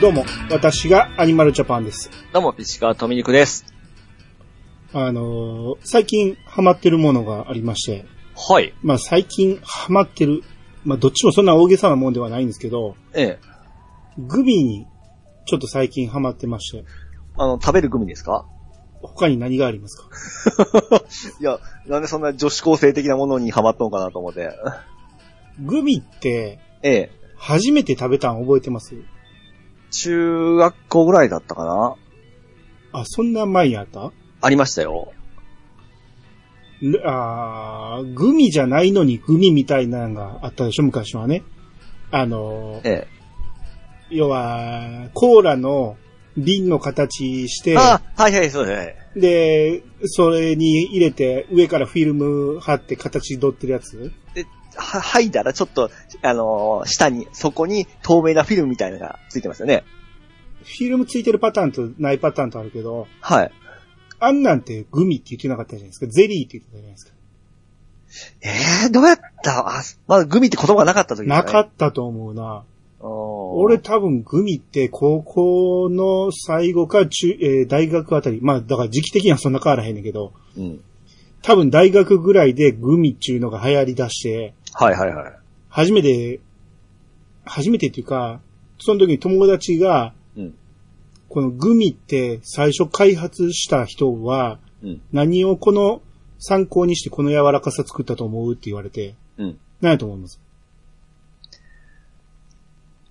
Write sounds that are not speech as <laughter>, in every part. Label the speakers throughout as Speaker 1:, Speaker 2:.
Speaker 1: どうも、私がアニマルジャパンです。
Speaker 2: どうも、石川富肉です。
Speaker 1: あのー最近ハマってるものがありまして、
Speaker 2: はい。
Speaker 1: まあ最近ハマってる、まあどっちもそんな大げさなもんではないんですけど、
Speaker 2: ええ。
Speaker 1: グミにちょっと最近ハマってまして、
Speaker 2: あの、食べるグミですか
Speaker 1: 他に何がありますか
Speaker 2: いや、なんでそんな女子高生的なものにハマったのかなと思って。
Speaker 1: グミって
Speaker 2: ええ。
Speaker 1: 初めて食べたん覚えてます
Speaker 2: 中学校ぐらいだったかな
Speaker 1: あ、そんな前にあった
Speaker 2: ありましたよ。
Speaker 1: んあーグミじゃないのにグミみたいなのがあったでしょ、昔はね。あのー
Speaker 2: え
Speaker 1: 要は、コーラの瓶の形し
Speaker 2: え。
Speaker 1: て、
Speaker 2: あ、はいはい、そうですね。
Speaker 1: で、それに入れて、上からフィルム貼って形取ってるやつ
Speaker 2: は、剥いだらちょっと、あのー下に、そこに透明なフィルムみたいなのがついてますよね。
Speaker 1: フィルムついてるパターンとないパターンとあるけど、
Speaker 2: はい。
Speaker 1: あんなんてグミって言ってなかったじゃないですか。ゼリーって言ってたじゃないですか。
Speaker 2: ええどうやったあ、まだグミって言葉がなかった時、ね、
Speaker 1: なか
Speaker 2: っ
Speaker 1: ったと思うな。
Speaker 2: た。俺
Speaker 1: 俺、多分グミって高校の最後か中、えー大学あたり、まあだから時期的にはそんな変わらへんねんけど、
Speaker 2: うん。
Speaker 1: 多分大学ぐらいでグミっていうのが流行り出して、
Speaker 2: はいはいはい。
Speaker 1: 初めて、初めてっていうか、その時に友達が、
Speaker 2: うん
Speaker 1: このグミって最初開発した人は、
Speaker 2: うん
Speaker 1: 何をこの参考にしてこの柔らかさ作ったと思うって言われて、
Speaker 2: うん。
Speaker 1: 何やと思います <laughs>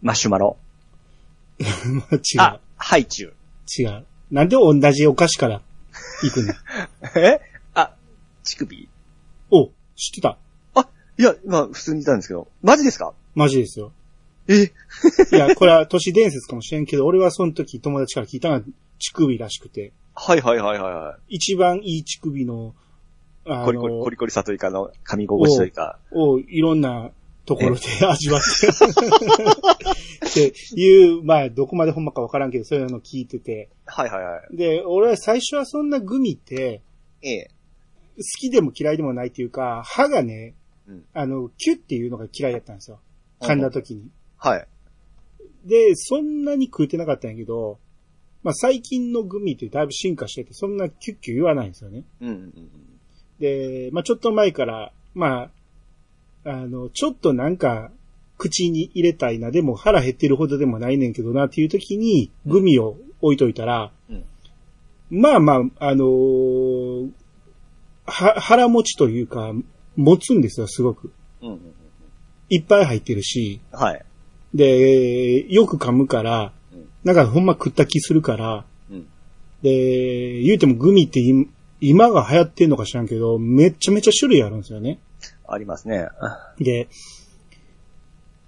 Speaker 2: マシュマロ。
Speaker 1: 違
Speaker 2: あ
Speaker 1: う、、
Speaker 2: ハイチュウ。
Speaker 1: 違う。なんで同じお菓子から行
Speaker 2: <laughs>
Speaker 1: くの
Speaker 2: えあ、乳首
Speaker 1: お、知ってた。
Speaker 2: あ、いや、まあ、普通にいたんですけど。マジですか
Speaker 1: マジですよ。
Speaker 2: え
Speaker 1: いや、これは都市伝説かもしれんけど、俺はその時友達から聞いたのは乳首らしくて、
Speaker 2: はいはいはいはいは
Speaker 1: 一番いい乳首の、あ
Speaker 2: い。
Speaker 1: の
Speaker 2: コリコリ、コリコリさというかの、噛み心地というか。
Speaker 1: をいろんなところで味わ <laughs> って、っていう、まあ、どこまでほんまかわからんけど、そういうの聞いてて。
Speaker 2: はいはいは
Speaker 1: で、俺は最初はそんなグミって、
Speaker 2: い。ええ。
Speaker 1: 好きでも嫌いでもないっていうか、歯がね
Speaker 2: うん、
Speaker 1: あの、キュッっていうのが嫌いだったんですよ。噛んだ時に。
Speaker 2: はい。
Speaker 1: で、そんなに食うてなかったんやけど、まあ、最近のグミってだいぶ進化してて、そんなキュッキュ言わないんですよね。
Speaker 2: うんうんうん。
Speaker 1: で、まあ、ちょっと前から、まあ、あの、ちょっとなんか、口に入れたいな、でも腹減ってるほどでもないねんけどな、っていう時に、グミを置いといたら、
Speaker 2: うん
Speaker 1: まあまあ、あのーは、腹持ちというか、持つんですよ、すごく。
Speaker 2: うんうんうん。
Speaker 1: いっぱい入ってるし、
Speaker 2: はい。
Speaker 1: で、よく噛むから
Speaker 2: うん、
Speaker 1: なんかほんま食った気するから、
Speaker 2: うん。
Speaker 1: で、言うてもグミって今今が流行ってんのか知らんけど、めっちゃめちゃ種類あるんですよね。
Speaker 2: ありますね。
Speaker 1: で、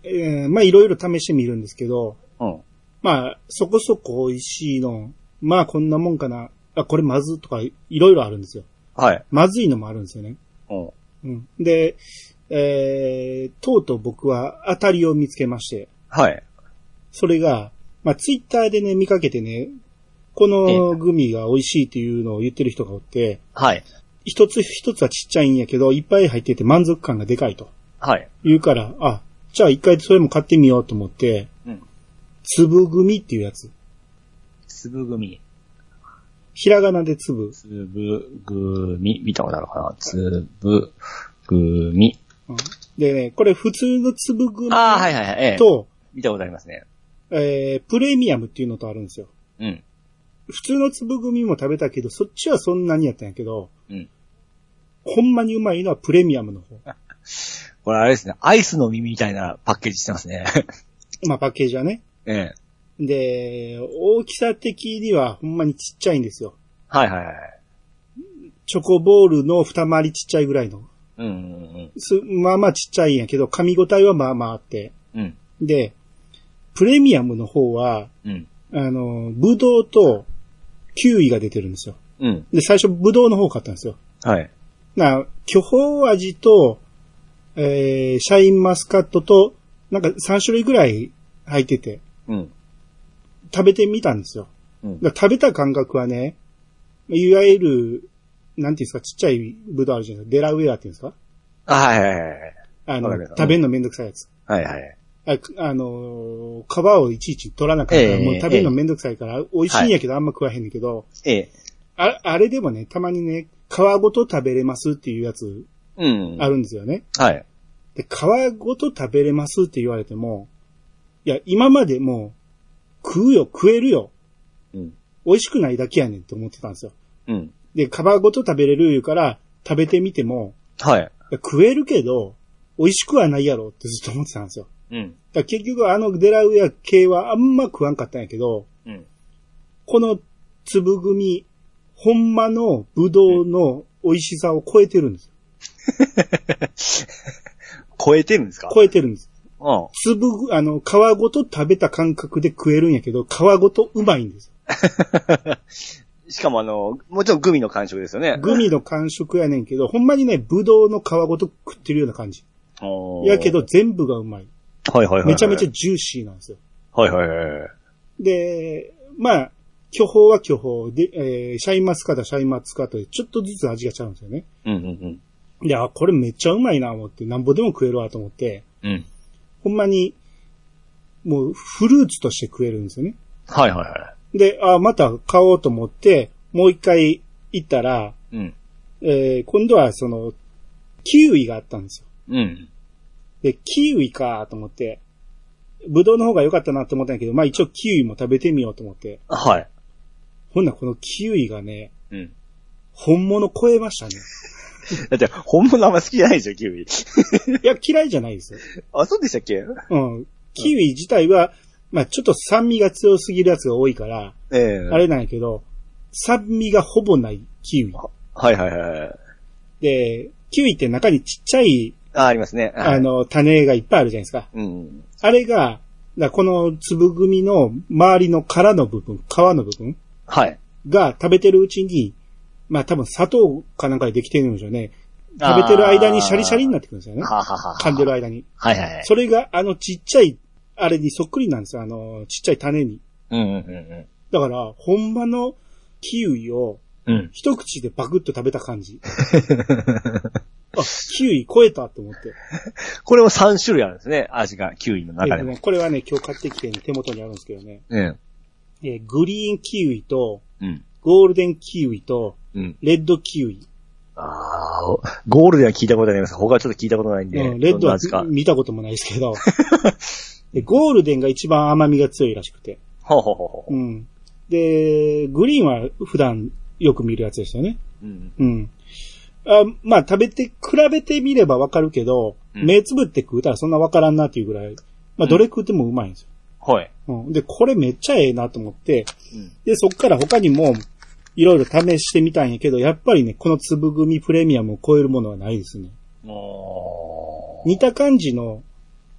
Speaker 1: えーまあいろいろ試してみるんですけど、
Speaker 2: うん。
Speaker 1: まあそこそこ美味しいの、まあこんなもんかな、あ、これまずとかいろいろあるんですよ。
Speaker 2: はい。
Speaker 1: まずいのもあるんですよね。
Speaker 2: うん。
Speaker 1: うん。で、えー、とうとう僕は当たりを見つけまして、
Speaker 2: はい。
Speaker 1: それが、まあツイッターでね、見かけてね、このグミが美味しいっていうのを言ってる人がおって、
Speaker 2: はい。
Speaker 1: 一つ一つはちっちゃいんやけど、いっぱい入ってて満足感がでかいと。
Speaker 2: はい。
Speaker 1: 言うから、あ、じゃあ一回それも買ってみようと思って、
Speaker 2: うん。
Speaker 1: 粒組っていうやつ。
Speaker 2: 粒組。
Speaker 1: ひらがなで粒。
Speaker 2: 粒組。見たことあるかな粒組。
Speaker 1: うんでね、これ普通の粒組
Speaker 2: ああ、はいはいはい。ええ。
Speaker 1: と、
Speaker 2: 見たことありますね。
Speaker 1: えープレミアムっていうのとあるんですよ。
Speaker 2: うん。
Speaker 1: 普通の粒組も食べたけど、そっちはそんなにやったんやけど、
Speaker 2: うん
Speaker 1: ほんまにうまいのはプレミアムの
Speaker 2: <laughs>
Speaker 1: 方。
Speaker 2: これあれですね。アイスの耳みたいなパッケージしてますね。
Speaker 1: まあパッケージはね。
Speaker 2: <laughs> ええ。
Speaker 1: で、大きさ的にはほんまにちっちゃいんですよ。
Speaker 2: はいはいはい。
Speaker 1: チョコボールの二回りちっちゃいぐらいの。
Speaker 2: うんうん
Speaker 1: すまあまあちっちゃいんやけど、噛み応えはまあまああって。
Speaker 2: うん。うん。
Speaker 1: で、プレミアムの方は、
Speaker 2: うん。
Speaker 1: あの、ブドウとキウイが出てるんですよ。
Speaker 2: うん。
Speaker 1: で、最初ブドウの方を買ったんですよ。
Speaker 2: はい。
Speaker 1: な、巨峰味と、えー、シャインマスカットと、なんか3種類ぐらい入ってて、
Speaker 2: うん。
Speaker 1: 食べてみたんですよ。
Speaker 2: うん。
Speaker 1: だから食べた感覚はね、いわゆる、なんていうんですか、ちっちゃいブドウあるじゃないですか。デラウェアっていうんですか
Speaker 2: あはいはいはいはい。
Speaker 1: あの
Speaker 2: わかりま、す
Speaker 1: 食べんのめんどくさいやつ。
Speaker 2: はいはい。
Speaker 1: あ、あのー皮をいちいち取らなかったら、
Speaker 2: ええ
Speaker 1: もう食べるのめんどくさいから、美味しいんやけどあんま食わへんねんけど、
Speaker 2: ええ。
Speaker 1: あ、あれでもね、たまにね、皮ごと食べれますっていうやつ
Speaker 2: うん。
Speaker 1: あるんですよね。
Speaker 2: はい。
Speaker 1: で、皮ごと食べれますって言われても、いや、今までもう、食うよ、食えるよ、
Speaker 2: うん。
Speaker 1: 美味しくないだけやねんって思ってたんですよ。
Speaker 2: うん。
Speaker 1: で、皮ごと食べれる言うから、食べてみても、
Speaker 2: は
Speaker 1: い
Speaker 2: い。
Speaker 1: や食えるけど、美味しくはないやろってずっと思ってたんですよ。
Speaker 2: う
Speaker 1: だ
Speaker 2: ん。
Speaker 1: から結局あのデラウェア系はあんま食わんかったんやけど、
Speaker 2: うん。
Speaker 1: この粒組、ほんまのブドウの美味しさを超えてるんですよ。
Speaker 2: 超えてるんですか
Speaker 1: 超えてるんです。
Speaker 2: うん。
Speaker 1: 粒ぐ、あの、皮ごと食べた感覚で食えるんやけど、皮ごとうまいん
Speaker 2: <laughs>
Speaker 1: です。
Speaker 2: しかもあの、もちろんグミの感触ですよね。
Speaker 1: グミの感触やねんけど、ほんまにね、ブドウの皮ごと食ってるような感じ。
Speaker 2: おー
Speaker 1: やけど、全部がうまい。
Speaker 2: はいはいはいはい。
Speaker 1: めちゃめちゃジューシーなんですよ。
Speaker 2: はいはいはいはい。
Speaker 1: で、まあ、巨峰は巨峰で、えーシャインマスカットはシャインマスカットで、ちょっとずつ味が違うんですよね。
Speaker 2: うんうん
Speaker 1: で、あ、これめっちゃうまいな、思って、なんぼでも食えるわ、と思って、
Speaker 2: うん。うん。
Speaker 1: ほんまに、もう、フルーツとして食えるんですよね。
Speaker 2: はいはいは
Speaker 1: で、あ、また買おうと思って、もう一回行ったら、
Speaker 2: い。うん。
Speaker 1: えー今度はその、キウイがあったんですよ。
Speaker 2: うん。
Speaker 1: で、キウイか、と思って、ブドウの方が良かったなって思ったんやけど、まあ一応キウイも食べてみようと思って。
Speaker 2: はい。
Speaker 1: ほんならこのキウイがね、
Speaker 2: うん。
Speaker 1: 本物超えましたね。
Speaker 2: だって、本物あんま好きじゃないでしょ、キウイ。
Speaker 1: いや、嫌いじゃないですよ。
Speaker 2: あ、そうでしたっけ
Speaker 1: うん。キウイ自体は、まあちょっと酸味が強すぎるやつが多いから、
Speaker 2: ええ
Speaker 1: あれなんやけど、酸味がほぼないキウイ。
Speaker 2: はいはいはいはい。
Speaker 1: で、キウイって中にちっちゃい、
Speaker 2: あ、ありますね。はい
Speaker 1: あ、の、種がいっぱいあるじゃないですか。
Speaker 2: うん。
Speaker 1: あれが、だこの粒組の周りの殻の部分、皮の部分
Speaker 2: はい。
Speaker 1: が食べてるうちに、まあ多分砂糖かなんかでできてるんでしょうね。食べてる間にシャリシャリになってくるんですよね
Speaker 2: は。ははは。
Speaker 1: 噛んでる。間に。
Speaker 2: はいはい。
Speaker 1: それがあのちっちゃい、あれにそっくりなんですよ。あの、ちっちゃい種に。
Speaker 2: うんうんうん
Speaker 1: だから、ほんまのキウイを
Speaker 2: うん。うん。
Speaker 1: 一口でバクッと食べた感
Speaker 2: <laughs>
Speaker 1: じ。あ、キウイ超えたと思って。
Speaker 2: これも3種類あるんですね、味が、キウイの
Speaker 1: え
Speaker 2: 中で
Speaker 1: ー
Speaker 2: も。
Speaker 1: ねこれはね、今日買ってきて、手元にあるんですけどね。
Speaker 2: うん。
Speaker 1: えーグリーンキウイと、
Speaker 2: うん。
Speaker 1: ゴールデンキウイと、
Speaker 2: うん。
Speaker 1: レッドキウイ。
Speaker 2: ああ、ゴールデンは聞いたことあります。他はちょっと聞いたことないんで。
Speaker 1: うん、レッドは
Speaker 2: どんな味か。
Speaker 1: 見たこともないですけど。 <laughs> でゴールデンが一番甘みが強いらしくて。
Speaker 2: ほうほうほうほう。
Speaker 1: うん。で、グリーンは普段よく見るやつでしたよね。
Speaker 2: うん。
Speaker 1: うん。あまあ、食べて、比べてみればわかるけど、
Speaker 2: うん
Speaker 1: 目つぶって食うたらそんなわからんなっていうぐらい、まあ、どれ食ってもうまいんですよ。
Speaker 2: はい。
Speaker 1: うん。で、これめっちゃええなと思って、
Speaker 2: うん。
Speaker 1: で、そっから他にも、いろいろ試してみたんやけど、やっぱりね、この粒組プレミアムを超えるものはないですね。
Speaker 2: おー
Speaker 1: 似た感じの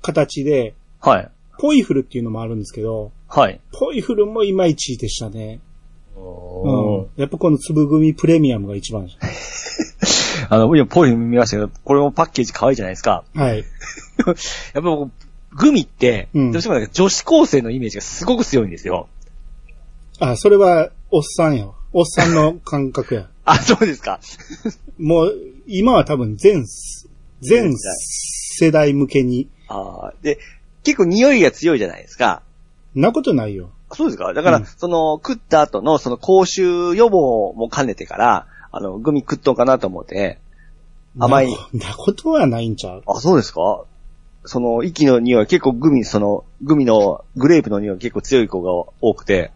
Speaker 1: 形で、
Speaker 2: はい。
Speaker 1: ポイフルっていうのもあるんですけど、
Speaker 2: はい。
Speaker 1: ポイフルもいまいちでしたね。う
Speaker 2: おー
Speaker 1: ん。やっぱこの粒組プレミアムが一番でし
Speaker 2: あの、今、ポイ見ましたけど、これもパッケージ可愛いじゃないですか。
Speaker 1: た。はい。
Speaker 2: やっぱ僕、グミって、
Speaker 1: うん
Speaker 2: どうしてもなんか女子高生のイメージがすごく強いんですよ。
Speaker 1: あ、それは、おっさんやわ。おっさんの感覚や。
Speaker 2: あ、そうですか。
Speaker 1: もう、今は多分全す、全
Speaker 2: 全世代
Speaker 1: 世代向けに、
Speaker 2: あーで、結構匂いが強いじゃないですか。
Speaker 1: んなことないよ。
Speaker 2: そうですかだから、
Speaker 1: うん
Speaker 2: その、食った後の、その、口臭予防も兼ねてから、あの、グミ食っとんかなと思って、甘い
Speaker 1: なこ。なことはないんちゃう
Speaker 2: あ、そうですかその、息の匂い、結構グミ、その、グミの、グレープの匂い結構強い子が多くて、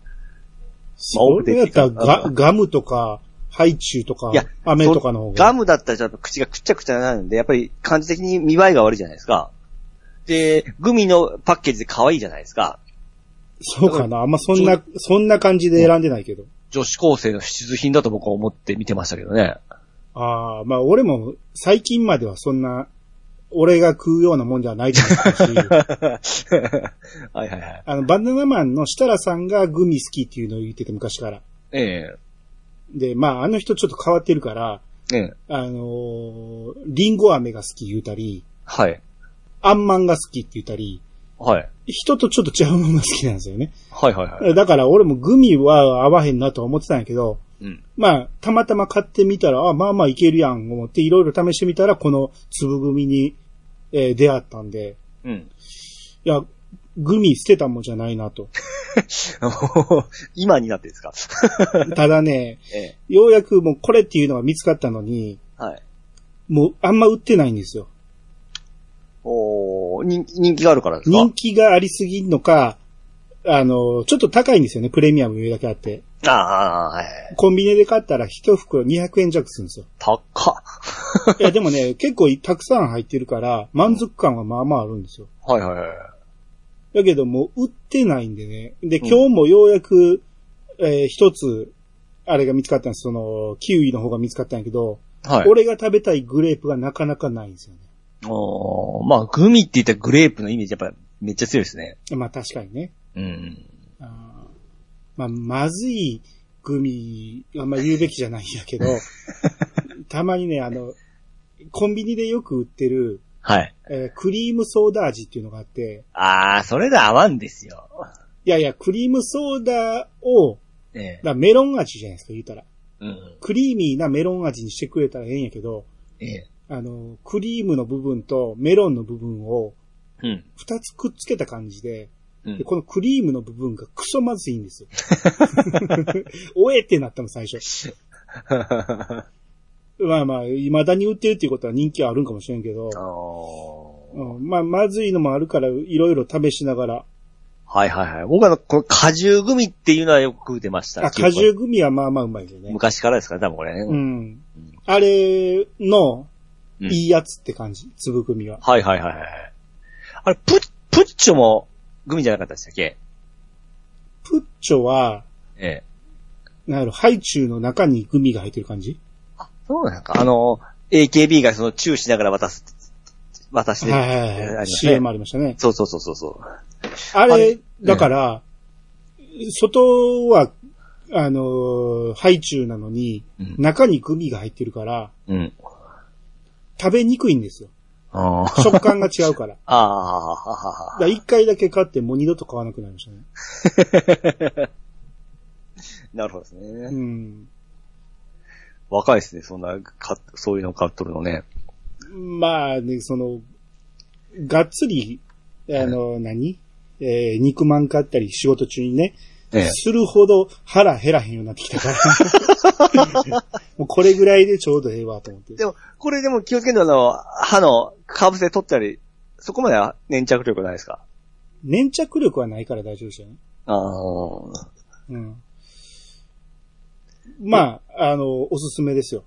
Speaker 1: それやったら
Speaker 2: ま
Speaker 1: ガ
Speaker 2: あ
Speaker 1: ガムとか、ハイチュウとか
Speaker 2: いや、
Speaker 1: 飴とかの方
Speaker 2: ガ
Speaker 1: が。
Speaker 2: ムだったらちょっと口がくっちゃくちゃになるんで、やっぱり感じ的に見栄えが悪いじゃないですか。で、グミのパッケージで可愛いじゃないですか。
Speaker 1: そうかなあんまそんな、そんな感じで選んでないけど。
Speaker 2: 女子高生の必需品だと僕は思って見てましたけど <laughs> ね。
Speaker 1: ああ、まあ俺も最近まではそんな、俺が食うようなもんではないと思ったし、
Speaker 2: <laughs> はいはいはい。
Speaker 1: あの、バナナマンの設楽さんがグミ好きっていうのを言ってて昔から。
Speaker 2: ええ
Speaker 1: で、まああの人ちょっと変わってるから、
Speaker 2: ええ
Speaker 1: あのーリンゴ飴が好き言うたり、
Speaker 2: はい。
Speaker 1: あんまんが好きって言ったり、
Speaker 2: はい。
Speaker 1: 人とちょっと違うものが好きなんですよね。
Speaker 2: はいはいはい。
Speaker 1: だから俺もグミは合わへんなとは思ってたんやけど、
Speaker 2: うん。
Speaker 1: まあ、たまたま買ってみたら、あ、まあまあいけるやん、思っていろいろ試してみたら、この粒組に、えー出会ったんで、
Speaker 2: うん。
Speaker 1: いや、グミ捨てたもんじゃないなと。
Speaker 2: <laughs> 今になってですか
Speaker 1: ただね、
Speaker 2: ええ。
Speaker 1: ようやくもうこれっていうのが見つかったのに、
Speaker 2: はい。
Speaker 1: もうあんま売ってないんですよ。
Speaker 2: おー人人気があるからですか
Speaker 1: 人気がありすぎんのか、あの、ちょっと高いんですよね、プレミアムいうだけあって。
Speaker 2: ああ、はい。
Speaker 1: コンビニで買ったら一袋200円弱するんですよ。
Speaker 2: 高っ。
Speaker 1: いや、でもね、結構たくさん入ってるから、満足感はまあまああるんですよ。
Speaker 2: はいはいはい。
Speaker 1: だけどもう売ってないんでね。で、今日もようやく、えー一つ、あれが見つかったんです。その、キウイの方が見つかったんやけど、
Speaker 2: はい。
Speaker 1: 俺が食べたいグレープがなかなかないんですよね。
Speaker 2: おーまあ、グミって言ったらグレープのイメージやっぱめっちゃ強いですね。
Speaker 1: まあ確かにね。
Speaker 2: うん。
Speaker 1: あーまあ、まずいグミ、あんま言うべきじゃないんやけど、たまにね、あの、コンビニでよく売ってる、
Speaker 2: はい。
Speaker 1: えークリームソーダ味っていうのがあって、
Speaker 2: ああ、それで合わんですよ。
Speaker 1: いやいや、クリームソーダを、
Speaker 2: ええ。
Speaker 1: だメロン味じゃないですか、言うたら。
Speaker 2: うん。
Speaker 1: クリーミーなメロン味にしてくれたらええんやけど、
Speaker 2: ええ。
Speaker 1: あの、クリームの部分とメロンの部分を
Speaker 2: うん。
Speaker 1: 二つくっつけた感じで、
Speaker 2: うん
Speaker 1: で、
Speaker 2: <laughs>
Speaker 1: このクリームの部分がクソまずいんですよ。おえってなったの、最初。まあまあ、未だに売ってるっていうことは人気はあるんかもしれんけど、
Speaker 2: おー
Speaker 1: うん、まあ、まずいのもあるから、いろいろ試しながら、
Speaker 2: はいはいはい。僕はあのこの果汁グミっていうのはよく出ました。
Speaker 1: あ、果汁グミはまあまあうまいよね。
Speaker 2: 昔からですからね、多分これね。
Speaker 1: うん。あれの、
Speaker 2: うん
Speaker 1: いいやつって感じ、粒グミは。
Speaker 2: はいはいはいはい。あれ、プッ、プッチョもグミじゃなかったでしたっけ
Speaker 1: プッチョは、
Speaker 2: ええ。
Speaker 1: なんやろ、ハイチュウの中にグミが入ってる感じ
Speaker 2: そうなんか、あの、AKB がそのチューしながら渡す、渡して
Speaker 1: はい
Speaker 2: る。
Speaker 1: はいはい
Speaker 2: あり
Speaker 1: は
Speaker 2: ま
Speaker 1: い。
Speaker 2: すね
Speaker 1: CM ありましたね。
Speaker 2: そうそうそうそうそう。
Speaker 1: あ
Speaker 2: あ
Speaker 1: れ
Speaker 2: れ、
Speaker 1: だから、外は、あのーハイチュウなのに、
Speaker 2: うん
Speaker 1: 中にグミが入ってるから、
Speaker 2: うん。
Speaker 1: 食べにくいんですよ。
Speaker 2: あー
Speaker 1: 食感が違う <laughs> から。
Speaker 2: あー、はは
Speaker 1: だ
Speaker 2: は
Speaker 1: から一回だけ買ってもう二度と買わなくなりましたね。
Speaker 2: なるほどです
Speaker 1: う
Speaker 2: ね。
Speaker 1: ん。
Speaker 2: 若いですね、そんな、か、そういうの買っとるのね。
Speaker 1: まあね、その、がっつり、あの、何えー肉まん買ったり仕事中にね、
Speaker 2: ええ。
Speaker 1: するほど腹減らへんようになってきたから。
Speaker 2: <laughs>
Speaker 1: もうこれぐらいでちょうどええわと思って。
Speaker 2: でも、これでも気をつけるのは、あの、歯の、かぶせ取ったり、そこまでは粘着力ないですか
Speaker 1: 粘着力はないから大丈夫ですよね。
Speaker 2: ああ。
Speaker 1: うん。まあ、あの、おすすめですよ。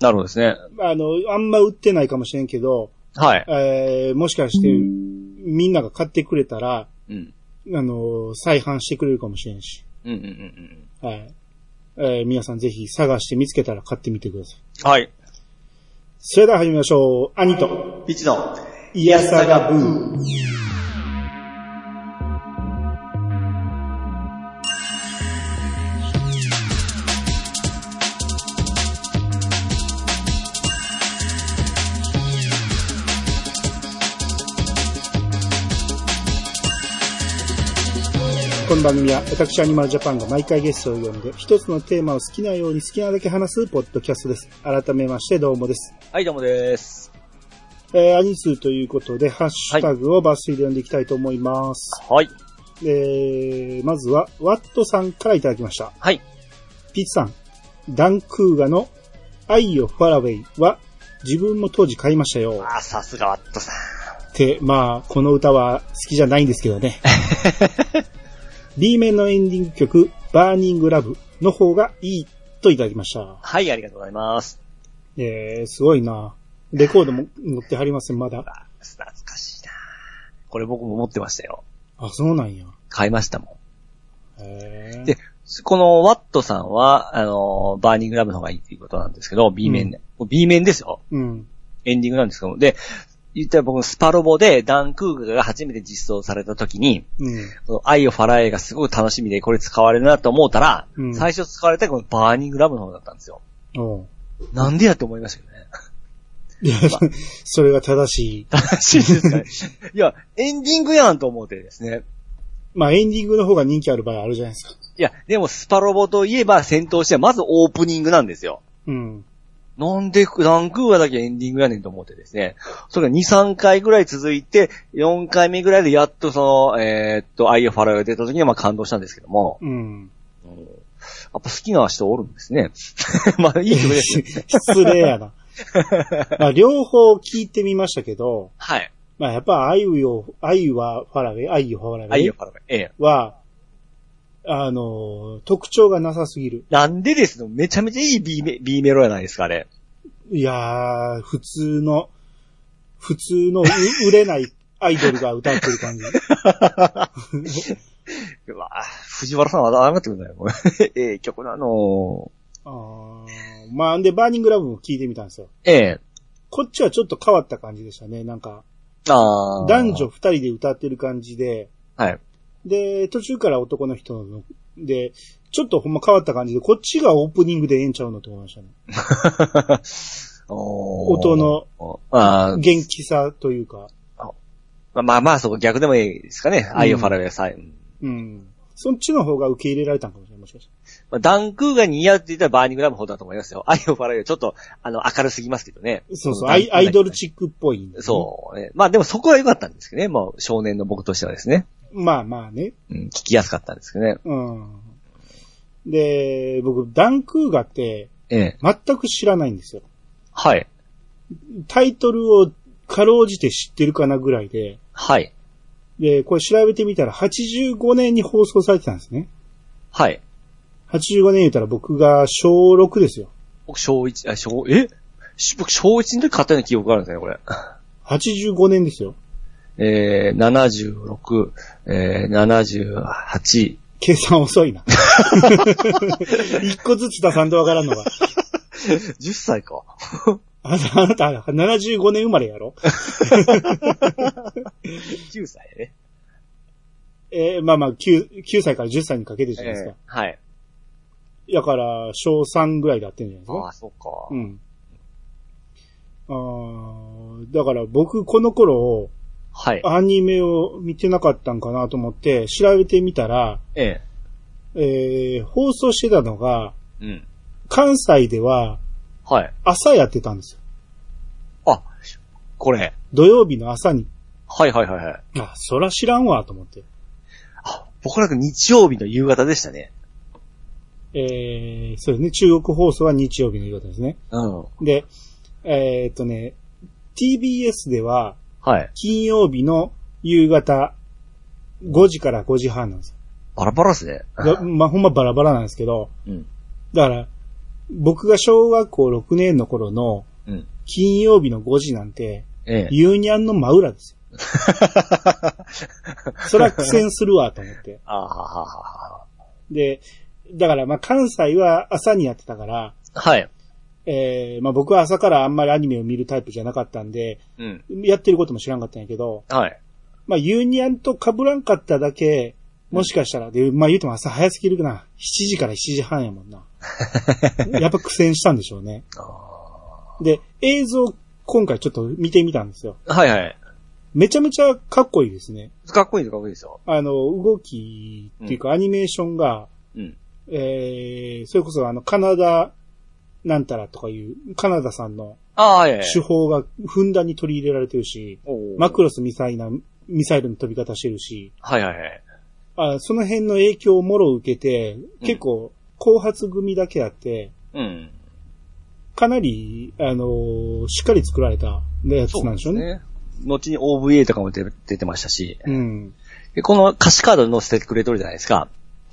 Speaker 2: なるほどですね。
Speaker 1: あの、あんま売ってないかもしれんけど、
Speaker 2: はい。
Speaker 1: えーもしかして、みんなが買ってくれたら、
Speaker 2: うん。
Speaker 1: あの、再販してくれるかもしれんし。
Speaker 2: うんうんうんうん。
Speaker 1: はい。えー皆さんぜひ探して見つけたら買ってみてください。
Speaker 2: はい。
Speaker 1: それでは始めましょう。兄と、
Speaker 2: ピッチの、
Speaker 1: イヤサガブー。この番組は私アニマルジャパンが毎回ゲストを呼んで一つのテーマを好きなように好きなだけ話すポッドキャストです。改めましてどうもです。
Speaker 2: はい、どうもです。
Speaker 1: えー、アニスということで、ハッシュタグを抜粋で読んでいきたいと思います。
Speaker 2: はい。
Speaker 1: えー、まずは、ワットさんからいただきました。
Speaker 2: はい。
Speaker 1: ピッツさん、ダンクーガの愛よファラウェイは自分も当時買いましたよ。
Speaker 2: ああ、さすがワットさん。
Speaker 1: って、まあ、この歌は好きじゃないんですけどね。B 面のエンディング曲、バーニングラブの方がいいといただきました。
Speaker 2: はい、ありがとうございます。
Speaker 1: えー、すごいなレコードも持ってはりません、まだ。
Speaker 2: あ懐かしいなこれ僕も持ってましたよ。
Speaker 1: あ、そうなんや。
Speaker 2: 買いましたも
Speaker 1: へー
Speaker 2: ん。で、このワットさんは、あの、バーニングラブの方がいいっていうことなんですけど、B 面ね。B 面ですよ。
Speaker 1: うん。
Speaker 2: エンディングなんですけども。で、言ったら僕のスパロボでダンクーガが初めて実装された時に、
Speaker 1: うん。
Speaker 2: その愛をファラエがすごく楽しみでこれ使われるなと思ったら、
Speaker 1: うん
Speaker 2: 最初使われたこのバーニングラブの方だったんですよ。
Speaker 1: おう
Speaker 2: なんでやと思いましたけどね。
Speaker 1: いや、それが正しい。
Speaker 2: 正しいですか <laughs> ね。いや、エンディングやんと思ってですね。
Speaker 1: まあ、エンディングの方が人気ある場合あるじゃないですか。
Speaker 2: いや、でもスパロボといえば戦闘してはまずオープニングなんですよ。
Speaker 1: うん。
Speaker 2: なんで、何クーアだけエンディングやねんと思ってですね。それが2、3回ぐらい続いて、4回目ぐらいでやっとその、えーっと、アイオファラが出た時にはまあ感動したんですけども、
Speaker 1: うん。
Speaker 2: うんやっぱ好きな人おるんですね。 <laughs> まあ、いい曲です <laughs> よ。
Speaker 1: 失礼やな。まあ、両方聞いてみましたけど、
Speaker 2: はい。
Speaker 1: まあ、やっぱ、愛を、愛はファラウェイ、愛をファラウ
Speaker 2: ア
Speaker 1: ェ
Speaker 2: イオ
Speaker 1: イ
Speaker 2: ファラが。ええ。
Speaker 1: は、あの、特徴がなさすぎる。
Speaker 2: なんでですのめちゃめちゃいい B メ B メロやないですか、あれ。
Speaker 1: いやー、普通の、普通のう売れないアイドルが歌ってる感じ。
Speaker 2: うわぁ藤原さんは <laughs> 謝ってください。これええ曲なの。
Speaker 1: あーまあ、んで、バーニングラブも聞いてみたんですよ。
Speaker 2: ええ。
Speaker 1: こっちはちょっと変わった感じでしたね。なんか、
Speaker 2: ああ。
Speaker 1: 男女。二人で歌ってる感じで、
Speaker 2: はい。 <laughs>
Speaker 1: で、途中から男の人の、で、ちょっとほんま変わった感じで、こっちがオープニングでええんちゃうのと思いましたね。音
Speaker 2: 音。
Speaker 1: の
Speaker 2: あー
Speaker 1: 元気さというか、
Speaker 2: まあ、まあまあ、そこ逆でもいいですかね。
Speaker 1: ん
Speaker 2: アイオファラウェイさえ。うん
Speaker 1: うん。そっちの方が受け入れられたんかもしれない、もしかし
Speaker 2: まあ、ダンクーが似合うって言ったらバーニングラムほどだと思いますよ。アイ <laughs> オファラウェイはちょっと、あの、明るすぎますけどね。
Speaker 1: て。そうそう、
Speaker 2: ダ
Speaker 1: ア
Speaker 2: ンクー
Speaker 1: イ
Speaker 2: が
Speaker 1: アイドルチックっぽい、
Speaker 2: そう、ね。まあでもそこは良かったんですけどね。もう少年の僕としてはですね。
Speaker 1: う。まあまあね。
Speaker 2: うん、聞きやすかったんですけどね。
Speaker 1: うん。で、僕、ダンクーガって
Speaker 2: ええ。
Speaker 1: 全く知らないんですよ。
Speaker 2: はい。
Speaker 1: タイトルをかろうじて知ってるかなぐらいで、
Speaker 2: はい。
Speaker 1: で、これ調べてみたら85年に放送されてたんですね。
Speaker 2: はい。
Speaker 1: 85年言うたら僕が小6ですよ。
Speaker 2: 僕、小一、あ、小、えし僕、小一の時買ったような記憶があるんですね、これ。
Speaker 1: 85年ですよ。
Speaker 2: えー、76、えー、78。
Speaker 1: 計算遅いな。 <laughs> 一個ずつ出さんとわからんのが。
Speaker 2: 10歳か。
Speaker 1: あなた、あなた、75年生まれやろ
Speaker 2: 9歳ね。
Speaker 1: えーまあまあ9、9歳から10歳にかけてじゃないですか。
Speaker 2: はい。
Speaker 1: だから、小3ぐらいでやってんじゃないです
Speaker 2: あ
Speaker 1: か。
Speaker 2: あ、そうか。
Speaker 1: うん。あーだから僕、この頃、
Speaker 2: はい。
Speaker 1: アニメを見てなかったんかなと思って、調べてみたら、
Speaker 2: え
Speaker 1: えー放送してたのが、
Speaker 2: え。うん。
Speaker 1: 関西では
Speaker 2: はい。
Speaker 1: 朝やってたんですよ。
Speaker 2: あ、これ。
Speaker 1: 土曜日の朝に。
Speaker 2: はいはいはいはい。
Speaker 1: あ、そら知らんわ、と思って。
Speaker 2: あ、僕らが日曜日の夕方でしたね。
Speaker 1: えー、そうですね、中国放送は日曜日の夕方ですね。
Speaker 2: うん。
Speaker 1: で、えーっとね、TBS では
Speaker 2: はい。
Speaker 1: 金曜日の夕方5時から5時半なんです
Speaker 2: バラバラですね。
Speaker 1: よ。がまあ、ほんまバラバラなんですけど、
Speaker 2: うん。
Speaker 1: だから、僕が小学校6年の頃の
Speaker 2: うん。
Speaker 1: 金曜日の5時なんて、
Speaker 2: <laughs> ええ。
Speaker 1: ユーニャンの真裏ですよ。そら苦戦するわ、と思って。
Speaker 2: ああ、はははは。
Speaker 1: で、だからまあ関西は朝にやってたから、
Speaker 2: はい。
Speaker 1: えー、まあ僕は朝からあんまりアニメを見るタイプじゃなかったんで、
Speaker 2: うん。
Speaker 1: やってることも知らんかったんやけど、
Speaker 2: はい。
Speaker 1: まあユニアンと被らんかっただけ、もしかしたら、で、まあ言うても朝早すぎるかな。7時から7時半やもんな。やっぱ苦戦したんでしょうね。で、映像今回ちょっと見てみたんですよ。
Speaker 2: はいはい。
Speaker 1: めちゃめちゃかっこいいですね。
Speaker 2: かっこいいですかっこいいですよ。
Speaker 1: あの、動きっていうかアニメーションが、
Speaker 2: うん。
Speaker 1: えー、それこそあの、カナダ、なんたらとかいう、カナダさんの
Speaker 2: ああ、はいはい。
Speaker 1: 手法がふんだんに取り入れられてるし、
Speaker 2: おー
Speaker 1: マクロスミサイな、ミサイルの飛び方してるし、
Speaker 2: はいはいはい。
Speaker 1: あその辺の影響をもろ受けて、結構、後発組だけあって、
Speaker 2: うん。
Speaker 1: かなり、あのーしっかり作られたやつなんでしょうね。
Speaker 2: ね。後に OVA とかも出出てましたし、
Speaker 1: うん。
Speaker 2: でこの歌詞カードに載せてくれてるじゃないですか。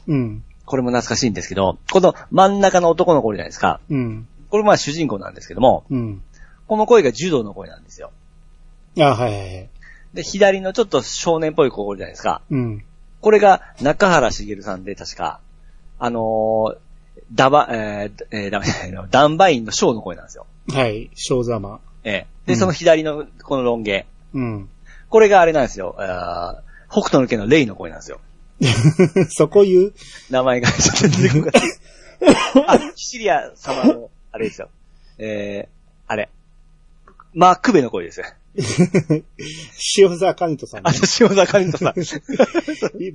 Speaker 1: うん。
Speaker 2: これも懐かしいんですけど、この真ん中の男の子いるじゃないですか。
Speaker 1: うん。
Speaker 2: これまあ主人公なんですけども、
Speaker 1: うん。
Speaker 2: この声が柔道の声なんですよ。
Speaker 1: あ、はいはいはい。
Speaker 2: で、左のちょっと少年っぽい子おるじゃないですか。
Speaker 1: うん。
Speaker 2: これが中原茂さんで確か、あのー、ダバ、えーえーダメじゃないの、ダンバインのショーの声なんですよ。
Speaker 1: はい、小ざま。
Speaker 2: ええ
Speaker 1: う
Speaker 2: で、
Speaker 1: ん
Speaker 2: その左のこのロン毛。
Speaker 1: うん。
Speaker 2: これがあれなんですよ。あー北斗の拳のレイの声なんですよ。
Speaker 1: <laughs> そこ言う
Speaker 2: 名前がちょっと出てこなかった。
Speaker 1: <laughs>
Speaker 2: あ、シリア様の、あれですよ。えー、あれ。マークベの声ですよ。
Speaker 1: 塩沢兼人さん
Speaker 2: あ
Speaker 1: ね
Speaker 2: の、塩田かりとさん。
Speaker 1: え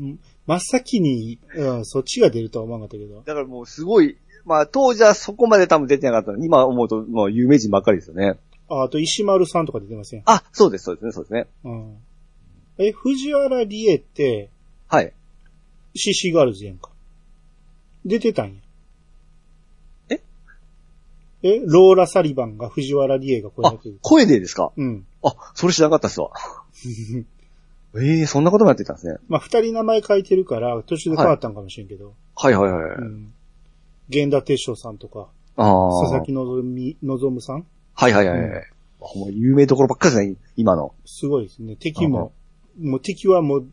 Speaker 1: 真っ先に、うん、そっちが出るとは思わなかったけど。
Speaker 2: だからもうすごい、まあ当時はそこまで多分出てなかったので今思うともう有名人ばっかりですよね。
Speaker 1: ああと、石丸さんとか出てません。
Speaker 2: あ、そうです、そうですね、そうですね。
Speaker 1: うん。え、藤原理恵って、
Speaker 2: はい。
Speaker 1: CC ガールズやんか。出てたんや。
Speaker 2: え
Speaker 1: え、ローラ・サリバンが藤原理恵が声
Speaker 2: あ
Speaker 1: だけ、
Speaker 2: 声でですか
Speaker 1: うん。
Speaker 2: あ、それ知らなかったっすわ。ええそんなこともやってたんですね。
Speaker 1: まあ、二人名前書いてるから、途中で変わったんかもしれんけど。
Speaker 2: はいはいはい。
Speaker 1: うん。源田哲章さんとか、
Speaker 2: ああ。
Speaker 1: 佐々木望み、望さん
Speaker 2: はいはいはいはい。
Speaker 1: うん
Speaker 2: あもう有名どころばっかりですね、今の。
Speaker 1: すごいですね。敵も、もう敵はもう、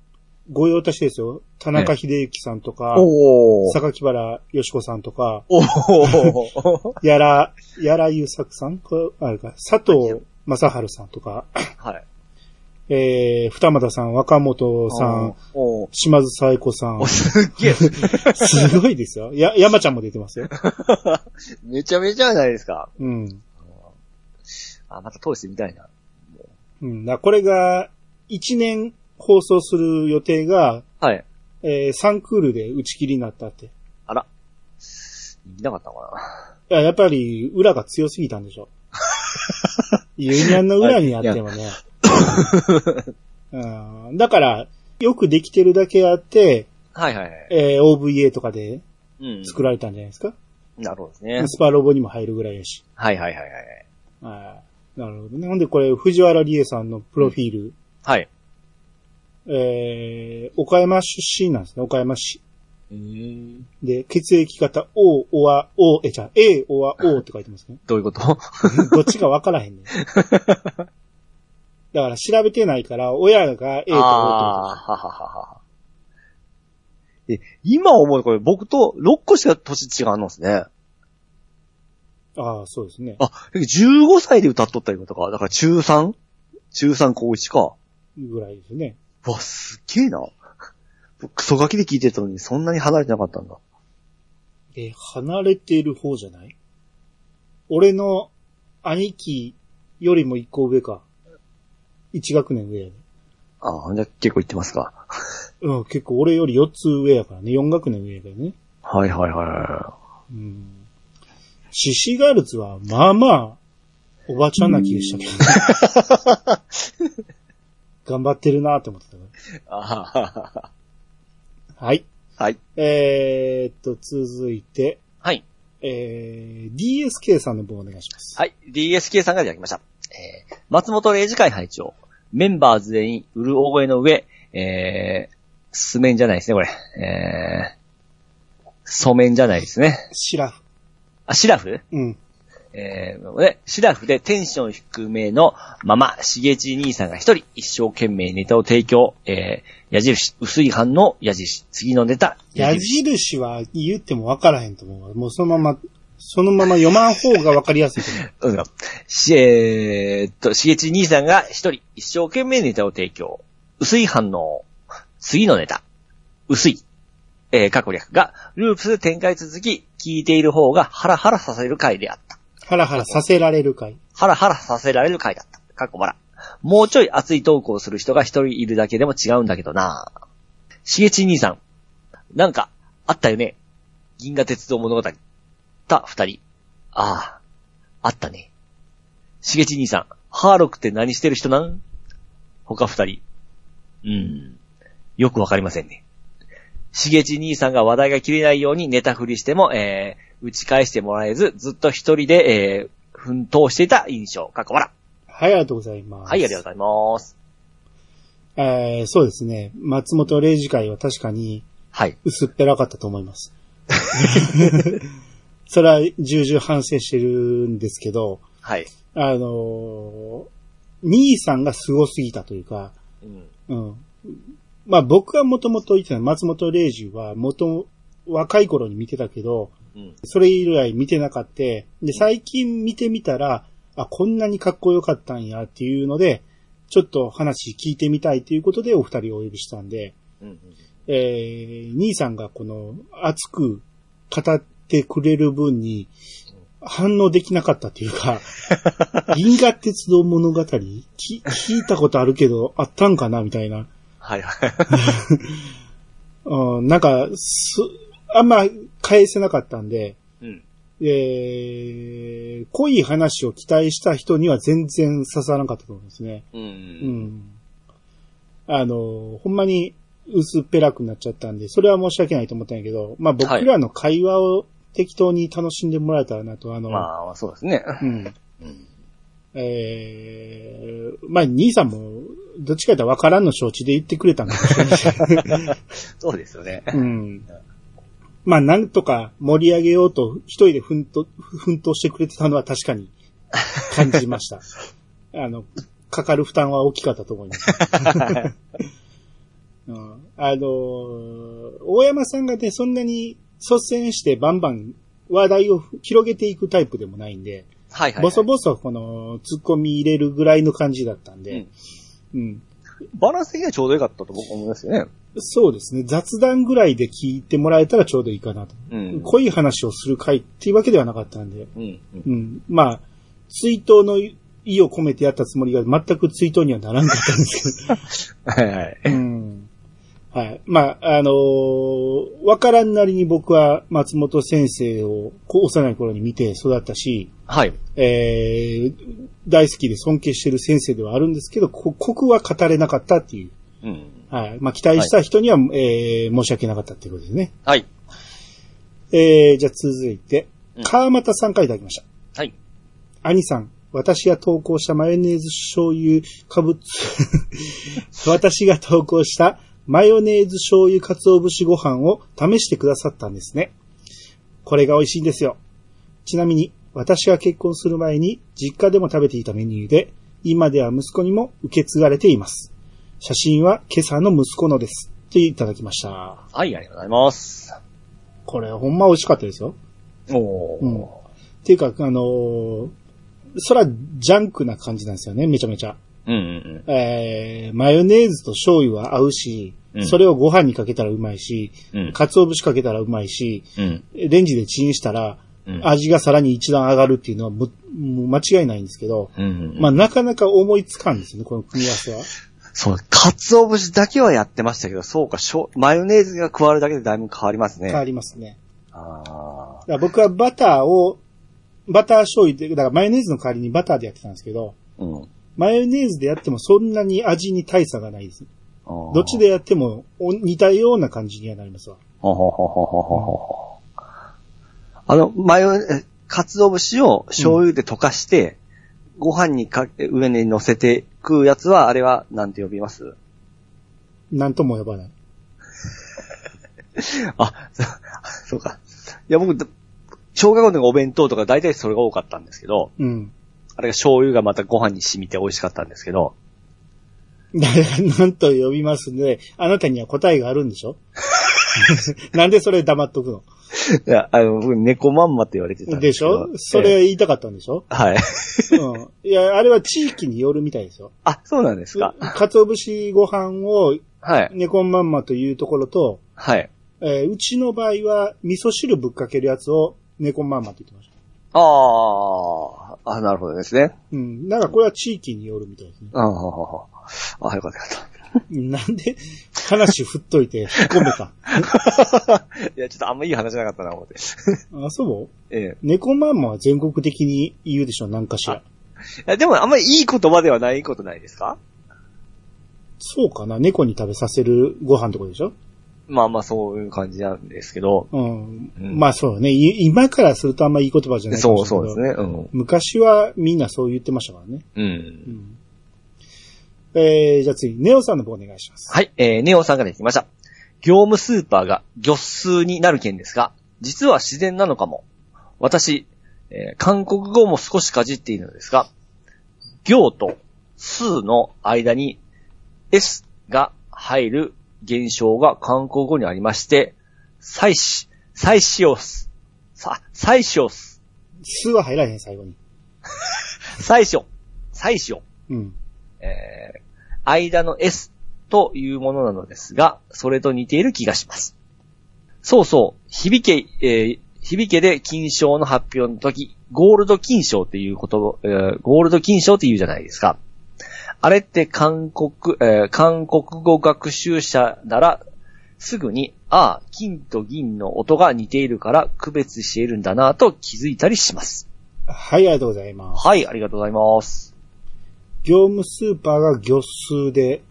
Speaker 1: 御用達ですよ。田中秀幸さんとか、
Speaker 2: おー。
Speaker 1: 榊原よし子さんとか、
Speaker 2: おー。
Speaker 1: やら、やらゆさくさんこあれか、佐藤正春さんとか、
Speaker 2: はい。
Speaker 1: えー、二俣さん、若本さん、
Speaker 2: おー。
Speaker 1: 島津彩子さん
Speaker 2: お、すっげえ。
Speaker 1: <laughs> すごいですよ。や、山ちゃんも出てますよ。
Speaker 2: めちゃめちゃじゃないですか。
Speaker 1: うん。
Speaker 2: あ、また通してみたいな。
Speaker 1: うん。だからこれが、一年放送する予定が、
Speaker 2: はい。
Speaker 1: えー、3クールで打ち切りになったって。い
Speaker 2: あら。見なかったのか
Speaker 1: や、やっぱり、裏が強すぎたんでしょ。ユニアンの裏にあってもね。うん。だから、よくできてるだけあって、
Speaker 2: な。はいはいはい。
Speaker 1: えー、OVA とかで
Speaker 2: うん。
Speaker 1: 作られたんじゃないですか、
Speaker 2: なるほどですね。
Speaker 1: スパロボにも入るぐらいやし。
Speaker 2: はいはいはいはい。
Speaker 1: ああ、なるほどね。ほんでこれ、藤原理恵さんのプロフィール、
Speaker 2: はい。
Speaker 1: えー、岡山出身なんですね、岡山市。
Speaker 2: うん。
Speaker 1: で、血液型 O、O は O、え、じゃあ A、O は O って書いてますね。
Speaker 2: どういうこと
Speaker 1: <laughs> どっちかわからへんねん。だから調べてないから、親が A と O ってこと
Speaker 2: あーはははは。え、今思うとこれ僕と6個しか年違うんですね。
Speaker 1: ああ、そうですね。
Speaker 2: あ、15歳で歌っとったいうことか。だから中 3? 中3高1か。
Speaker 1: ぐらいですね。
Speaker 2: うわ、すっげえな。僕クソガキで聞いてたのにそんなに離れてなかったんだ。
Speaker 1: え、離れてる方じゃない俺の兄貴よりも一個上か。一学年上やね。
Speaker 2: ああ、じゃあ結構言ってますか。
Speaker 1: うん、結構俺より四つ上やからね。四学年上やからね。
Speaker 2: はいはいはいは
Speaker 1: うん。シシガールズは、まあまあ、おばちゃんな気がしたけど、ね。頑張ってるなと思ってたか
Speaker 2: い。あはは
Speaker 1: ら。はい。
Speaker 2: はい。
Speaker 1: えー、っと、続いて、
Speaker 2: はい。
Speaker 1: えー、DSK さんの分お願いします。
Speaker 2: はい。DSK さんからいただきました。えー、松本零士会会長。メンバー全員、うる覚えの上、えー、素面じゃないですね、これ。えー、素面じゃないですね。
Speaker 1: シラフ。
Speaker 2: あ、シラフ
Speaker 1: うん。
Speaker 2: えー、ね、シラフでテンション低めのまま、しげち兄さんが一人、一生懸命ネタを提供、えー、矢印、薄い反応、矢印、次のネタ、
Speaker 1: 矢印は言っても分からへんと思うわ。もうそのまま、そのまま読まん方が分かりやすい
Speaker 2: <laughs>
Speaker 1: と思う。
Speaker 2: うん。し、えーっと、しげち兄さんが一人、一生懸命ネタを提供。薄い反応。次のネタ。薄い。えー、過去略が、ループスで展開続き、聞いている方がハラハラさせる回であった。
Speaker 1: ハラハラさせられるかい。
Speaker 2: ハラハラさせられる回だった。過去笑。もうちょい熱いトークをする人が一人いるだけでも違うんだけどなしげち兄さん。なんか、あったよね。銀河鉄道物語。た、二人。ああ、あったね。しげち兄さん。ハーロックって何してる人なん他二人。うーん。よくわかりませんね。しげち兄さんが話題が切れないようにネタ振りしても、えー、打ち返してもらえず、ずっと一人で、えー、奮闘していた印象。かっこ笑。
Speaker 1: はい、ありがとうございます。
Speaker 2: はい、ありがとうございます。
Speaker 1: えー、そうですね。松本零士会は確かに
Speaker 2: はい。
Speaker 1: 薄っぺらかったと思い
Speaker 2: <laughs>
Speaker 1: ます。それは重々反省してるんですけど、
Speaker 2: はい。
Speaker 1: あのー兄さんが凄すすぎたというか、
Speaker 2: うん。
Speaker 1: うん。まあ僕はもともと言ってた松本零士は元若い頃に見てたけど、
Speaker 2: うん。
Speaker 1: それ以来見てなかった。で、最近見てみたら、あ、こんなにかっこよかったんやっていうので、ちょっと話聞いてみたいということでお二人をお呼びしたんで、
Speaker 2: うん。
Speaker 1: えー、兄さんがこの熱く語ってくれる分に反応できなかったというか、銀河鉄道物語き聞いたことあるけど、あったんかなみたいな。
Speaker 2: はい、はい。 <laughs>
Speaker 1: うん、なんか、す、あんま返せなかったんで、
Speaker 2: うん。
Speaker 1: えー、濃い話を期待した人には全然刺さらなかったと思いますね。
Speaker 2: うん。
Speaker 1: うん。あの、ほんまに薄っぺらくなっちゃったんで、それは申し訳ないと思ったんやけど、まあ僕らの会話を適当に楽しんでもらえたらなと、あの、
Speaker 2: まあ、そうですね。
Speaker 1: うん。
Speaker 2: うん
Speaker 1: えー、まあ兄さんも、どっちかというと分からんの承知で言ってくれたんかもしれないし
Speaker 2: そうですよね。
Speaker 1: うん。まあなんとか盛り上げようと一人で奮闘、奮闘してくれてたのは確かに感じました。あの、かかる負担は大きかったと思います。うんあのー大山さんがね、そんなに率先してバンバン話題を広げていくタイプでもないんで、
Speaker 2: はいはい、
Speaker 1: ボソ
Speaker 2: はい。
Speaker 1: ボソこの突っ込み入れるぐらいの感じだったんで、うん、
Speaker 2: バランス的にはちょうどよかったと僕思いますよね。
Speaker 1: そうですね、雑談ぐらいで聞いてもらえたらちょうどいいかなと。
Speaker 2: うん。
Speaker 1: 濃い話をする回っていうわけではなかったんで、
Speaker 2: うん。うん
Speaker 1: うん。まあ、追悼の意を込めてやったつもりが全く追悼にはならなかったんです
Speaker 2: はいはい。
Speaker 1: けど、うん。 <laughs> はい。まあ、あのーわからんなりに僕は松本先生をこう幼い頃に見て育ったし、
Speaker 2: はい。
Speaker 1: えー、大好きで尊敬してる先生ではあるんですけど、こ、ここは語れなかったっていう。
Speaker 2: うん。
Speaker 1: はい。まあ、期待した人には、えー、申し訳なかったっていうことですね。
Speaker 2: はい。
Speaker 1: えー、じゃあ続いて
Speaker 2: うん、
Speaker 1: 川又さんからいただきました。
Speaker 2: はい。
Speaker 1: 兄さん、私が投稿したマヨネーズ醤油かぶつ、私が投稿したマヨネーズ醤油鰹節ご飯を試してくださったんですね。これが美味しいんですよ。ちなみに、私が結婚する前に実家でも食べていたメニューで、今では息子にも受け継がれています。写真は今朝の息子のです。っていただきました。
Speaker 2: はい、ありがとうございます。
Speaker 1: これほんま美味しかったですよ。
Speaker 2: おー。
Speaker 1: うんっていうか、あのーそら、ジャンクな感じなんですよね、めちゃめちゃ。
Speaker 2: うんうん
Speaker 1: えー、マヨネーズと醤油は合うし、
Speaker 2: うん
Speaker 1: それをご飯にかけたらうまいし、
Speaker 2: うん。うん。
Speaker 1: 鰹節かけたらうまいし、
Speaker 2: うん。
Speaker 1: レンジでチンしたら、
Speaker 2: うん。
Speaker 1: 味がさらに一段上がるっていうのはもう、もう間違いないんですけど、
Speaker 2: うん。
Speaker 1: まあ、なかなか思いつかんですよね、この組み合わせは。
Speaker 2: そう、鰹節だけはやってましたけど、そうか、しょマヨネーズが加わるだけでだいぶ変わりますね。
Speaker 1: 変わりますね。
Speaker 2: あ
Speaker 1: だから僕はバターを、バター醤油で、だからマヨネーズの代わりにバターでやってたんですけど、
Speaker 2: ーうん。
Speaker 1: マヨネーズでやってもそんなに味に大差がないです。ど
Speaker 2: ど
Speaker 1: っちでやってもお似たような感じにはなりますわ。
Speaker 2: ほほほほほほほ。あの、マヨ、え鰹節を醤油で溶かして、ご飯にかけ、上に乗せて食うやつは、あれは、なんて呼びます
Speaker 1: なんとも呼ばない。
Speaker 2: あ、 <laughs> そそうか。いや、僕、小学校のお弁当とか大体それが多かったんですけど、
Speaker 1: うん。
Speaker 2: あれが醤油がまたご飯に染みて美味しかったんですけど、
Speaker 1: だから、 <laughs> なんと呼びますので、あなたには答えがあるんで
Speaker 2: <laughs>
Speaker 1: しょなんでそれ黙っとくの
Speaker 2: いや、あの、僕猫まんまって言われてたん
Speaker 1: で
Speaker 2: です
Speaker 1: し
Speaker 2: けど。
Speaker 1: ょそ
Speaker 2: え
Speaker 1: れ言いたかったんで
Speaker 2: <laughs>
Speaker 1: しょ、
Speaker 2: えはい。
Speaker 1: うん。いや、あれは地域によるみたいですよ。
Speaker 2: あ、そうなんですか。
Speaker 1: かつお節ご飯を
Speaker 2: はい。
Speaker 1: 寝込んまんまというところと、
Speaker 2: はい。
Speaker 1: えーうちの場合は味噌汁ぶっかけるやつを寝込んまんまって言ってました。
Speaker 2: ああ、あ、なるほどですね。
Speaker 1: うん。なんかこれは地域によるみたい
Speaker 2: <laughs>
Speaker 1: ですね。
Speaker 2: ああ、あ、よかったよかっ
Speaker 1: なんで話振っといて引っ込め
Speaker 2: <laughs>
Speaker 1: た。
Speaker 2: た。 <laughs> いや、ちょっとあんまいい話じゃなかったな、思って。
Speaker 1: あ、そう
Speaker 2: ええ。
Speaker 1: 猫マンマは全国的に言うでしょ、何かしら。
Speaker 2: いや、でもあんまりいい言葉ではないことないですか
Speaker 1: そうかな、猫に食べさせるご飯ってことでしょ
Speaker 2: まあまあ、そういう感じなんですけど。
Speaker 1: うん。
Speaker 2: うん
Speaker 1: まあそうね。い今からするとあんまいい言葉じゃないかも
Speaker 2: そう
Speaker 1: しれ
Speaker 2: そ
Speaker 1: な
Speaker 2: う
Speaker 1: い
Speaker 2: で
Speaker 1: けど
Speaker 2: すね。うん。
Speaker 1: 昔はみんなそう言ってましたからね。
Speaker 2: う。
Speaker 1: うんん。えー、じゃあ次、ネオさんの方お願いします。
Speaker 2: はい、えー、ネオさんから聞きました。業務スーパーが魚数になる件ですが、実は自然なのかも。私、えー韓国語も少しかじっているのですが、行と数の間に S が入る現象が韓国語にありまして、祭祀、祭祀をす、さ、祭祀をす、
Speaker 1: 数は入らへん、最後に。
Speaker 2: 祭祀を、祭祀を、
Speaker 1: うん。
Speaker 2: えー間の S というものなのですが、それと似ている気がします。そうそう、響け、えー響けで金賞の発表の時、ゴールド金賞っていうことを、えーゴールド金賞って言うじゃないですか。あれって韓国、えー韓国語学習者なら、すぐに、ああ、金と銀の音が似ているから区別しているんだなと気づいたりします。
Speaker 1: はい、ありがとうございます。
Speaker 2: はい、ありがとうございます。
Speaker 1: 業務スーパーが魚数で、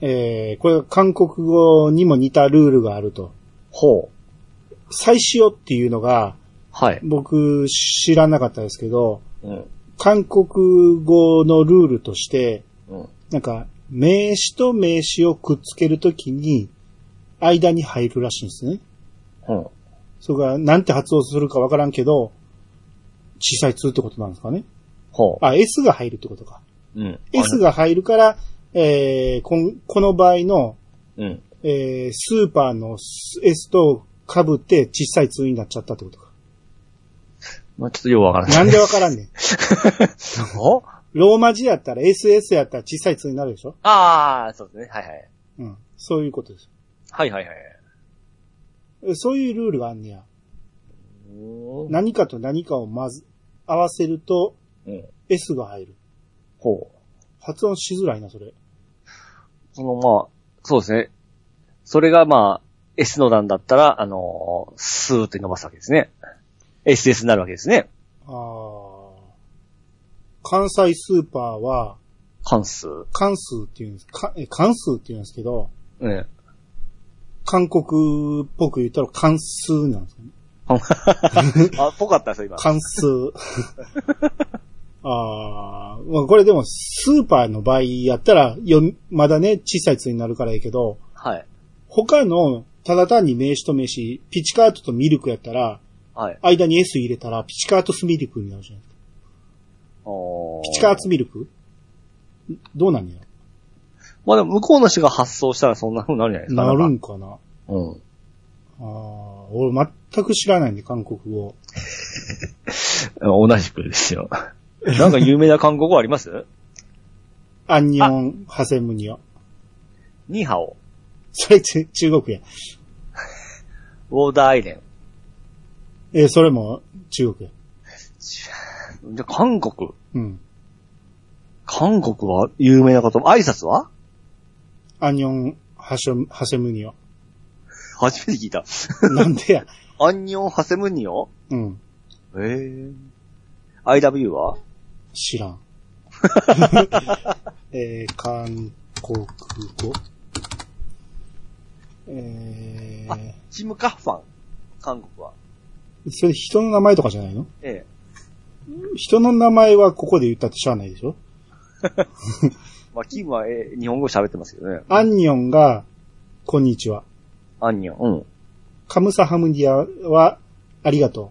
Speaker 1: えー、これが韓国語にも似たルールがあると。
Speaker 2: ほう。
Speaker 1: 再使用っていうのが、
Speaker 2: はい。
Speaker 1: 僕知らなかったですけど、
Speaker 2: うん。
Speaker 1: 韓国語のルールとして、
Speaker 2: うん。
Speaker 1: なんか、名詞と名詞をくっつけるときに、間に入るらしいんですね。
Speaker 2: うん。
Speaker 1: それが、なんて発音するかわからんけど、小さい2ってことなんですかね。
Speaker 2: ほ
Speaker 1: あ、S が入るってことか。
Speaker 2: う。うん。
Speaker 1: S が入るから、えーこん、この場合の、
Speaker 2: うん。
Speaker 1: えースーパーの S と被って小さい2になっちゃったってことか。
Speaker 2: まあ、ちょっとよくわからない。
Speaker 1: なんでわからんねん。
Speaker 2: お
Speaker 1: ローマ字やったら SS やったら小さい2になるでしょ
Speaker 2: ああ、そうですね。はいはい。
Speaker 1: うん。そういうことです。
Speaker 2: はいはいはい。
Speaker 1: そういうルールがあんねや。
Speaker 2: うーん
Speaker 1: 何かと何かをまず、合わせると
Speaker 2: うん。
Speaker 1: S が入る。
Speaker 2: ほう。
Speaker 1: 発音しづらいな、それ。
Speaker 2: そのまあ、そうですね。それがまあ、S の段だったら、あのースーって伸ばすわけですね。SS になるわけですね。
Speaker 1: あー関西スーパーは、
Speaker 2: 関数。
Speaker 1: 関数っていうんです、かえ関数って言うんですけど、
Speaker 2: <laughs> うん。
Speaker 1: 韓国っぽく言ったら関数なんですよね。
Speaker 2: あ、ぽかったですよ、今。
Speaker 1: 関数。ああ、まあこれでもスーパーの場合やったら、よ、まだね、小さいつになるからいいけど、
Speaker 2: はい。
Speaker 1: 他の、ただ単に名詞と名詞、ピチカートとミルクやったら、
Speaker 2: はい。
Speaker 1: 間に S 入れたら、ピチカートスミルクになるじゃん。
Speaker 2: お
Speaker 1: ピチカーツミルクどうなんや
Speaker 2: まあでも、向こうの人が発想したらそんな風になるんじゃないですか。
Speaker 1: なる
Speaker 2: ん
Speaker 1: んかな
Speaker 2: うん。
Speaker 1: ああ、俺全く知らないんで、韓国語。
Speaker 2: 同じくです <laughs> よ。なんか有名な韓国語あります
Speaker 1: アンニョン、ハセムニョ。
Speaker 2: ニーハオ、
Speaker 1: それち、中国や。
Speaker 2: ウォーダーアイレン。
Speaker 1: えーそれも中国や。
Speaker 2: じゃ、韓国。
Speaker 1: うん。
Speaker 2: 韓国は有名な言葉。挨拶は
Speaker 1: アンニョン、ハショ、ハセム <laughs> ニョ。
Speaker 2: 初めて聞いた。
Speaker 1: なんでや。
Speaker 2: アンニョンハセムニオ
Speaker 1: うん。
Speaker 2: えー。IW は
Speaker 1: 知らん。 <laughs> えー韓国語。え
Speaker 2: あ
Speaker 1: ー、
Speaker 2: チムカッファン。韓国は。
Speaker 1: それ人の名前とかじゃないの
Speaker 2: ええ。
Speaker 1: 人の名前はここで言ったってしゃあないでしょ
Speaker 2: まあ、キムは、えー日本語喋ってますけどね。
Speaker 1: アンニョンが、こんにちは。
Speaker 2: アンニョン。
Speaker 1: カムサハムディアは、ありがと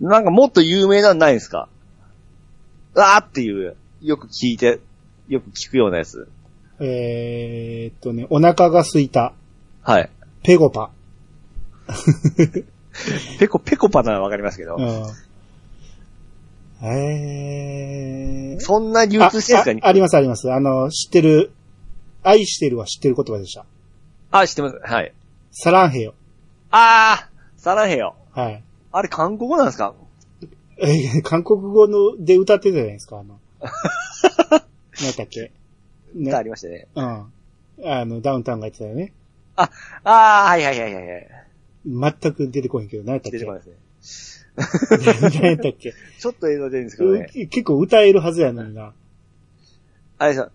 Speaker 2: うん。なんかもっと有名なのないですかわーっていう、よく聞いて、よく聞くようなやつ。
Speaker 1: う。えー、っとね、お腹が空いた。
Speaker 2: はい。
Speaker 1: ペゴパ。
Speaker 2: ペコ、ペコパならわかりますけど。
Speaker 1: うん。えー。
Speaker 2: そんな流通してるんです
Speaker 1: ああ
Speaker 2: か
Speaker 1: ありますあります。あの、知ってる、愛してるは知ってる言葉でした。
Speaker 2: ああ、知ってます。はい。
Speaker 1: サランヘヨ。
Speaker 2: あー、サラヘヨ。
Speaker 1: はい。
Speaker 2: あれ、韓国語なんですか
Speaker 1: えー韓国語ので歌ってたじゃないですか、あ <laughs> の。なんだっけ。ね
Speaker 2: あ。りましたね。
Speaker 1: うん。あの、ダウンタウンが言ってたよね。
Speaker 2: あー、はいはいはいはいはい。
Speaker 1: 全く出てこへんけど、何やったっ
Speaker 2: 出て
Speaker 1: け
Speaker 2: こないですね。
Speaker 1: 何やったっけ
Speaker 2: <laughs> ちょっと映像出るんですけどね。 <laughs>
Speaker 1: う結構歌えるはずやのにな。
Speaker 2: あれさ、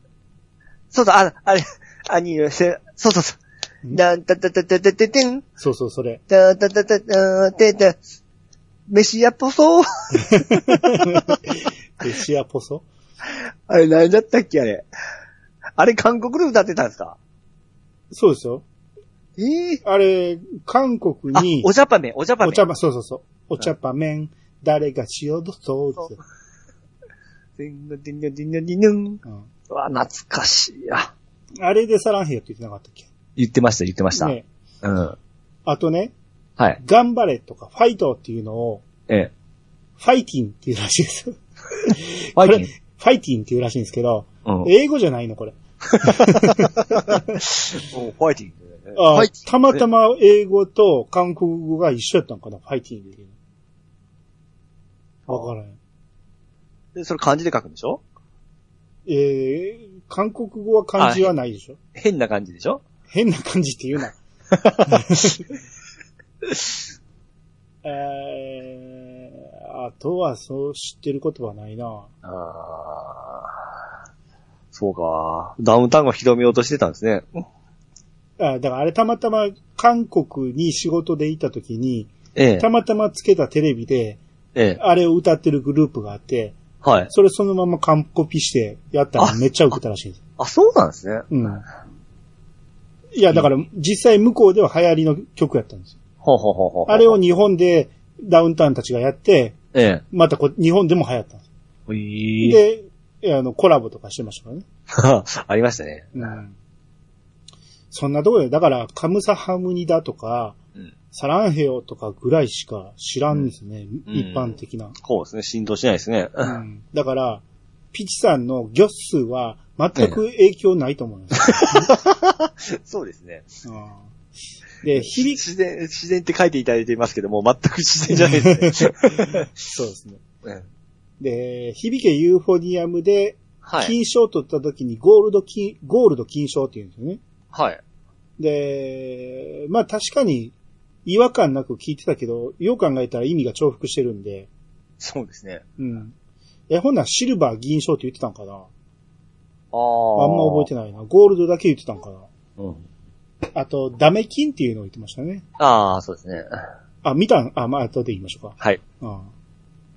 Speaker 2: そうだ、あ、あれ、あにせ、そうそうそう。だんたたたたたててん、
Speaker 1: そうそう、そ
Speaker 2: <laughs>
Speaker 1: れ。
Speaker 2: だたたたたてて、飯やっぽそう。
Speaker 1: でシアポソ
Speaker 2: あれ、なんだったっけ、あれ。あれ、韓国で歌ってたんですか
Speaker 1: そうですよ。
Speaker 2: ええ
Speaker 1: あれ、韓国
Speaker 2: あ
Speaker 1: に、、
Speaker 2: お茶ぱめ、お茶ぱめ。
Speaker 1: お茶ま、そうそうそう。お茶ぱ麺、誰がしようと、そうですよ。
Speaker 2: でんのでんのでんのでんの
Speaker 1: うん
Speaker 2: うわ、懐かしい。あ、
Speaker 1: あれでサランヘヨって言ってなかったっけ
Speaker 2: 言ってました、言ってました。
Speaker 1: ね
Speaker 2: うん。
Speaker 1: あとね、
Speaker 2: はい。
Speaker 1: 頑張れとか、ファイトっていうのを、
Speaker 2: ええ。
Speaker 1: ファイティンっていうらしいですよ。
Speaker 2: ファイティン
Speaker 1: これファイティンっていうらしいんですけど、
Speaker 2: うん。
Speaker 1: 英語じゃないのこれ。あ
Speaker 2: おファイティング。ファイティング
Speaker 1: たまたま英語と韓国語が一緒やったのかなファイティンっていうの。わからん。
Speaker 2: でそれ漢字で書くんでしょ
Speaker 1: えー、韓国語は漢字はないでしょ
Speaker 2: 変な感じでしょ
Speaker 1: 変な感じって
Speaker 2: <laughs>
Speaker 1: 言うな。えー、あとはそう知ってることはないな。
Speaker 2: あーそうか。ダウンタウンを広めようとしてたんですね。
Speaker 1: あだからあれたまたま韓国に仕事でいた時に、
Speaker 2: ええ
Speaker 1: た。またまつけたテレビで、
Speaker 2: ええ。
Speaker 1: あれを歌ってるグループがあって、
Speaker 2: はい。
Speaker 1: それそのまま完コピしてやったらめっちゃ受けたらしいです。
Speaker 2: あ、 <laughs> そうなんですね。
Speaker 1: うん。いや、だから実際向こうでは流行りの曲やったんですよ。
Speaker 2: ほうほうほうほう。
Speaker 1: あれを日本でダウンタウンたちがやって、
Speaker 2: え
Speaker 1: またこう日本でも流行ったんです。
Speaker 2: え。いい。
Speaker 1: で、あの、コラボとかしてましたからね。
Speaker 2: <laughs> ありましたね。
Speaker 1: うん。そんなとこよ。だから、カムサハムニだとか、
Speaker 2: うん
Speaker 1: サランヘヨとかぐらいしか知らんですね。
Speaker 2: うん
Speaker 1: 一般的な、
Speaker 2: こうですね。浸透しないですね。
Speaker 1: うんだから、ピチさんの魚数は全く影響ないと思います。
Speaker 2: <laughs> そうですね。
Speaker 1: うんで、響き、
Speaker 2: 自然、自然って書いていただいていますけども、全く自然じゃない <laughs> ですね。
Speaker 1: そうですね。
Speaker 2: うん
Speaker 1: で、響けユーフォニアムで、
Speaker 2: はい。
Speaker 1: 金賞を取った時にゴールド金、ゴールド金賞って言うんですよね。
Speaker 2: はい。
Speaker 1: で、まあ確かに違和感なく聞いてたけど、よう考えたら意味が重複してるんで、
Speaker 2: そうですね。
Speaker 1: うん。え、ほんならシルバー、銀賞って言ってたんかなあん
Speaker 2: ああ
Speaker 1: ま覚えてないな。ゴールドだけ言ってたんかな
Speaker 2: ない。うん。
Speaker 1: あと、ダメ金っていうのを言ってましたね。
Speaker 2: ああ、そうですね。
Speaker 1: あ、見たんあ、まあ後で言いましょうか。
Speaker 2: はい。
Speaker 1: うん。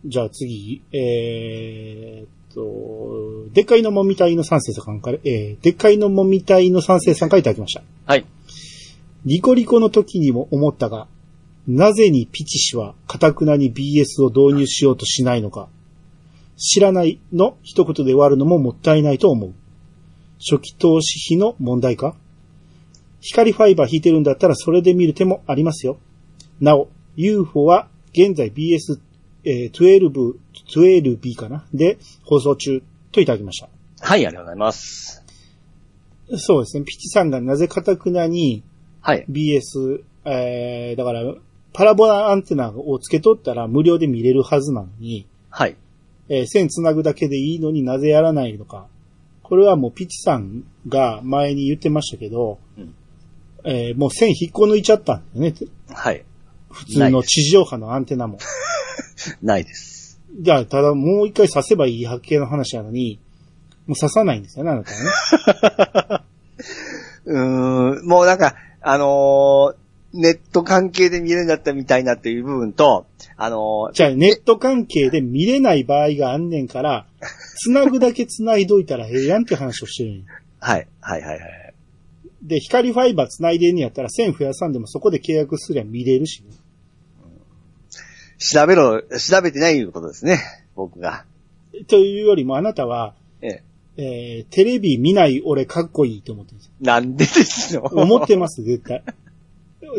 Speaker 1: じゃあ次、えーっと、でっかいのもみたいの三世さんから、えー、でっかいのもみたいの三世さんからいただきました。
Speaker 2: はい。
Speaker 1: ニコリコの時にも思ったが、なぜにピチ氏は堅くなに BS を導入しようとしないのか。知らないの一言で終わるのももったいないと思う。初期投資費の問題か光ファイバー引いてるんだったらそれで見る手もありますよ。なお、UFO は現在 BS12、えー12 12B かなで放送中といただきました。
Speaker 2: はい、ありがとうございます。
Speaker 1: そうですね。ピチさんがなぜ堅くなに
Speaker 2: はい。
Speaker 1: BS、えー、だから、パラボラアンテナを付け取ったら無料で見れるはずなのに、
Speaker 2: はい。
Speaker 1: えー線繋ぐだけでいいのになぜやらないのか。これはもうピチさんが前に言ってましたけど、
Speaker 2: うん
Speaker 1: えーもう線引っこ抜いちゃったんだよね。
Speaker 2: はい。
Speaker 1: 普通の地上波のアンテナも。
Speaker 2: ないです。
Speaker 1: じゃあ、ただもう一回刺せばいい波形の話なのに、もう刺さないんですよね、あなたはね。 <laughs>
Speaker 2: うーん、もうなんか、あのーネット関係で見れるんだったみたいなっていう部分と、あのー
Speaker 1: じゃあ、ネット関係で見れない場合があんねんから、繋ぐだけ繋いどいたらええやんって話をしてるんよ
Speaker 2: はい、はい、はい、はい。
Speaker 1: で、光ファイバー繋いでんねやったら1000増やさんでもそこで契約すりゃ見れるしね、
Speaker 2: 調べろ、調べてないことですね。僕が。
Speaker 1: というよりもあなたは、
Speaker 2: ええ。
Speaker 1: えー、テレビ見ない俺かっこいいと思ってるんですよ。
Speaker 2: なんでですよ。
Speaker 1: 思ってます、絶対。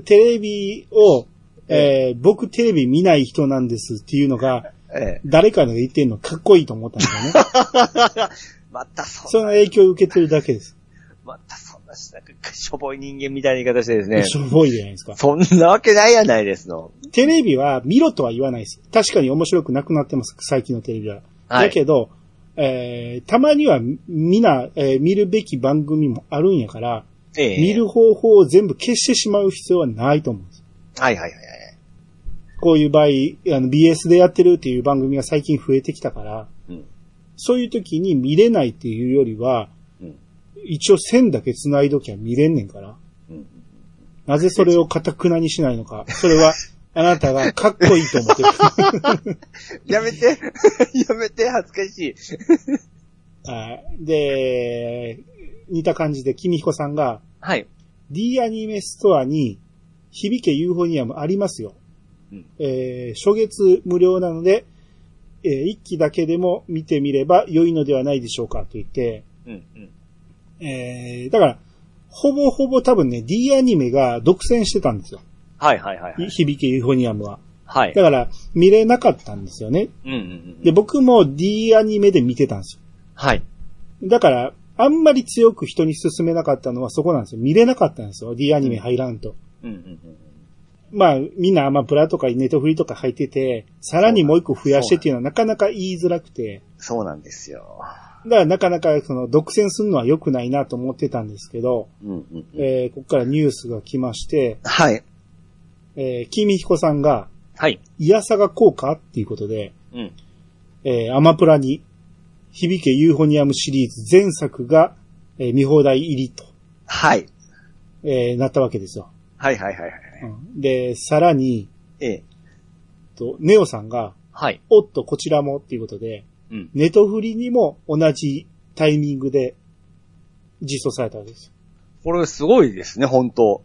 Speaker 1: テレビを、えー、僕テレビ見ない人なんですっていうのが、
Speaker 2: ええ。
Speaker 1: 誰かが言ってんのかっこいいと思ったん
Speaker 2: <laughs>
Speaker 1: だよね。
Speaker 2: またそ
Speaker 1: そ
Speaker 2: ん
Speaker 1: の
Speaker 2: な、
Speaker 1: 影響を受けてるだけです。
Speaker 2: またそんなし、なんか、しょぼい人間みたいな言い方してですね。
Speaker 1: しょぼいじゃないですか。
Speaker 2: そんなわけないやないですの。
Speaker 1: テレビは見ろとは言わないです。確かに面白くなくなってます、最近のテレビは。
Speaker 2: は
Speaker 1: だ
Speaker 2: い
Speaker 1: けど、えー、たまにはみんな、えー見るべき番組もあるんやから、
Speaker 2: ええ。
Speaker 1: 見る方法を全部消してしまう必要はないと思うんです。
Speaker 2: はいはいはいはい。
Speaker 1: こういう場合、あの BS でやってるっていう番組が最近増えてきたから、
Speaker 2: うん
Speaker 1: そういう時に見れないっていうよりは、
Speaker 2: うん
Speaker 1: 一応線だけ繋いどきゃ見れんねんから。
Speaker 2: うん
Speaker 1: なぜそれをかたくなにしないの
Speaker 2: <laughs>
Speaker 1: か。それは、あなたがかっこいいと思ってる。 <laughs>
Speaker 2: やめて <laughs> やめて恥ずかしい。
Speaker 1: はいで、似た感じで、君彦さんが、
Speaker 2: はい。
Speaker 1: D アニメストアに、響けユーフォニアムありますよ。
Speaker 2: うん
Speaker 1: えー初月無料なので、えー一期だけでも見てみれば良いのではないでしょうかと言って、
Speaker 2: うんうん。
Speaker 1: えーだから、ほぼほぼ多分ね、D アニメが独占してたんですよ。
Speaker 2: はいはいはいはい。
Speaker 1: 響けユーフォニアムは。
Speaker 2: はい
Speaker 1: だ。から、見れなかったんですよね。
Speaker 2: うんうんう
Speaker 1: で、
Speaker 2: ん。
Speaker 1: 僕も D アニメで見てたんですよ
Speaker 2: はい。
Speaker 1: だから、あんまり強く人に勧めなかったのはそこなんですよ。見れなかったんですよ。D アニメ入らんと。
Speaker 2: うんうんうん。
Speaker 1: まあ、みんなアマプラとかネットフリとか入ってて、さらにもう一個増やしてっていうのはなかなか言いづらくて、
Speaker 2: そうなんですよ。
Speaker 1: だからなかなかその独占するのは良くないなと思ってたんですけど、
Speaker 2: うんうんうん。
Speaker 1: えー、ここからニュースが来まして、
Speaker 2: はい。
Speaker 1: えー、君彦さんが、
Speaker 2: はい。
Speaker 1: イヤサが効果っていうことで、
Speaker 2: うん。
Speaker 1: えー、アマプラに、響けユーフォニアムシリーズ全作が、えー見放題入りと、
Speaker 2: はい。
Speaker 1: えーなったわけですよ。
Speaker 2: はいはいはいはい。
Speaker 1: うんで、さらに、
Speaker 2: ええ。
Speaker 1: とネオさんが、
Speaker 2: はい。
Speaker 1: おっと、こちらもっていうことで、
Speaker 2: うん。
Speaker 1: ネトフリにも同じタイミングで実装されたわけですよ。
Speaker 2: これすごいですね、本当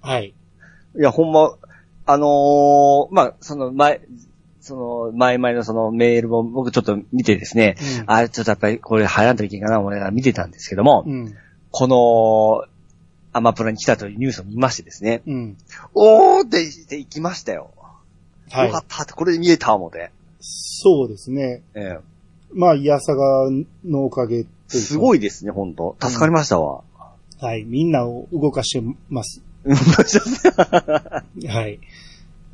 Speaker 1: はい。
Speaker 2: いや、ほんま、あのーまあ、その前、その前々のそのメールも僕ちょっと見てですね、
Speaker 1: うん
Speaker 2: あれちょっとやっぱりこれ流行らんといけんかな、俺が見てたんですけども、
Speaker 1: うん。
Speaker 2: この、アマプラに来たというニュースを見ましてですね、
Speaker 1: うん。
Speaker 2: おーって、って行きましたよ。
Speaker 1: は
Speaker 2: よ
Speaker 1: い
Speaker 2: か。ったって、これで見えた思て。
Speaker 1: そうですね。
Speaker 2: ええ
Speaker 1: まあ、イヤサガのおかげというか
Speaker 2: すごいですね、ほんと。助かりましたわ。
Speaker 1: はい。みんなを動かしてます。
Speaker 2: うん、
Speaker 1: はい。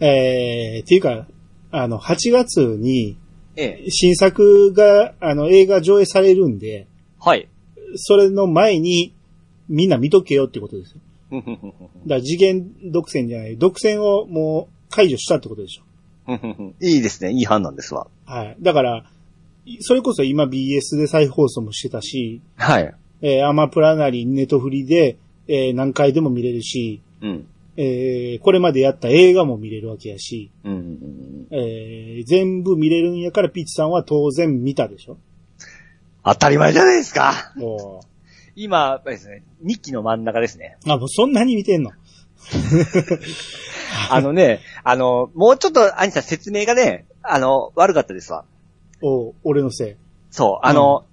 Speaker 1: えー、っていうか、あの、8月に
Speaker 2: <laughs> ええ。
Speaker 1: 新作が、あの、映画上映されるんで、
Speaker 2: はい。
Speaker 1: それの前にみんな見とけよってことですよ。
Speaker 2: うんうんう
Speaker 1: だ
Speaker 2: ん
Speaker 1: から次元独占じゃない、独占をもう解除したってことでしょ。
Speaker 2: うんうん <laughs> いいですね、いい判断ですわ。
Speaker 1: はい。だから、いそれこそ今 BS で再放送もしてたし、
Speaker 2: はい。
Speaker 1: えーアマプラなりネトフリで、えー何回でも見れるし、
Speaker 2: うん。
Speaker 1: えーこれまでやった映画も見れるわけやし、
Speaker 2: うんうんうん。
Speaker 1: えー全部見れるんやからピッチさんは当然見たでしょ
Speaker 2: 当たり前じゃないですか。
Speaker 1: も
Speaker 2: 今、やっぱりですね、日記の真ん中です <laughs> ね。
Speaker 1: う、あ、もうそんなに見てんの
Speaker 2: あのね、あの、もうちょっと、アニさん説明がね、あの、悪かったですわ。
Speaker 1: おう俺のせい。
Speaker 2: そう、あの、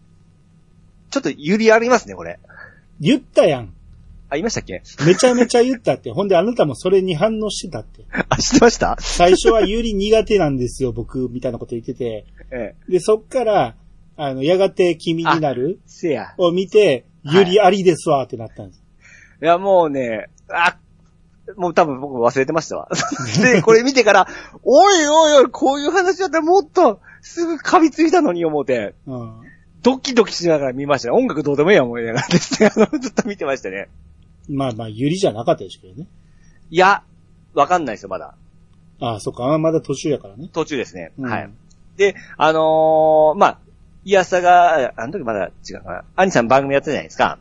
Speaker 2: ちょっと揺りありますね、これ。
Speaker 1: 言ったやん。
Speaker 2: あ、言いましたっけ <laughs>
Speaker 1: めちゃめちゃ言ったって。ほんであなたもそれに反応してたって。
Speaker 2: あ、知ってました
Speaker 1: 最初はユリ苦手なんですよ、僕、みたいなこと言ってて。
Speaker 2: <laughs> ええ。
Speaker 1: で、そっから、あの、やがて君になる
Speaker 2: せや。
Speaker 1: を見て、
Speaker 2: はい
Speaker 1: ユリありですわ、ってなったんです。
Speaker 2: いや、もうね、あ、もう多分僕忘れてましたわ。 <laughs> で、これ見てから、おいおいおい、こういう話だったらもっと、すぐ噛みついたのに思って、
Speaker 1: うん。
Speaker 2: ドキドキしながら見ましたね。音楽どうでもいいや思いながらですね、あ <laughs> の、ずっと見てましたね。
Speaker 1: まあまあ、ユリじゃなかったですけどね。
Speaker 2: いや、わかんないですよ、まだ。
Speaker 1: ああ、そっか、あまだ途中やからね。
Speaker 2: 途中ですね。
Speaker 1: うん
Speaker 2: はい。で、あのーまあ、イヤサが、あの時まだ違うかな。アニさん番組やってたじゃないですか。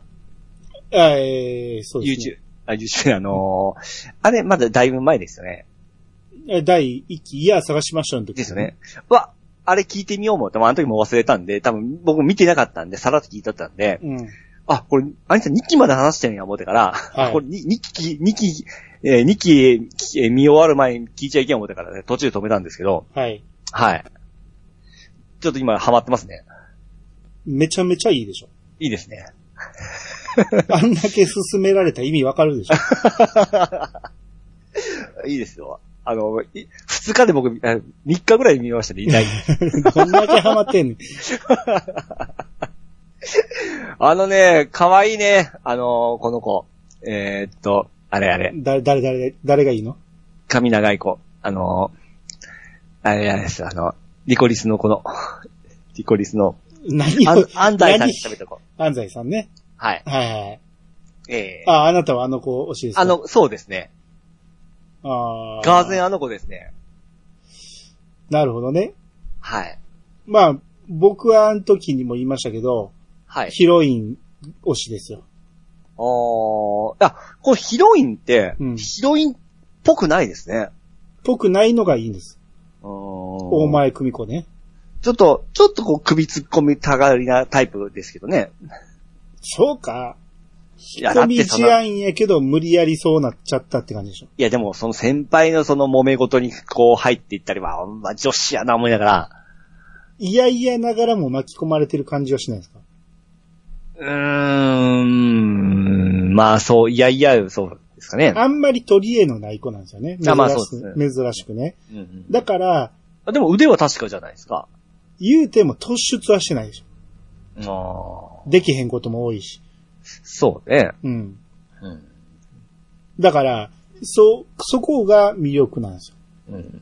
Speaker 1: あえー、そうです、
Speaker 2: YouTube。あ、YouTube、あのーあれ、まだだいぶ前ですよね。
Speaker 1: ね。え第1期、いや、探しましたの時。
Speaker 2: ですよね。。わ、あれ聞いてみようもって、まあ、あの時も忘れたんで、多分僕見てなかったんで、さらっと聞いとったんで、
Speaker 1: うん。
Speaker 2: あ、これ、アニさん2期まで話してるんや思ってから、
Speaker 1: はい
Speaker 2: これに2期、2期、えー、2期、えー見終わる前に聞いちゃいけん思ってからね、途中で止めたんですけど、
Speaker 1: はい。
Speaker 2: はい。ちょっと今ハマってますね。
Speaker 1: めちゃめちゃいいでしょ。 <laughs>
Speaker 2: いいですね。
Speaker 1: あんだけ勧められた意味わかるでしょ。 <laughs>
Speaker 2: いいですよ。あの、い2日で僕、3日ぐらい見ましたね、いない。
Speaker 1: <laughs> どんだけハマってんねん。
Speaker 2: あのね、可愛いね、あのこの子。えーっと、あれあれ。
Speaker 1: だ、誰、誰、誰がいいの
Speaker 2: 髪長い子。あのー、あれあれです、あの、リコリスの子の、リコリスの、
Speaker 1: 何
Speaker 2: あん
Speaker 1: を、
Speaker 2: 安西さんに食べた子。
Speaker 1: 安西さんね。
Speaker 2: はい。
Speaker 1: はいはいはい。
Speaker 2: ええ
Speaker 1: あ、あなたはあの子推しですか
Speaker 2: あ、の、そうですね。
Speaker 1: あー
Speaker 2: ガーゼンあの子ですね。
Speaker 1: なるほどね。
Speaker 2: はい。
Speaker 1: まあ、僕はあの時にも言いましたけど、
Speaker 2: はい。
Speaker 1: ヒロイン推しですよ。
Speaker 2: おー、あ、このヒロインって、
Speaker 1: うん
Speaker 2: ヒロインっぽくないですね。
Speaker 1: ぽくないのがいいんです。
Speaker 2: お
Speaker 1: 大。前久美子ね。
Speaker 2: ちょっと、ちょっとこう首突っ込みたがりなタイプですけどね。
Speaker 1: そうか。
Speaker 2: いや、だ
Speaker 1: 込
Speaker 2: っ
Speaker 1: み
Speaker 2: てそ
Speaker 1: 思
Speaker 2: の、い
Speaker 1: 案やけど、無理やりそうなっちゃったって感じでしょ。
Speaker 2: やでもその先輩のその揉め事にこう入っていったりは、ほんま女子やな思いながら、
Speaker 1: いやいやながらも巻き込まれてる感じはしないですか
Speaker 2: うーん、まあそう、いやいや、そうですかね。
Speaker 1: あんまり取り柄のない子なんですよね。珍し
Speaker 2: あまあそう
Speaker 1: く
Speaker 2: で
Speaker 1: 珍しくね。
Speaker 2: うんうん
Speaker 1: だから、
Speaker 2: あでも腕は確かじゃないですか。
Speaker 1: 言うても突出はしてないでしょ。
Speaker 2: ああ、
Speaker 1: できへんことも多いし。
Speaker 2: そうね。
Speaker 1: うん。
Speaker 2: うん。
Speaker 1: だから、そ、そこが魅力なんですよ。
Speaker 2: うん。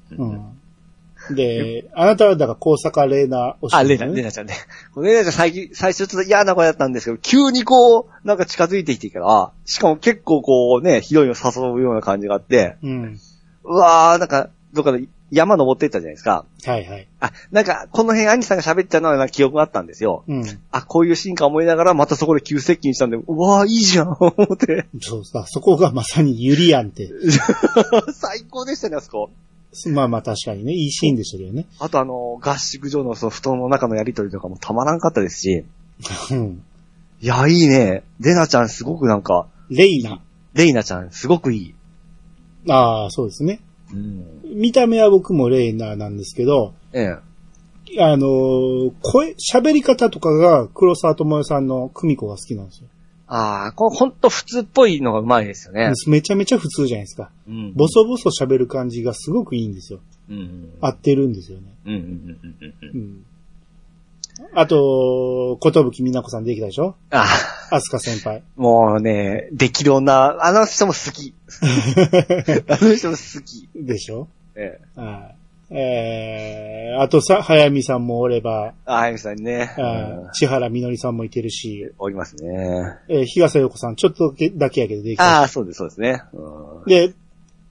Speaker 1: うん。で、あなたはだから高坂玲奈推し、
Speaker 2: あ、レイナ、レイナちゃんね。 <laughs> このレイナちゃん最近、最初ちょっと嫌な声だったんですけど、急にこう、なんか近づいてきてから、しかも結構こうね、ヒロインを誘うような感じがあって、
Speaker 1: うん。
Speaker 2: うわー、なんか、どっかで山登っていったじゃないですか。
Speaker 1: はいはい。
Speaker 2: あ、なんか、この辺兄さんが喋ってたのはなんか記憶があったんですよ。
Speaker 1: うん。
Speaker 2: あ、こういうシーンか思いながら、またそこで急接近したんで、うわー、いいじゃん、 <laughs> 思って。
Speaker 1: そうさ、そこがまさにユリアンって、
Speaker 2: 最高でしたね、あそこ。
Speaker 1: まあまあ確かにね、いいシーンでしたけどね。
Speaker 2: あとあの、合宿所のその布団の中のやりとりとかもたまらんかったですし、
Speaker 1: うん。
Speaker 2: いや、いいね。レナちゃんすごくなんか、
Speaker 1: レイナ。
Speaker 2: レイナちゃんすごくいい。
Speaker 1: ああ、そうですね。
Speaker 2: うん。
Speaker 1: 見た目は僕もレイナなんですけど、
Speaker 2: ええ。
Speaker 1: あのー声、喋り方とかが黒沢智代さんの久美子が好きなんですよ。
Speaker 2: ああ、これほんと普通っぽいのがうまいですよね。
Speaker 1: めちゃめちゃ普通じゃないですか。
Speaker 2: うん
Speaker 1: ボ。ソボソ喋る感じがすごくいいんですよ。
Speaker 2: うんうん。
Speaker 1: 合ってるんですよね。
Speaker 2: うんうんうんうんうんう。
Speaker 1: うんん。あと、ことぶきみなこさんできたでしょ
Speaker 2: あ
Speaker 1: あすか先輩。
Speaker 2: あ、もうね、できる女、あの人も好 <laughs> き。あの人も好き。
Speaker 1: でしょ
Speaker 2: ええ。
Speaker 1: はい。えー、あとさ、早見さんもおれば、
Speaker 2: ああゆみさんね。
Speaker 1: あー千原みのりさんもいてるし、
Speaker 2: おりますね。
Speaker 1: えー、東洋子さんちょっとだけやけどできた。
Speaker 2: ああ、そうです、そうですね。うん
Speaker 1: で、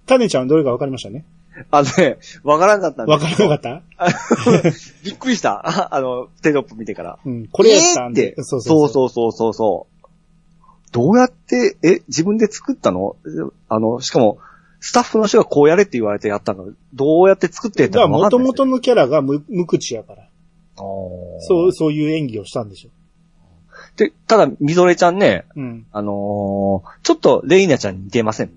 Speaker 1: タネちゃんどれか分かりましたね
Speaker 2: あのね、わからんかったんで
Speaker 1: 分からなかった
Speaker 2: びっくりした。 <laughs> ああの、テロップ見てから。
Speaker 1: うん、これやったん
Speaker 2: えーっ
Speaker 1: で。
Speaker 2: て。
Speaker 1: そ
Speaker 2: そうう
Speaker 1: そ
Speaker 2: そ
Speaker 1: そう。
Speaker 2: ううそうそうそうどうやって、え、自分で作ったのあの、しかも、スタッフの人がこうやれって言われてやったの。どうやって作って
Speaker 1: だ
Speaker 2: た
Speaker 1: から
Speaker 2: のわ
Speaker 1: 元
Speaker 2: かんない
Speaker 1: 々のキャラが無無口やから。
Speaker 2: そ
Speaker 1: そう、。そういう演技をしたんでしょ。
Speaker 2: で、ただ、みぞれちゃんね、
Speaker 1: うん。
Speaker 2: あのーちょっと、レイナちゃんに似てません。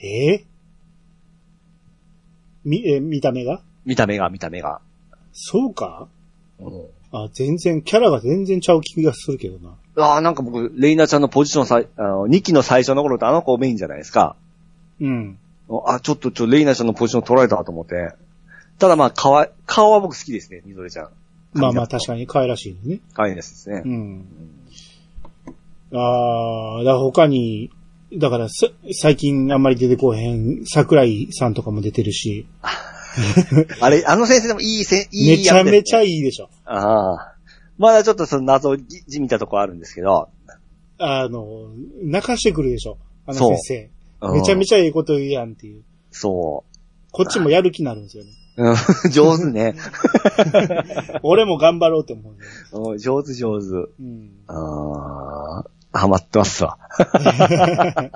Speaker 1: ええみ、えー見た目が
Speaker 2: 見た目が、見た目が。
Speaker 1: そうか
Speaker 2: うん
Speaker 1: あ、全然、キャラが全然ちゃう気がするけどな。
Speaker 2: ああ、なんか僕、レイナちゃんのポジションさい、あの、2期の最初の頃ってあの子メインじゃないですか。
Speaker 1: うん。
Speaker 2: あ、ちょっと、ちょ、レイナちゃんのポジション取られたと思って。ただまあ、かわい、顔は僕好きですね、みぞれちゃん。
Speaker 1: まあまあ確かに可愛らしいね。
Speaker 2: 可愛いですね
Speaker 1: う。ん。ああ、だから他に、だからさ最近あんまり出てこうへん、桜井さんとかも出てるし、
Speaker 2: あれ、あの先生でもいいせ、い
Speaker 1: め
Speaker 2: い
Speaker 1: ち
Speaker 2: やつ
Speaker 1: ゃめちゃ
Speaker 2: い
Speaker 1: いいでしょ。
Speaker 2: ああ。まだちょっとその謎じじみたとこあるんですけど。
Speaker 1: あの、泣かしてくるでしょ。あの
Speaker 2: そう
Speaker 1: 先生。めちゃめ
Speaker 2: ちゃ。
Speaker 1: ちゃええこと言うやんっていう。
Speaker 2: そ
Speaker 1: こっちもやる気になるんですよ
Speaker 2: <laughs>
Speaker 1: ね。
Speaker 2: う。うん上手ね。 <laughs>
Speaker 1: 俺も頑張ろうと思う、ね。
Speaker 2: うん上手上手。
Speaker 1: うん。
Speaker 2: ああ。ハマってますわ。
Speaker 1: <laughs> は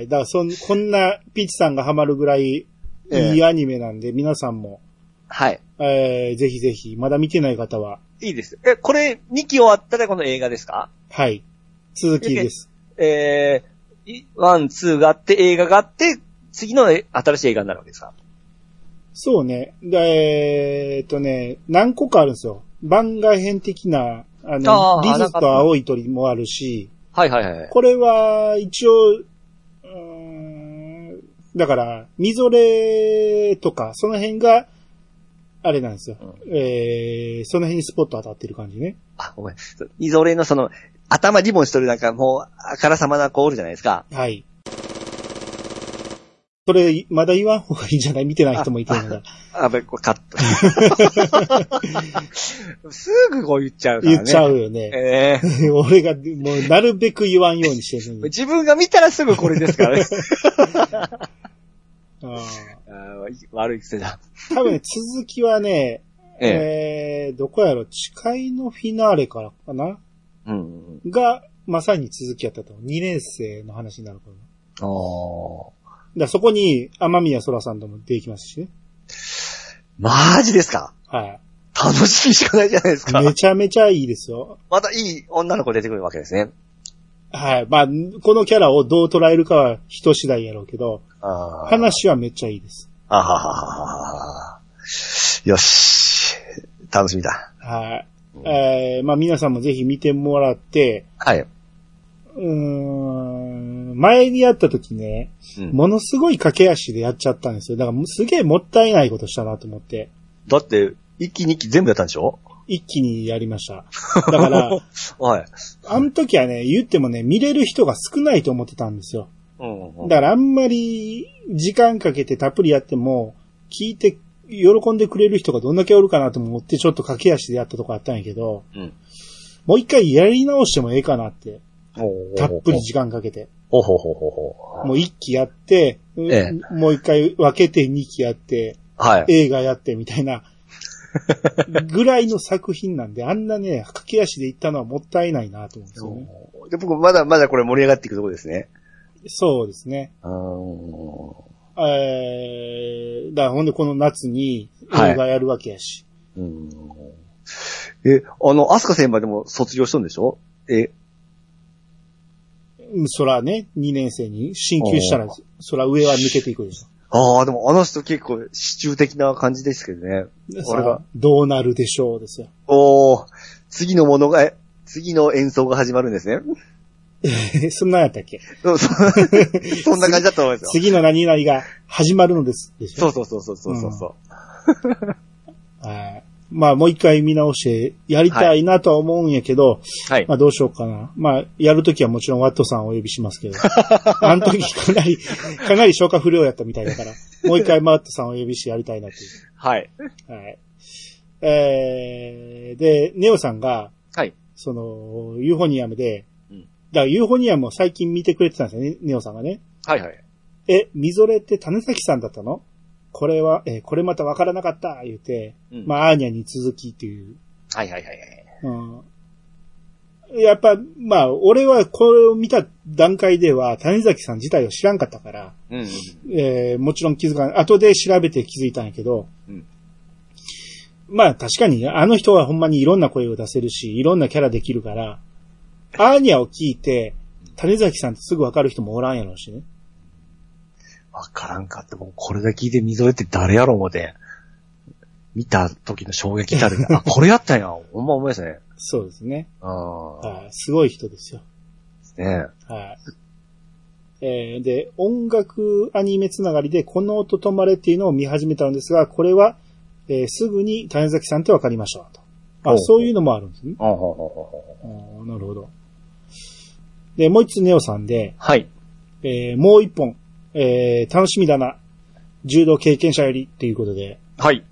Speaker 1: い。だからそん、こんなピーチさんがハマるぐらい、い
Speaker 2: え
Speaker 1: い
Speaker 2: え
Speaker 1: アニメなんで、皆さんも、
Speaker 2: はい。
Speaker 1: えー、ぜひぜひ、まだ見てない方は、
Speaker 2: いいです。え、これ、2期終わったらこの映画ですか
Speaker 1: はい。続きです。
Speaker 2: えー、1、2があって、映画があって、次のえ新しい映画になるわけですか
Speaker 1: そうね。で、えーっとね、何個かあるんですよ。番外編的な、あの、
Speaker 2: あー
Speaker 1: リズと青い鳥もあるし、
Speaker 2: はいはいはい。
Speaker 1: これは、一応、うーんだから、みぞれとか、その辺が、あれなんですよ。えー、その辺にスポット当たってる感じね。
Speaker 2: あ、ごめん。みぞれのその、頭リボンしとるなんかもう、あからさまな子おるじゃないですか。
Speaker 1: はい。それ、まだ言わん方がいいんじゃない見てない人もいてるから。
Speaker 2: あ、べ、これカッ <laughs> ト。すぐこう言っちゃうからね。
Speaker 1: 言っちゃ
Speaker 2: う。
Speaker 1: うよね。
Speaker 2: え
Speaker 1: <laughs>
Speaker 2: え
Speaker 1: 俺が、もう、なるべく言わんようにしてる
Speaker 2: <laughs>
Speaker 1: のに。
Speaker 2: 自分が見たらすぐこれですからね。 <laughs>
Speaker 1: あー
Speaker 2: あ悪い癖だ。
Speaker 1: 多分ね、続きはね、
Speaker 2: ええ。
Speaker 1: えー、どこやろ、誓いのフィナーレからかな
Speaker 2: うん。
Speaker 1: が、まさに続きやったと思う。2年生の話になるから。だか
Speaker 2: あー
Speaker 1: らそこに、天宮空さんとも出てきますしね。
Speaker 2: マジですか
Speaker 1: はい。
Speaker 2: 楽しみしかないじゃないですか。
Speaker 1: めちゃめちゃいいですよ。
Speaker 2: またいい女の子出てくるわけですね。
Speaker 1: はい。まあ、このキャラをどう捉えるかは人次第やろうけど、
Speaker 2: あー。
Speaker 1: 話はめっちゃいいです。
Speaker 2: あはははは。よし。楽しみだ。
Speaker 1: はい。えー、まあ皆さんもぜひ見てもらって、
Speaker 2: はい。
Speaker 1: うーん、前にやった時ね、
Speaker 2: うん
Speaker 1: ものすごい駆け足でやっちゃったんですよ。だからもうすげえもったいないことしたなと思って。
Speaker 2: だって、一期二期全部やったんでしょ
Speaker 1: 一気にやりました。だ
Speaker 2: <laughs>
Speaker 1: から、
Speaker 2: はい。
Speaker 1: あの時はね、言ってもね、見れる人が少ないと思ってたんですよ。
Speaker 2: うんうんうん
Speaker 1: だからあんまり時間かけてたっぷりやっても、聞いて喜んでくれる人がどんだけおるかなと思って、ちょっと駆け足でやったとこあったんやけど、
Speaker 3: うん
Speaker 1: もう一回やり直してもええかなって、
Speaker 3: おー
Speaker 1: たっぷり時間かけて。
Speaker 3: ほうほうほうほうほう。
Speaker 1: もう一期やって、う
Speaker 3: え
Speaker 1: もう一回分けて二期やって、
Speaker 3: はい。
Speaker 1: 映画やってみた
Speaker 3: <laughs>
Speaker 1: いな、ぐらいの作品なんで、あんなね、駆け足で行ったのはもったいないなと思うんですよね。
Speaker 2: で僕、まだまだこれ盛り上がっていくとこですね。
Speaker 1: そうですね。
Speaker 2: うーん。
Speaker 1: えー、だからほんでこの夏に映画やるわけやし。
Speaker 2: うん。え、あの、アスカ先輩でも卒業したんでしょえ、
Speaker 1: うんそらね、2年生に進級したら、そら上は抜けていくでしょ。
Speaker 2: ああ、でもあの人結構支柱的な感じですけどね。
Speaker 1: そら
Speaker 2: 俺が
Speaker 1: どうなるでしょう
Speaker 2: <laughs>
Speaker 1: ですよ。
Speaker 2: おお次のものが、え次の演奏が始まるんですね。
Speaker 1: そんなんやったっけ
Speaker 2: そうそう <laughs> そんな感じだと思いますよ。
Speaker 1: 次の何々が始まるのです。でしょ
Speaker 2: そうそうそうそうそうそう。
Speaker 1: はい。まあもう一回見直してやりたいなとは思うんやけど、
Speaker 2: はい。
Speaker 1: まあどうしようかな。まあやるときはもちろんワットさんをお呼びし
Speaker 2: <laughs>
Speaker 1: ますけど、あの時かなり、かなり消化不良やったみたいだから、もう一回ワットさんをお呼びしてやりたいなとい
Speaker 2: はい。
Speaker 1: う。はい。えー、で、ネオさんが、
Speaker 2: はい。
Speaker 1: その、ユーフォニアムで、
Speaker 2: うん
Speaker 1: だからユーフォニアムを最近見てくれてたんですよね、ネオさんがね。
Speaker 2: はいはい。
Speaker 1: え、みぞれって種崎さんだったのこれは、えーこれまたわからなかった、言うて、
Speaker 2: うん
Speaker 1: まあ、アーニャに続きっていう。
Speaker 2: はいはいはいはい。
Speaker 1: うん。やっぱ、まあ、俺はこれを見た段階では、種崎さん自体を知らんかったから、
Speaker 2: うん。
Speaker 1: えーもちろん気づかん、後で調べて気づいたんやけど、
Speaker 2: うん
Speaker 1: まあ確かに、あの人はほんまにいろんな声を出せるし、いろんなキャラできるから、アーニャを聞いて、種崎さんってすぐわかる人もおらんやろうしね。
Speaker 2: わからんかって、もうこれだけ聞いて溝れって誰やろ思て。見た時の衝撃たる。 <laughs> あ、これやったんや。ほんま思いましたね。
Speaker 1: そうですね。
Speaker 2: ああ。
Speaker 1: はい、すごい人ですよ。
Speaker 2: ね
Speaker 1: はい。えーで、音楽アニメつながりで、この音止まれっていうのを見始めたんですが、これは、えーすぐに谷崎さんってわかりましたと。
Speaker 2: ほ
Speaker 1: あ、
Speaker 2: う
Speaker 1: そういうのもあるんですね。
Speaker 2: ああ、ほうほうほうほう
Speaker 1: あーなるほど。で、もう一つネオさんで、
Speaker 3: はい。
Speaker 1: えーもう一本、えー楽しみだな。柔道経験者よりっていうことで、
Speaker 3: はい。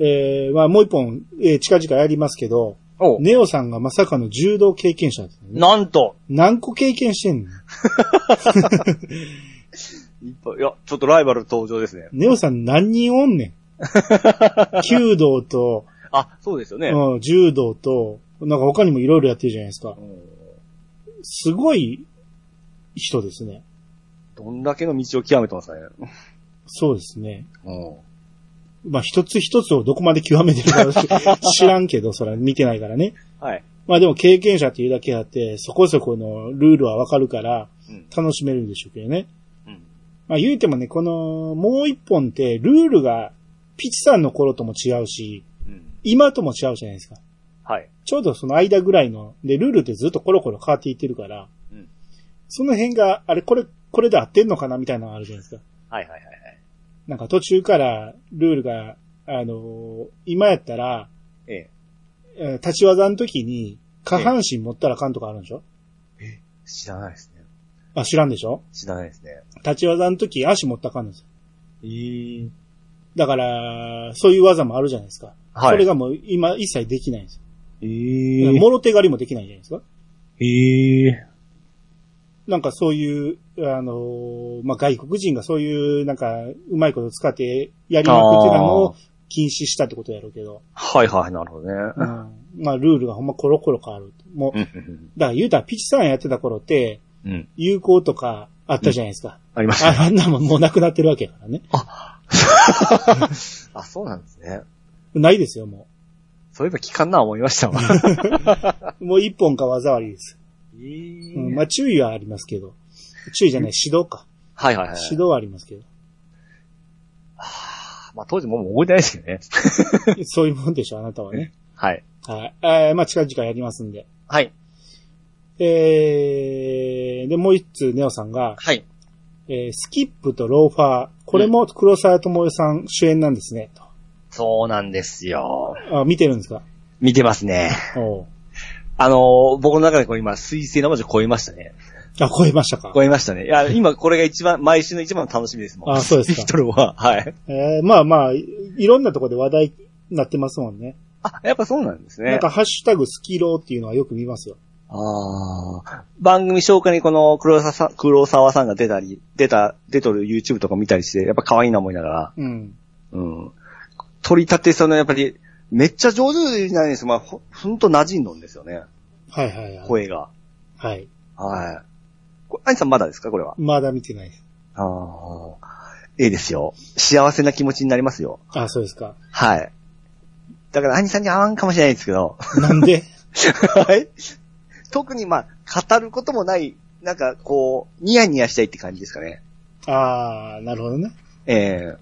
Speaker 1: えーまあもう一本、えー近々やりますけど、
Speaker 3: おう
Speaker 1: ネオさんがまさかの柔道経験者だったね
Speaker 3: なんと
Speaker 1: 何個経験してんの
Speaker 2: いっぱいいや、ちょっとライバル登場ですね。
Speaker 1: ネオさん何人おんねん。弓道と、
Speaker 2: あ、そうですよね。
Speaker 1: うん、柔道と、なんか他にもいろいろやってるじゃないですか
Speaker 2: う。ん
Speaker 1: すごい人ですね。
Speaker 2: どんだけの道を極めてますかね。
Speaker 1: そうですね。
Speaker 2: うん。
Speaker 1: まあ一つ一つをどこまで極めてるかは知らんけど、そら見てないからね。
Speaker 2: はい。
Speaker 1: まあでも経験者っていうだけあって、そこそこのルールはわかるから
Speaker 2: うん、
Speaker 1: 楽しめるんでしょうけどね。
Speaker 2: うん。
Speaker 1: まあ言うてもね、このもう一本ってルールがピチさんの頃とも違うし、
Speaker 2: うん。
Speaker 1: 今とも違うじゃないですか。
Speaker 2: はい。
Speaker 1: ちょうどその間ぐらいの、で、ルールってずっとコロコロ変わっていってるから、
Speaker 2: うん
Speaker 1: その辺が、あれ、これ、これで合ってんのかなみたいなのがあるじゃないですか。
Speaker 2: はいはいはい
Speaker 1: なんか途中からルールが、あのー今やったら、
Speaker 2: ええ
Speaker 1: えー立ち技の時に、下半身持ったらあかんとかあるんでしょ
Speaker 2: はい。知らないですね。
Speaker 1: あ、知らんでしょ
Speaker 2: 知らないですね。
Speaker 1: 立ち技の時足持ったらあかんんですよ。
Speaker 2: えー、
Speaker 1: だから、そういう技もあるじゃないですか。
Speaker 2: はい。
Speaker 1: それがもう今一切できないんです
Speaker 2: え
Speaker 1: よ。
Speaker 2: ー、
Speaker 1: もろ手狩りもできないじゃないですか。
Speaker 2: えー、
Speaker 1: なんかそういう、あのーまあ、外国人がそういう、なんか、うまいこと使ってやりまくってたの
Speaker 2: あ
Speaker 1: を禁止したってことやろうけど、
Speaker 2: はいはい、なるほどね。
Speaker 1: うん、まあ、ルールがほんまコロコロ変わる。もう、
Speaker 2: うん。
Speaker 1: だから言うたらピチさんやってた頃って、
Speaker 2: うん。
Speaker 1: 有効とかあったじゃないですか。
Speaker 2: ありました。
Speaker 1: ああんなもんもうなくなってるわけやからね。
Speaker 2: あ、そうなんですね。
Speaker 1: ないですよ、も
Speaker 2: そういえば聞かんな思いました <laughs> わ。 <laughs>
Speaker 1: う。もう一本か技ありです。
Speaker 2: えー
Speaker 1: うん、まあ、注意はありますけど。注意じゃない、指導か。
Speaker 2: はい <laughs> はいはい。
Speaker 1: 指導はありますけど。 <laughs>
Speaker 2: まあ当時もう覚えてないですけどね。
Speaker 1: そういうもんでしょ、あなたはね。
Speaker 2: はい。
Speaker 1: はい。えーまあ、近々やりますんで。
Speaker 3: はい。
Speaker 1: えー、で、もう一通、ネオさんが、
Speaker 3: はい。
Speaker 1: えースキップとローファー、これも黒沢智恵さん主演なんですね、
Speaker 3: そうなんですよ。
Speaker 1: と。あ、見てるんですか
Speaker 3: 見てますね。
Speaker 1: おう
Speaker 3: あのー僕の中でこう今、水星の魔女超えましたね。
Speaker 1: あ、超えましたか。
Speaker 2: 超えましたね。いや、今これが一番、毎週の一番の楽しみですもん。
Speaker 1: あそうですか
Speaker 2: <laughs> ビクトルは、はい。
Speaker 1: えーまあまあ、いいろんなとこで話題になってますもんね。
Speaker 2: あ、やっぱそうなんです
Speaker 1: なん
Speaker 2: ね。
Speaker 1: か、ハッシュタグスキローっていうのはよく見ますよ。
Speaker 2: ああ。番組紹介にこの黒沢さん、黒沢さんが出たり、出た、出とる YouTube とか見たりして、やっぱ可愛いな思いながら、
Speaker 1: うん。
Speaker 2: うん。取り立てその、やっぱり、めっちゃ上手じゃないですまあ、ほほんと馴染んどんですよね。
Speaker 1: はいはいはい。
Speaker 2: 声が。
Speaker 1: はい。
Speaker 2: はい。これ、アニさんまだですかこれは。
Speaker 1: まだ見てないです。
Speaker 2: ああ。ええですよ。幸せな気持ちになりますよ。
Speaker 1: あ、そうですか。
Speaker 2: はい。だから、アニさんに合わんかもしれないですけど。
Speaker 1: なんで
Speaker 2: はい。特にまあ、語ることもない、なんかこう、ニヤニヤしたいって感じですかね。
Speaker 1: ああ、なるほどね。
Speaker 2: え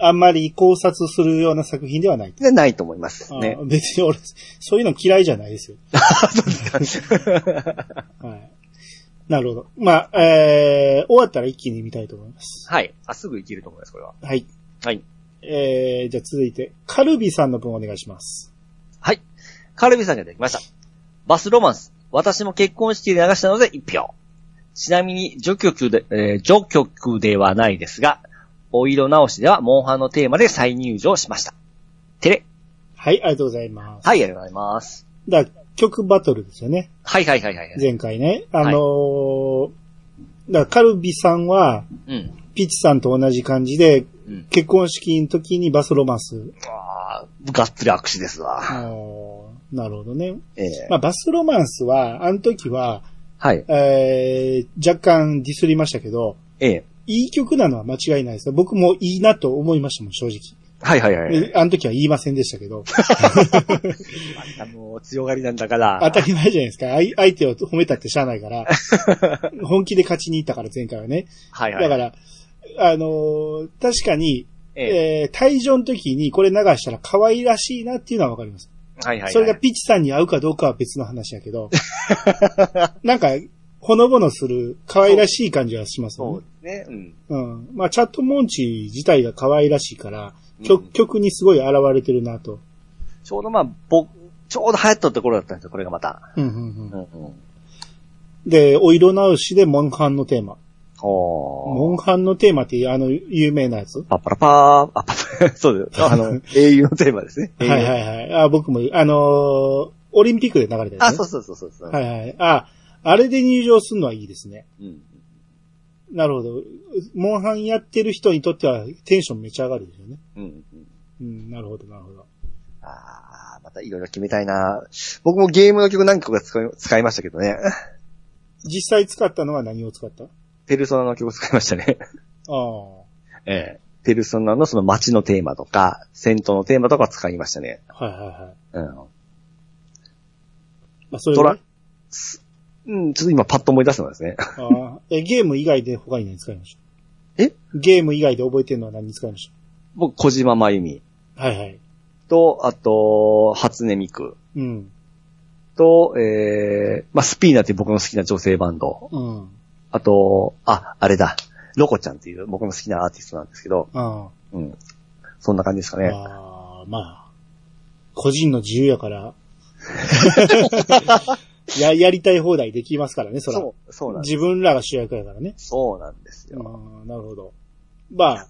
Speaker 1: あんまり考察するような作品ではない。
Speaker 2: えでないと思います
Speaker 1: あ
Speaker 2: ね
Speaker 1: ー。別に俺、そういうの嫌いじゃないですよ。はい。なるほど。まあ、えー、終わったら一気に見たいと思います。
Speaker 2: はい。あ、すぐいけると思います、これは。
Speaker 1: はい。
Speaker 2: はい。
Speaker 1: えー、じゃあ続いて、カルビさんの分お願いします。
Speaker 2: はい。カルビさんがいただきました。バスロマンス。私も結婚式で流したので1票。ちなみに、序曲で、えー序曲ではないですが、お色直しでは、モンハンのテーマで再入場しました。てれ。
Speaker 1: はい、ありがとうございます。
Speaker 2: はい、ありがとうございます。
Speaker 1: だから曲バトルですよね。
Speaker 2: はいはいはいはい。
Speaker 1: 前回ね。あのーだからカルビさんは、
Speaker 2: うん。
Speaker 1: ピッチさんと同じ感じで、
Speaker 2: うん。
Speaker 1: 結婚式の時にバスロマンス。
Speaker 2: ああ、がっつり握手ですわ。
Speaker 1: おーなるほどね。
Speaker 2: ええ
Speaker 1: まあ、バスロマンスは、あの時は、
Speaker 2: はい。
Speaker 1: えー、若干ディスりましたけど、
Speaker 2: ええ
Speaker 1: いい曲なのは間違いないです。僕もいいなと思いましたもん、正直。
Speaker 2: はいはいは
Speaker 1: であの時は言いませんでした
Speaker 2: <laughs>
Speaker 1: けど、
Speaker 2: あの、強がりなんだから。
Speaker 1: 当たり前じゃないですか。あい相手を褒めたってしゃあないから、
Speaker 2: <laughs>
Speaker 1: 本気で勝ちに行ったから、前回はね。
Speaker 2: はいは
Speaker 1: だ
Speaker 2: い。
Speaker 1: から、あのー確かに、
Speaker 2: ええ
Speaker 1: えー、退場の時にこれ流したら可愛らしいなっていうのはわかります。
Speaker 2: はいはいはい。
Speaker 1: それがピッチさんに合うかどうかは別の話やけ
Speaker 2: <laughs>
Speaker 1: ど、なんか、ほのぼのする可愛らしい感じはします
Speaker 2: そ
Speaker 1: よ
Speaker 2: う
Speaker 1: ね。
Speaker 2: ですね。うん。
Speaker 1: うん。まあ、チャットモンチ自体が可愛らしいから、
Speaker 2: う
Speaker 1: 曲
Speaker 2: ん
Speaker 1: 曲にすごい現れてるなと。
Speaker 2: ちょうどまあ、僕、ちょうど流行ったところだったんですよ、これがまた。
Speaker 1: うんうん
Speaker 2: う
Speaker 1: うん
Speaker 2: うん。
Speaker 1: ん、で、お色直しでモンハンのテーマ。
Speaker 2: ほ
Speaker 1: モ
Speaker 2: ー。
Speaker 1: ンハンのテーマっていうあの有名なやつ
Speaker 2: パッパラパー、あ、 <laughs> パッパラ、そうです。あの、英雄のテーマですね。
Speaker 1: はいはい
Speaker 2: い。
Speaker 1: はい。あ、僕も、あのーオリンピックで流れたやつ、ね。
Speaker 2: あ、そうそうそうそうそう。
Speaker 1: はいはい。あ、あれで入場するのはいいですね。
Speaker 2: うん。
Speaker 1: なるほど。モンハンやってる人にとってはテンションめちゃ上がるでしょうね。
Speaker 2: うんうん。
Speaker 1: うん、なるほど、なるほど。
Speaker 2: あー、またいろいろ決めたいな僕もゲームの曲何曲か使い使いましたけどね。
Speaker 1: 実際使ったのは何を使ったあ
Speaker 2: ペルソナの曲使いましたね。
Speaker 1: あ、
Speaker 2: ええ。ペルソナのその街のテーマとか、戦闘のテーマとか使いましたね。
Speaker 1: はいはいはい。
Speaker 2: うん。
Speaker 1: まあ、それ
Speaker 2: ト
Speaker 1: は
Speaker 2: ラ
Speaker 1: ね、
Speaker 2: うん、ちょっと今パッと思い出すのはですね。
Speaker 1: ああえ、ゲーム以外で他に何使いました
Speaker 2: え
Speaker 1: ゲーム以外で覚えてるのは何に使いまし
Speaker 2: 僕、小島真由美
Speaker 1: たはいはい。
Speaker 2: と、あと、初音ミク
Speaker 1: うん。
Speaker 2: と、えー、まあ、スピーナっていう僕の好きな女性バンド。
Speaker 1: うん。
Speaker 2: あと、あ、あれだ。ロコちゃんっていう僕の好きなアーティストなんですけど、
Speaker 1: あ
Speaker 2: うん。そんな感じですか
Speaker 1: あ、
Speaker 2: ね。
Speaker 1: ああまあ、個人の自由や
Speaker 2: <laughs>
Speaker 1: から、や、やりたい放題できますからね、そら。
Speaker 2: そう、そうなんです。
Speaker 1: 自分らが主役やからね。
Speaker 2: そうなんですよ。
Speaker 1: ああ、なるほど。まあ、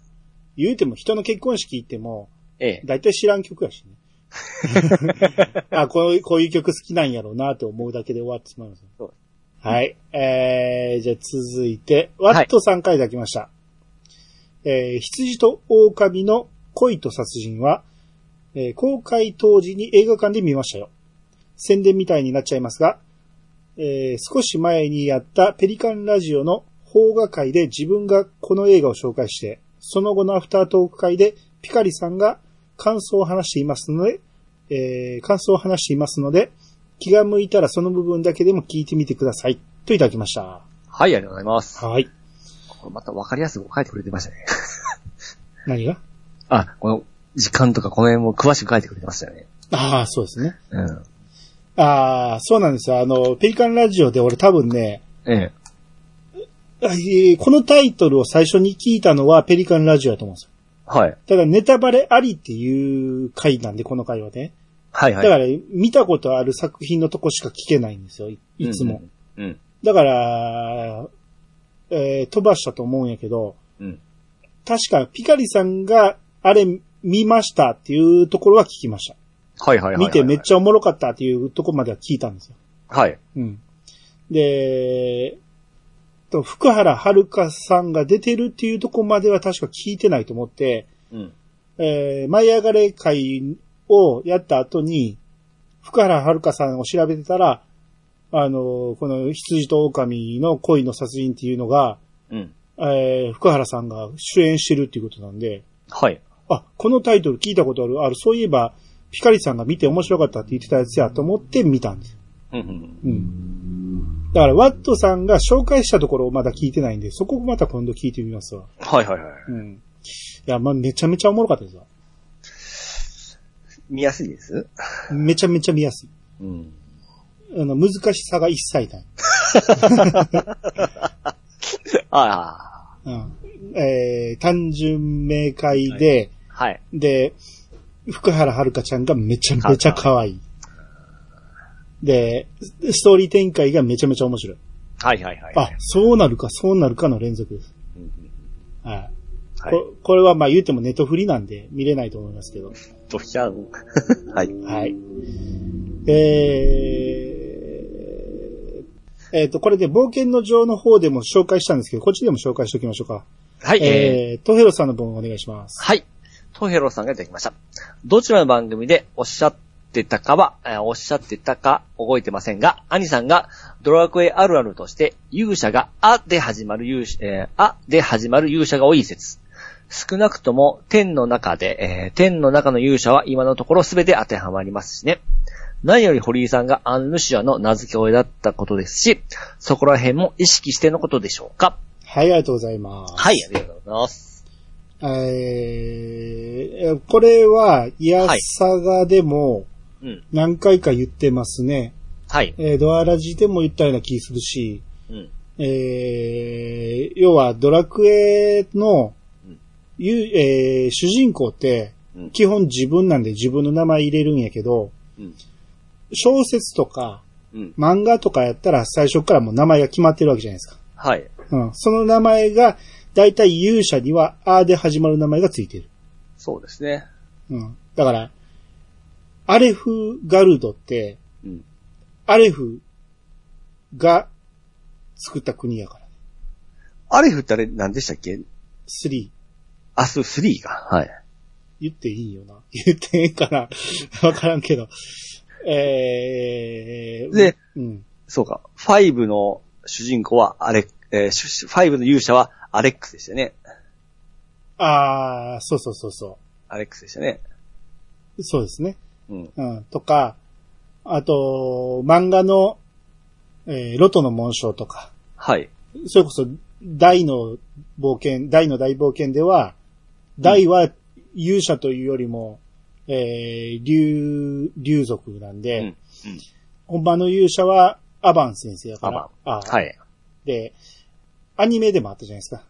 Speaker 1: 言うても人の結婚式行っても、
Speaker 2: ええ。
Speaker 1: だいたい知らん曲やしね。
Speaker 2: <laughs>
Speaker 1: あこういう、こういう曲好きなんやろうなと思うだけで終わってしまいます。
Speaker 2: そう
Speaker 1: はい。えー、じゃあ続いて、ワットさんからいただきました。えー、羊と狼の恋と殺人は、えー公開当時に映画館で見ましたよ。宣伝みたいになっちゃいますが、えー少し前にやったペリカンラジオの邦画会で自分がこの映画を紹介して、その後のアフタートーク会でピカリさんが感想を話していますので、えー感想を話していますので、気が向いたらその部分だけでも聞いてみてください。といただきました。
Speaker 2: はい、ありがとうございます。
Speaker 1: はい。
Speaker 2: これまたわかりやすく書いてくれてましたね。
Speaker 1: 何が
Speaker 2: あ、この時間とかこの辺も詳しく書いてくれてましたよね。
Speaker 1: ああ、そうですね。
Speaker 2: うん。
Speaker 1: ああ、そうなんですよ。あの、ペリカンラジオで俺多分ね、
Speaker 2: ええ。
Speaker 1: あえーこのタイトルを最初に聞いたのはペリカンラジオだと思うんですよ。
Speaker 2: はい。
Speaker 1: だからネタバレありっていう回なんで、この回はね。
Speaker 2: はい
Speaker 1: だ
Speaker 2: はい。
Speaker 1: から見たことある作品のとこしか聞けないんですよ、いいつも。
Speaker 2: うんうんうん
Speaker 1: だから、えー飛ばしたと思うんやけど、
Speaker 2: うん
Speaker 1: 確かピカリさんが、あれ見ましたっていうところは聞きました。
Speaker 2: はいはいはいはい。
Speaker 1: 見てめっちゃおもろかったっていうところまでは聞いたんですよ。
Speaker 2: ゃ。はい。
Speaker 1: うん。で、と福原遥さんが出てるっていうとこまでは確か聞いてないと思って、
Speaker 2: うん。
Speaker 1: えー、舞い上がれ会をやった後に、福原遥さんを調べてたら、あの、この羊と狼の恋の殺人っていうのが、
Speaker 2: うん。
Speaker 1: えー、福原さんが主演してるっていうことなんで、
Speaker 2: はい。
Speaker 1: あ、このタイトル聞いたことある、ある、そういえば、ピカリさんが見て面白かったって言ってたやつやと思って見たんです。
Speaker 2: うんうん。
Speaker 1: うん。だから、ワットさんが紹介したところをまだ聞いてないんで、そこをまた今度聞いてみますわ。
Speaker 2: はいはいはい。
Speaker 1: うん。いや、まあ、めちゃめちゃおもろかったですわ。
Speaker 2: 見やすいです
Speaker 1: めちゃめちゃ見やすい。
Speaker 2: うん。
Speaker 1: あの、難しさが一切ない。
Speaker 2: ああ。
Speaker 1: うん。えー、単純明快で、
Speaker 2: はい。
Speaker 1: で、福原遥ちゃんがめちゃめちゃ可愛い。で、ストーリー展開がめちゃめちゃ面白い。
Speaker 2: はいはいはい。
Speaker 1: あ、そうなるか、そうなるかの連続です。
Speaker 2: うんうん
Speaker 1: はい。
Speaker 2: はい。
Speaker 1: ここれはまあ言うてもネットフリなんで見れないと思いますけど。
Speaker 2: としちゃう。 <laughs> はい。
Speaker 1: はい。えー、えっ、と、これで冒険の上の方でも紹介したんですけど、こっちでも紹介しておきましょうか。
Speaker 2: はい。えー
Speaker 1: えー、トヘロさんの分お願いします。
Speaker 2: はい。トヘロさんがいただきました。どちらの番組でおっしゃってたかは、えーおっしゃってたか覚えてませんが、兄さんがドラクエあるあるとして、勇者があで始まる勇者、えーあで始まる勇者が多い説。少なくとも天の中で、えー天の中の勇者は今のところ全て当てはまりますしね。何より堀井さんがアンヌシアの名付け親だったことですし、そこら辺も意識してのことでしょうか。
Speaker 1: はい、ありがとうございます。
Speaker 2: はい、ありがとうございます。
Speaker 1: えー、これは、いやさがでも
Speaker 2: うん。
Speaker 1: 何回か言ってますね。
Speaker 2: はい。
Speaker 1: えー、ドアラジでも言ったような気するし、
Speaker 2: うん。
Speaker 1: えー、要はドラクエの、
Speaker 2: うん
Speaker 1: ゆえー主人公って
Speaker 2: うん、
Speaker 1: 基本自分なんで自分の名前入れるんやけど、
Speaker 2: うん。
Speaker 1: 小説とか
Speaker 2: うん。
Speaker 1: 漫画とかやったら最初からもう名前が決まってるわけじゃないですか。
Speaker 2: はい。
Speaker 1: うん。その名前が、だいたい勇者には、あーで始まる名前がついてる。
Speaker 2: そうですね。
Speaker 1: うん。だから、アレフ・ガルドって、
Speaker 2: うん。
Speaker 1: アレフが作った国やから。
Speaker 2: アレフってあれ何でしたっけ
Speaker 1: 3。
Speaker 2: アス3が。はい。
Speaker 1: 言っていいよな。言ってええかな。 <laughs> わからんけど。えー、
Speaker 2: で、
Speaker 1: うん。
Speaker 2: そうか。5の主人公はアレ、えー、主5の勇者はアレックスでしたね。
Speaker 1: あー、そうそうそうそ
Speaker 2: アレックスでしたね。
Speaker 1: う。そうですね。
Speaker 2: うん。
Speaker 1: うん。とか、あと、漫画の、えーロトの紋章とか、
Speaker 2: はい。
Speaker 1: それこそ、大の冒険、大の大冒険では、大は勇者というよりも、えー、竜、竜族なんで、
Speaker 2: うんうん
Speaker 1: 本場の勇者はアバン先生やから。あー
Speaker 2: はい。
Speaker 1: で、アニメでもあったじゃないですか。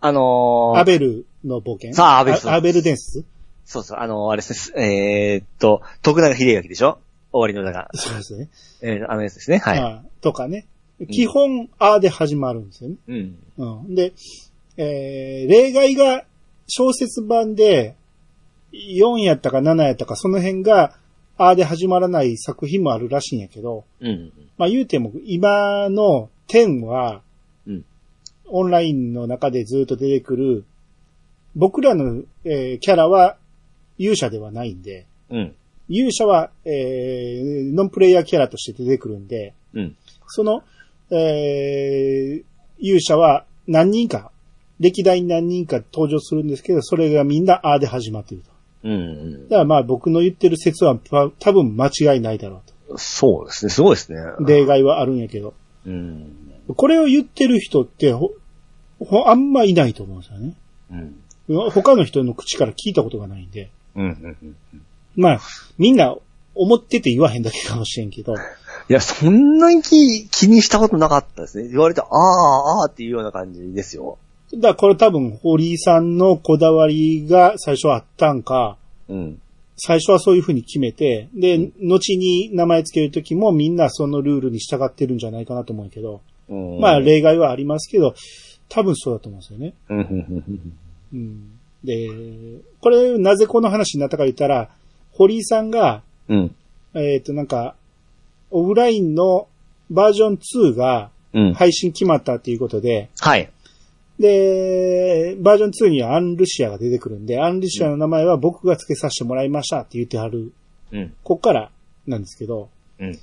Speaker 2: あのー、
Speaker 1: アベルの冒険。
Speaker 2: さあアベルそう
Speaker 1: アベル伝説
Speaker 2: そうそう、あのー、あれですね、えー、っと、徳永秀明でしょ終わりのだが、
Speaker 1: そうですね。
Speaker 2: えー、あのやつですね。はい。
Speaker 1: あーとかね。基本、あーで始まるんですよね。
Speaker 2: うん。
Speaker 1: うん。で、えー、例外が小説版で、4やったか7やったか、その辺が、あーで始まらない作品もあるらしいんやけど、
Speaker 2: うん。
Speaker 1: まあ言うても、今の10は、
Speaker 2: うん
Speaker 1: オンラインの中でずっと出てくる、僕らの、えーキャラは勇者ではないんで、
Speaker 2: うん。
Speaker 1: 勇者は、えー、ノンプレイヤーキャラとして出てくるんで、
Speaker 2: うん。
Speaker 1: その、えー、勇者は何人か、歴代に何人か登場するんですけど、それがみんなあーで始まっていると。
Speaker 2: うん。
Speaker 1: だからまあ僕の言ってる説はた多分間違いないだろう
Speaker 2: そうですね、すごいですね。
Speaker 1: と。例外はあるんやけど。
Speaker 2: うん。
Speaker 1: これを言ってる人ってほ、ほ、あんまいないと思うんですよね。
Speaker 2: うん。
Speaker 1: 他の人の口から聞いたことがないんで。
Speaker 2: うん。うん。
Speaker 1: まあ、みんな思ってて言わへんだけかもしれんけど。
Speaker 2: いや、そんなに気気にしたことなかったですね。言われて、ああ、ああっていうような感じですよ。
Speaker 1: だからこれ多分、堀井さんのこだわりが最初あったんか、
Speaker 2: うん。
Speaker 1: 最初はそういう風に決めて、で、後に名前つけるときもみんなそのルールに従ってるんじゃないかなと思うけど、
Speaker 4: うん
Speaker 1: まあ、例外はありますけど、多分そうだと思うんですよね。
Speaker 4: うんうんうん
Speaker 1: うん。で、これ、なぜこの話になったか言ったら、堀井さんが、
Speaker 4: うん。うん。
Speaker 1: えっ、と、なんか、オフラインのバージョン2が
Speaker 4: うん。
Speaker 1: 配信決まったっていうことで、
Speaker 2: はい。
Speaker 1: で、バージョン2にはアンルシアが出てくるんで、アンルシアの名前は僕が付けさせてもらいましたって言ってはる、
Speaker 2: うん。
Speaker 1: こっからなんですけど、
Speaker 2: うん。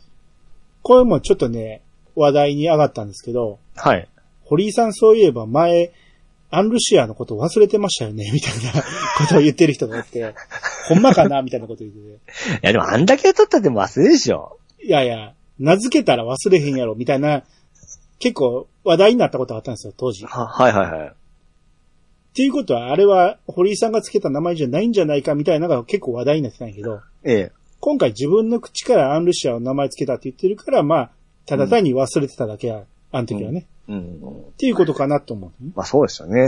Speaker 1: これもちょっとね、話題に上がったんですけど、
Speaker 4: はい。
Speaker 1: 堀井さんそういえば前、アンルシアのこと忘れてましたよね、みたいなことを言ってる人が
Speaker 4: <laughs>
Speaker 1: おって、ほんまかなみたいなこと言って
Speaker 2: いや、でもあんだけ撮ったっても忘れるでしょ。
Speaker 1: て、いやいや、名付けたら忘れへんやろ、みたいな、結構話題になったことがあったんですよ、当時。っ
Speaker 4: は、はいはいはい。
Speaker 1: ていうことは、あれは堀井さんが付けた名前じゃないんじゃないか、みたいなのが結構話題になってたんやけど、
Speaker 4: ええ。
Speaker 1: 今回自分の口からアンルシアの名前付けたって言ってるから、まあ、ただ単に忘れてただけや、あの時はね。
Speaker 4: うん。
Speaker 1: っていうことかなと思う、ね。
Speaker 4: まあそうですよね。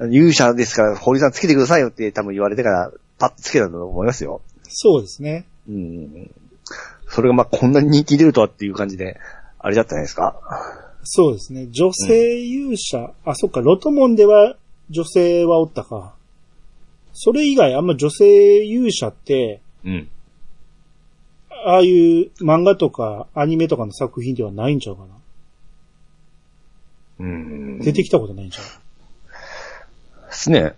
Speaker 1: うん
Speaker 4: 勇者ですから、堀さんつけてくださいよって多分言われてから、パッとつけたんだと思いますよ。
Speaker 1: そうですね。
Speaker 4: うん。それがまあこんなに人気出るとはっていう感じで、あれだったじゃないですか。
Speaker 1: そうですね。女性勇者、あ、そっか、ロトモンでは女性はおったか。それ以外あんま女性勇者って、
Speaker 4: うん。
Speaker 1: ああいう漫画とかアニメとかの作品ではないんちゃうかな。
Speaker 4: うん。
Speaker 1: 出てきたことないんちゃう。
Speaker 4: ですね。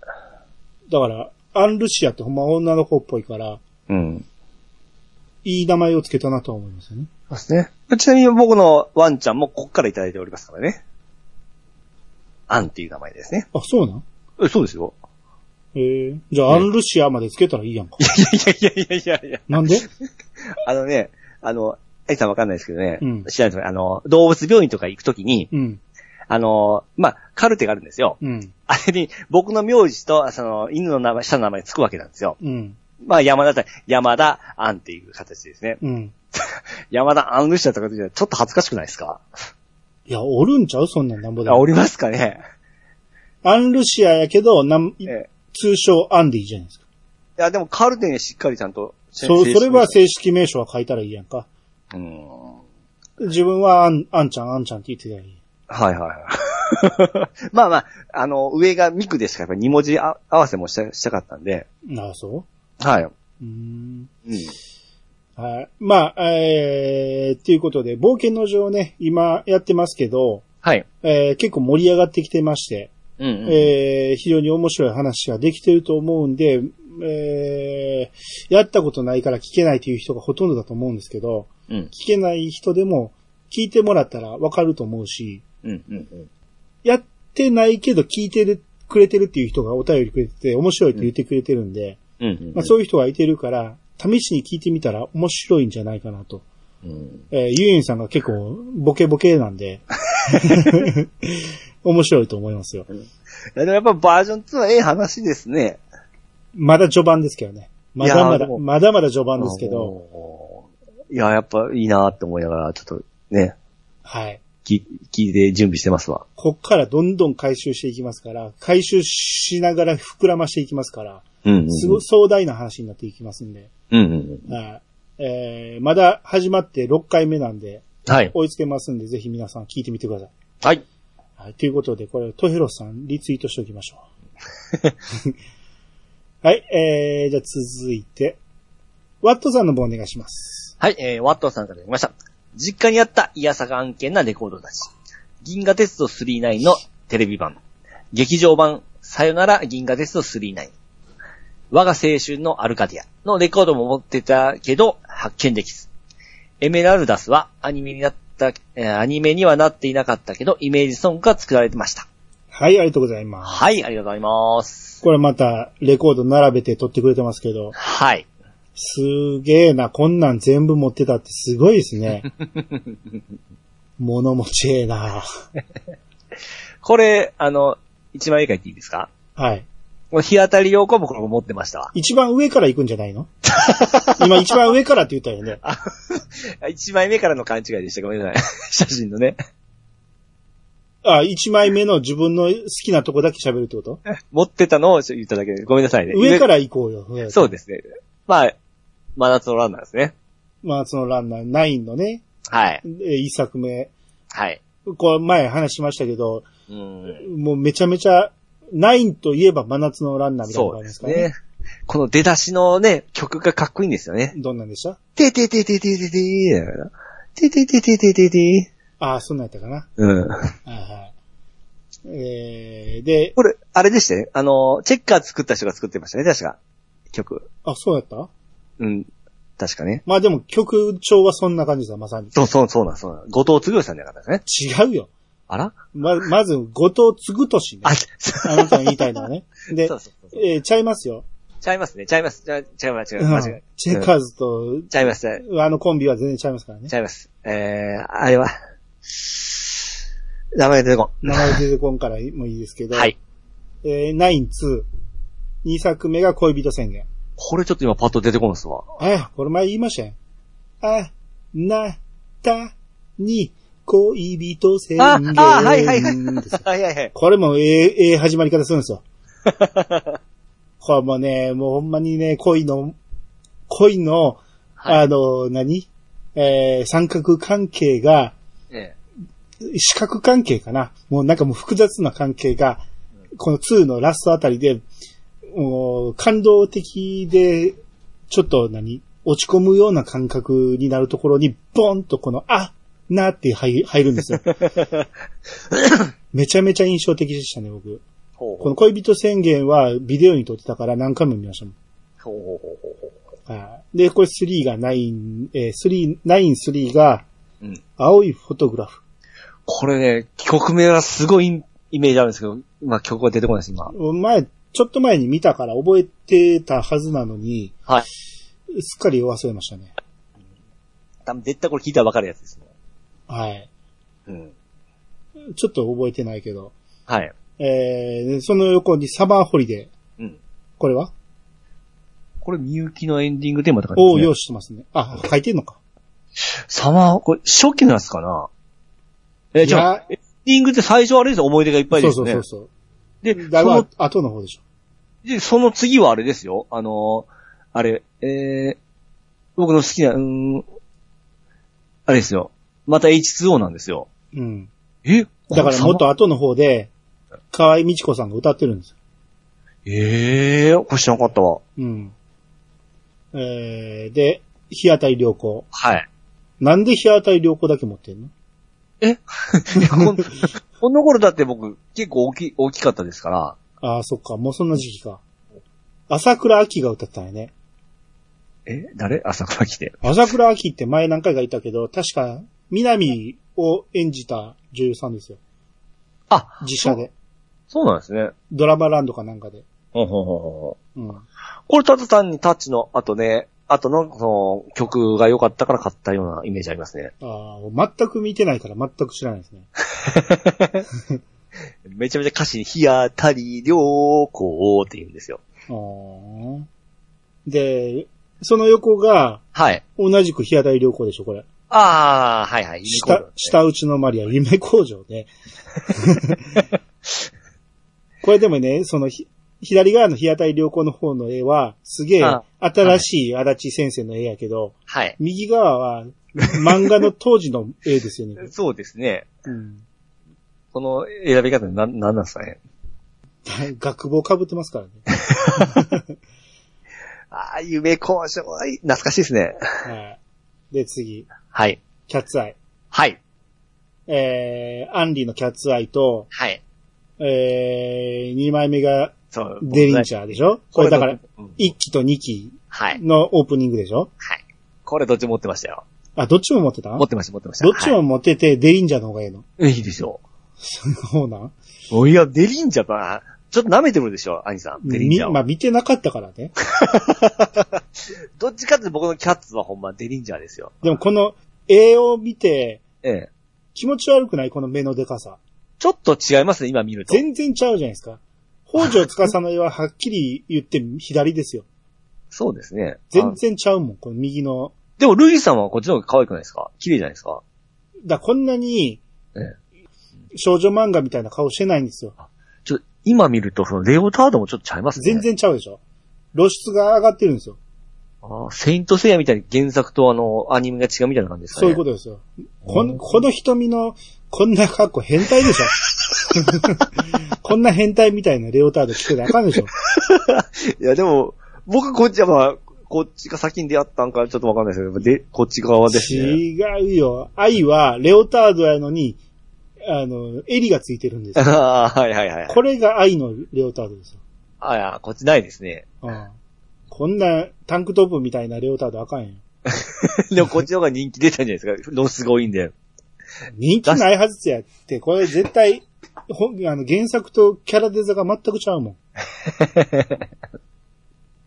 Speaker 1: だから、アンルシアってほんま女の子っぽいから、
Speaker 4: うん。
Speaker 1: いい名前をつけたなとは思いますよね。
Speaker 4: そうですね。ちなみに僕のワンちゃんもこっからいただいておりますからね。アンっていう名前ですね。
Speaker 1: あ、そうなん
Speaker 4: え、そうですよ。
Speaker 1: ええじゃあ、アンルシアまでつけたらいいやんか。
Speaker 4: いやいやいやいやい
Speaker 1: <laughs>
Speaker 4: や。
Speaker 1: なんで
Speaker 4: あのね、あの、アイさんわかんないですけどね、
Speaker 1: うん
Speaker 4: 知らないですけどあの、動物病院とか行くときに、
Speaker 1: うん、
Speaker 4: あの、まあ、カルテがあるんですよ。
Speaker 1: うん、
Speaker 4: あれに、僕の名字と、その、犬の名前、下の名前つくわけなんですよ。
Speaker 1: うん、
Speaker 4: まあ、山田だったら、山田、アンっていう形ですね。
Speaker 1: うん。
Speaker 4: 山田、アンルシアとかってちょっと恥ずかしくないですか
Speaker 1: いや、おるんちゃうそんなんなんぼで
Speaker 4: あ、
Speaker 1: も。
Speaker 4: おりますかね。
Speaker 1: アンルシアやけど、なん
Speaker 4: ええ
Speaker 1: 通称アンディじゃないですか。
Speaker 4: いや、でもカルテにはしっかりちゃんと、
Speaker 1: そう、それは
Speaker 4: 正
Speaker 1: 正式名称は書いたらいいやんか。
Speaker 4: 式名称、うん。
Speaker 1: 自分はあん、あんちゃん、あんちゃんって言ってたらいい。
Speaker 4: はいはいはい。 <laughs> まあまあ、あの、上がミクでしかやっぱり2文字あ合わせもしたしたかったんで、
Speaker 1: なあ、そ
Speaker 4: はい。う
Speaker 1: ううーん。
Speaker 4: ん。
Speaker 1: はい。まあ、えー、っていうことで、冒険の城ね、今やってますけど、
Speaker 4: はい。
Speaker 1: えー、結構盛り上がってきてまして、
Speaker 4: うん、うん。
Speaker 1: えー、非常に面白い話ができてると思うんで、えー、やったことないから聞けないという人がほとんどだと思うんですけど、
Speaker 4: うん
Speaker 1: 聞けない人でも聞いてもらったらわかると思うし、
Speaker 4: うんうんうん。
Speaker 1: やってないけど聞いてるくれてるっていう人がお便りくれてて、面白いって言ってくれてるんで、
Speaker 4: うんうんうん
Speaker 1: まあ、そういう人がいてるから、試しに聞いてみたら面白いんじゃないかなと。
Speaker 4: うん
Speaker 1: えーゆうゆんさんが結構ボケボケな
Speaker 4: <laughs>
Speaker 1: んで、面白いと思いますよ。
Speaker 4: いやでもやっぱバージョン2はええ話ですね。
Speaker 1: まだ序盤ですけどね。まだま
Speaker 4: いやーで
Speaker 1: だ、
Speaker 4: も
Speaker 1: まだまだ序盤ですけど、
Speaker 4: ど。いや、やっぱいいなって思いながら、ちょっとね、
Speaker 1: はい。
Speaker 4: き聞いて準備してますわ。
Speaker 1: こっからどんどん回収していきますから、回収しながら膨らましていきますから、
Speaker 4: うんうんうん。
Speaker 1: すご、壮大な話になっていきますんで、
Speaker 4: うんうんうん。
Speaker 1: はい。えー、まだ始まって6回目なんで、
Speaker 4: はい。
Speaker 1: 追いつけますんで、ぜひ皆さん聞いてみてください。
Speaker 4: はい。
Speaker 1: はい。ということで、これ、トヘロさん、リツイートしておきましょう。はい。えー、じゃあ続いて、ワットさんの方お願いします。
Speaker 2: はい、えー、ワットさんからいきました。実家にあったいやさが案件なレコードたち。銀河鉄道39のテレビ版。劇場版、さよなら銀河鉄道39。我が青春のアルカディアのレコードも持ってたけど、発見できず。エメラルダスはアニメになった、えーアニメにはなっていなかったけど、イメージソングが作られてました。
Speaker 1: はい、ありがとうございます。
Speaker 2: はい、ありがとうございます。
Speaker 1: これまた、レコード並べて撮ってくれてますけど、
Speaker 2: はい。
Speaker 1: すげえな、こんなん全部持ってたってすごいですね。物持ちええな。
Speaker 2: これ、あの、一枚絵描いていいですか
Speaker 1: はい。
Speaker 2: この日当たり用項もこれ持ってましたわ。
Speaker 1: 一番上から行くんじゃない
Speaker 2: <laughs>
Speaker 1: の今一番上からって言ったよね。
Speaker 2: あ一枚目からの勘違いでした。ごめんなさい。 <laughs> 写真のね。
Speaker 1: あ、一枚目の自分の好きなとこだけ喋るってこと
Speaker 2: 持ってたのを言っただけで。ごめんなさいね。
Speaker 1: 上から行こうよ。上
Speaker 2: 上そうですね。まあ、真夏のランナーですね。
Speaker 1: まあ、そのランナー9のね、
Speaker 2: はい。
Speaker 1: えー一作目、
Speaker 2: はい。
Speaker 1: こう前話しましたけど、
Speaker 2: うん。
Speaker 1: もうめちゃめちゃ、ナインといえば真夏のランナーみたいな
Speaker 2: そ
Speaker 1: 感
Speaker 2: う
Speaker 1: じで
Speaker 2: で
Speaker 1: す
Speaker 2: す
Speaker 1: からね。
Speaker 2: ね。この出だしのね、曲がかっこいいんですよね。
Speaker 1: どんなんでした
Speaker 2: てててててててててててててて
Speaker 1: ああ、そんなんやったかな。
Speaker 2: うん。
Speaker 1: はいはい。えー、で、
Speaker 2: これ、あれでしたね。あの、チェッカー作った人が作ってましたね、確か。曲。
Speaker 1: あ、そうやった
Speaker 2: うん。確かね。
Speaker 1: まあでも曲調はそんな感じだ、まさに。
Speaker 2: そうそう、そうなん、そうなん。後藤嗣さんじゃなかったですね。
Speaker 1: 違うよ。
Speaker 2: あら
Speaker 1: ま、まず、後藤継ぐ年ね。
Speaker 2: あ、
Speaker 1: あ
Speaker 2: そう
Speaker 1: なたが言いたいのは
Speaker 2: <laughs>
Speaker 1: ね。で
Speaker 2: そ、うそうそう。
Speaker 1: えー、ちゃいますよ。
Speaker 2: ちゃいますね。ちゃいます。ちゃいちゃいます。違
Speaker 1: う
Speaker 2: います。違い
Speaker 1: んチェッカーズと、
Speaker 2: ちゃいます。
Speaker 1: あのコンビは全然ちゃいますからね
Speaker 2: ち。ゃいます。えー、あれは、名前出てこん。
Speaker 1: 名前出てこんからもいいですけど。
Speaker 2: はい。
Speaker 1: えー、ナイン2。2作目が恋人宣言。
Speaker 4: これちょっと今パッと出てこんですわ。
Speaker 1: あ、これ前言いましたよ。あ、な、た、に、恋人宣言。
Speaker 2: ああはいは
Speaker 1: <laughs>
Speaker 2: いはい
Speaker 1: です
Speaker 2: はいはいはい。
Speaker 1: これもええ、ええ始まり方するんです
Speaker 2: <laughs>
Speaker 1: よ。これもね、もうほんまにね、恋の、恋の、
Speaker 2: はい
Speaker 1: あの、何えー三角関係が、
Speaker 2: え
Speaker 1: 四角関係かな。もうなんかもう複雑な関係が、この2のラストあたりで、もう感動的で、ちょっと何落ち込むような感覚になるところに、ボンとこの、あなって入入るんです
Speaker 2: <laughs>
Speaker 1: よ。めちゃめちゃ印象的でしたね、僕。
Speaker 2: ほう
Speaker 1: この恋人宣言はビデオに撮ってたから何回も見ましたもん。
Speaker 2: ほうほうほうほうほ
Speaker 1: はいで、これ3が9、えー、3、9、3が
Speaker 2: う。うん。
Speaker 1: 青いフォトグラフ。
Speaker 4: これね、曲名はすごいインイメージあるんですけど、まあ曲は出てこないです、今。
Speaker 1: 前、ちょっと前に見たから覚えてたはずなのに、
Speaker 2: はい
Speaker 1: すっかり忘れましたね。
Speaker 2: 多分絶対これ聞いたらわかるやつですね。
Speaker 1: はい。
Speaker 2: うん。
Speaker 1: ちょっと覚えてないけど。
Speaker 2: はい。
Speaker 1: えー、その横にサマーホリデー。
Speaker 2: うん
Speaker 1: これは、
Speaker 4: これ、みゆきのエンディングテーマとか
Speaker 1: おお
Speaker 4: ですね
Speaker 1: 用意してますね。あ、書いてんのか。
Speaker 4: サマー、これ、初期のやつかなえ、じゃあ、
Speaker 1: あ、
Speaker 4: エンディングって最初あれですよ、思い出がいっぱい
Speaker 1: そ
Speaker 4: で
Speaker 1: う
Speaker 4: す
Speaker 1: そ
Speaker 4: よ
Speaker 1: う
Speaker 4: ね。
Speaker 1: そうそう。
Speaker 2: で、
Speaker 1: だい
Speaker 2: そ
Speaker 1: ぶ
Speaker 2: の、
Speaker 1: 後の方でしょ。
Speaker 4: で、その次はあれですよ、あのー、あれ、えー、僕の好きな、うーん、あれですよ、また H2O なんですよ。
Speaker 1: うん。
Speaker 4: え
Speaker 1: だからもっ。と後の方で、河合美智子さんが歌ってるんですよ。
Speaker 4: ええー、これ知らなかったわ。
Speaker 1: うん。えー、で、日当たり良好。
Speaker 4: はい。 <laughs>
Speaker 1: なんで日当たり良好だけ持ってんの
Speaker 4: こんこの頃だって僕、結構大き、大きかったですから。
Speaker 1: ああ、そっか。もうそんな時期か。朝倉秋が歌ったんやね。
Speaker 4: え誰朝から来て。
Speaker 1: 朝倉秋って前何回かいたけど、確か、南を演じた女優さんですよ。
Speaker 4: あ、
Speaker 1: 自社で。
Speaker 4: そうなんですね。
Speaker 1: ドラマランドかなんかで。
Speaker 4: ほうほうほうほう
Speaker 1: うん。
Speaker 4: これただ単にタッチの後ね、後のその曲が良かったから買ったようなイメージありますね。
Speaker 1: ああ、全く見てないから全く知らないですね。
Speaker 4: めちゃめちゃ歌詞に日当たり良好って言うんですよ。
Speaker 1: あーで、その横が、
Speaker 4: はい。
Speaker 1: 同じく日当たり良好でしょ、これ。
Speaker 4: ああ、はいはい。
Speaker 1: 下、下打ちのマリア、夢工場で。これでもね、そのひ、左側の日当たり良好の方の絵は、すげえ
Speaker 4: あ
Speaker 1: 新しい足立先生の絵やけど、
Speaker 4: はい。
Speaker 1: 右側は漫画の当時の絵ですよね。
Speaker 2: <laughs>
Speaker 4: そうですね。
Speaker 1: うん、
Speaker 4: この選び方なん、なんなんですかね。
Speaker 1: 学帽被ってますからね。
Speaker 4: ああ、夢交渉。懐かしいですね。
Speaker 1: はい。で、次、
Speaker 4: はい。
Speaker 1: キャッツアイ。
Speaker 4: はい。
Speaker 1: えー、アンリのキャッツアイと、
Speaker 2: はい。
Speaker 1: えー、2枚目が
Speaker 2: そう。
Speaker 1: デリンチ
Speaker 2: ャー。
Speaker 1: ャーでしょこれだから、1期と2期
Speaker 2: はい。
Speaker 1: のオープニングでしょ
Speaker 2: これどっちも持ってましたよ。
Speaker 1: あ、どっちも持ってた
Speaker 2: 持ってました、持ってました。
Speaker 1: どっちも持ってて、デリンジャーの方がいいの。
Speaker 4: え、いいでしょ
Speaker 1: そうなん
Speaker 2: もいや、デリンジャーかな。ちょっと舐めてるでしょ、アニさん。デリン
Speaker 1: み
Speaker 2: ジャー
Speaker 1: まあ
Speaker 2: を。
Speaker 1: 見てなかったからね。
Speaker 2: どっちかっていうと僕のキャッツはほんまデリンジャーですよ。
Speaker 1: でもこの絵を見て、
Speaker 2: ええ。
Speaker 1: 気持ち悪くないこの目のデカさ。
Speaker 2: ちょっと違いますね、今見ると。
Speaker 1: 全然ちゃうじゃないですか。北条司の絵ははっきり言って左ですよ。
Speaker 2: そうですね。
Speaker 1: 全
Speaker 2: あ
Speaker 1: 然ちゃうもん、この右の。
Speaker 2: でも、ルイさんはこっちの方が可愛くないですか綺麗じゃないですか
Speaker 1: だこんなに
Speaker 4: ええ、
Speaker 1: 少女漫画みたいな顔してないんですよ。
Speaker 4: ちょ、今見ると、その、レオタードもちょっとちゃいますね。
Speaker 1: 全。然ちゃうでしょ。露出が上がってるんですよ。
Speaker 4: ああ、セイントセイヤみたいに原作とあの、アニメが違うみたいな感じですかね。
Speaker 1: そういうことですよ。この、この瞳の、こんな格好変態で
Speaker 4: <laughs>
Speaker 1: しょ。こんな変態みたいなレオタード着てたらあかんでしょ。
Speaker 4: いや、でも、僕こっちはまあ、こっちが先に出会ったんかちょっとわかんないですけど、で、こっち側ですね。
Speaker 1: 違うよ。愛はレオタードやのに、あの、襟がついてる
Speaker 4: <laughs>
Speaker 1: んですよ。
Speaker 4: ああ、はいはいはい。
Speaker 1: これが愛のレオタードですよ。
Speaker 2: あいや、こっちないで
Speaker 4: <laughs>
Speaker 2: すね。
Speaker 1: うんこんなタンクトップみたいなレオタードあかんよ。
Speaker 2: でもこっちの方が人気出たんじゃないですか。ロスが多いんで。
Speaker 1: 人気ないはずやって、これ絶対、ほんあの原作とキャラデザが全くちゃうもん。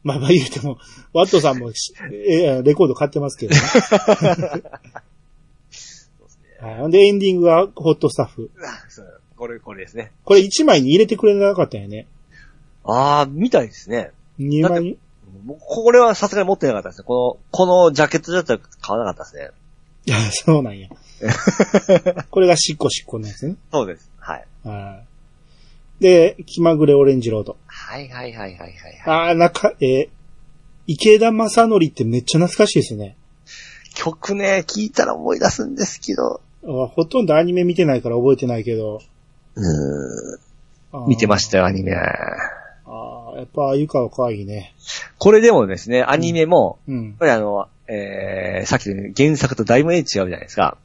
Speaker 1: まあまあ言うても、ワットさんもし、えーレコード買ってますけどね。はいほんで、エンディングはホットスタッフ。
Speaker 2: そうこれ、これですね。
Speaker 1: これ1枚に入れてくれなかったよね。
Speaker 2: ああ、みたいですね。
Speaker 1: 2枚に。
Speaker 2: もうこれはさすがに持ってなかったですね。この、このジャケットだったら買わなかったですね。
Speaker 1: いや、 <laughs> そうなんや。これがしっこしっこのやつね。
Speaker 2: そうです。はい。
Speaker 1: はいで、気まぐれオレンジロード。
Speaker 2: はいはいはいはいはい、はい。
Speaker 1: ああ、なんか、えー池田正則ってめっちゃ懐かしいですね。
Speaker 2: 曲ね、聞いたら思い出すんですけど。
Speaker 1: あほとんどアニメ見てないから覚えてないけど。
Speaker 2: う
Speaker 1: あー
Speaker 2: ん。見てましたよ、アニメ。
Speaker 1: ああ、やっぱ、湯川可愛いね。
Speaker 2: これでもですね、アニメも、
Speaker 1: うん
Speaker 2: やっ。ぱりあの、えー、さっきの原作とだいぶね違うじゃないですか。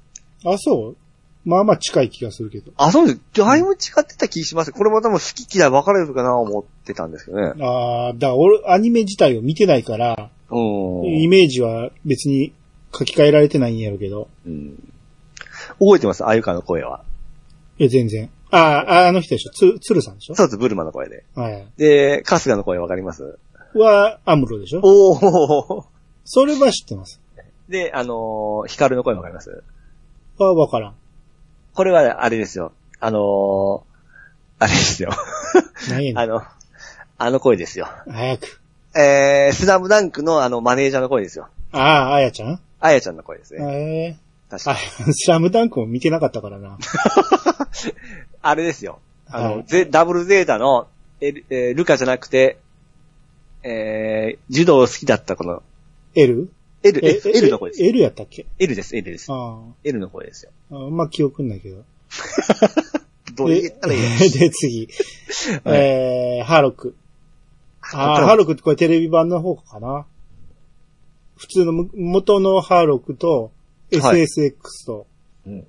Speaker 1: あ、そうまあまあ近い気がするけど。
Speaker 2: あ、そうです。だいぶ違ってた気します。これも多分好き嫌い分かれるかな思ってたんですけどね。
Speaker 1: ああ、だから俺、アニメ自体を見てないから、イ
Speaker 2: う
Speaker 1: メージは別に書き換えられてないんやろうけど。
Speaker 2: ん。覚えてますあゆかの声は。
Speaker 1: いや、全然。ああ、あの人でしょ。つ、つるさんでしょ
Speaker 2: そうです、ブルマの声で。
Speaker 1: はい。
Speaker 2: で、春日の声わかります
Speaker 1: は、アムロでしょ
Speaker 2: おお。
Speaker 1: それは知ってます。
Speaker 2: で、あのー、ヒカルの声わかります
Speaker 1: は、わからん。
Speaker 2: これは、あれですよ。あのー、あれですよ。
Speaker 1: 何やね
Speaker 2: あ
Speaker 1: ん。
Speaker 2: の、あの声ですよ。
Speaker 1: 早く。
Speaker 2: えー、スラムダンクのあの、マネージャーの声ですよ。
Speaker 1: ああ、あやちゃん
Speaker 2: あやちゃんの声ですね。
Speaker 1: ええ
Speaker 2: 確
Speaker 1: あ
Speaker 2: か、
Speaker 1: <laughs> スラムダンクも見てなかったからな。
Speaker 2: あれですよ。 <laughs> あの、
Speaker 1: はい
Speaker 2: ゼダブルゼータの、えルえールカじゃなくて、えー、柔道好きだったこの、
Speaker 1: L?
Speaker 2: L、
Speaker 1: え
Speaker 2: L の声です。
Speaker 1: L やったっけ
Speaker 2: L です、L です。
Speaker 1: ああ
Speaker 2: L の声ですよ。
Speaker 1: あんま記憶んないけど。
Speaker 2: どう言ったらいいの
Speaker 1: で、
Speaker 2: <laughs>
Speaker 1: 次。えー、ハーロック。あ
Speaker 2: あ
Speaker 1: あ、ハーロックってこれテレビ版の方かな。普通のむ元のハーロックと、
Speaker 2: はい
Speaker 1: SSX と、
Speaker 2: うん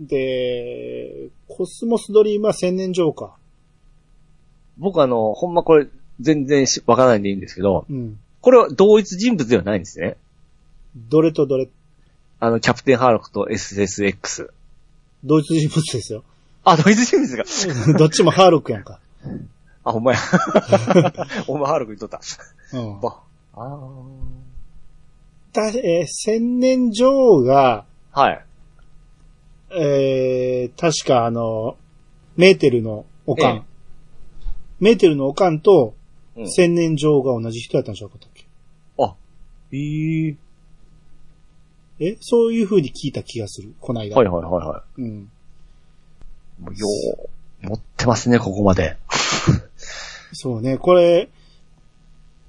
Speaker 1: で、コスモスドリームは千年城か。
Speaker 2: 僕あの、ほんまこれ、全然しわからないんでいいんですけど、
Speaker 1: うん。
Speaker 2: これは同一人物ではないんですね。
Speaker 1: どれとどれ、
Speaker 2: あの、キャプテンハーロックと SSX。
Speaker 1: 同一人物です
Speaker 2: <laughs>
Speaker 1: よ。
Speaker 2: あ、同一人物が。
Speaker 1: どっちもハーロックやんか。
Speaker 2: あ、ほんま <laughs> や。お前ハーロックにとった。
Speaker 1: うん。
Speaker 2: ば。あー
Speaker 1: だえー千年女王が、
Speaker 2: はい。
Speaker 1: えー、確かあの、メーテルのおかん。
Speaker 2: ええ
Speaker 1: メーテルのおかんと
Speaker 2: うん、
Speaker 1: 千年女王が同じ人やったんじゃなかったっけ、
Speaker 2: あ、えー。
Speaker 1: えそういう風に聞いた気がする、こないだ。
Speaker 2: はいはいはいは
Speaker 1: うん。
Speaker 2: い。もうよう、持ってますね、ここまで。
Speaker 1: そうね、これ、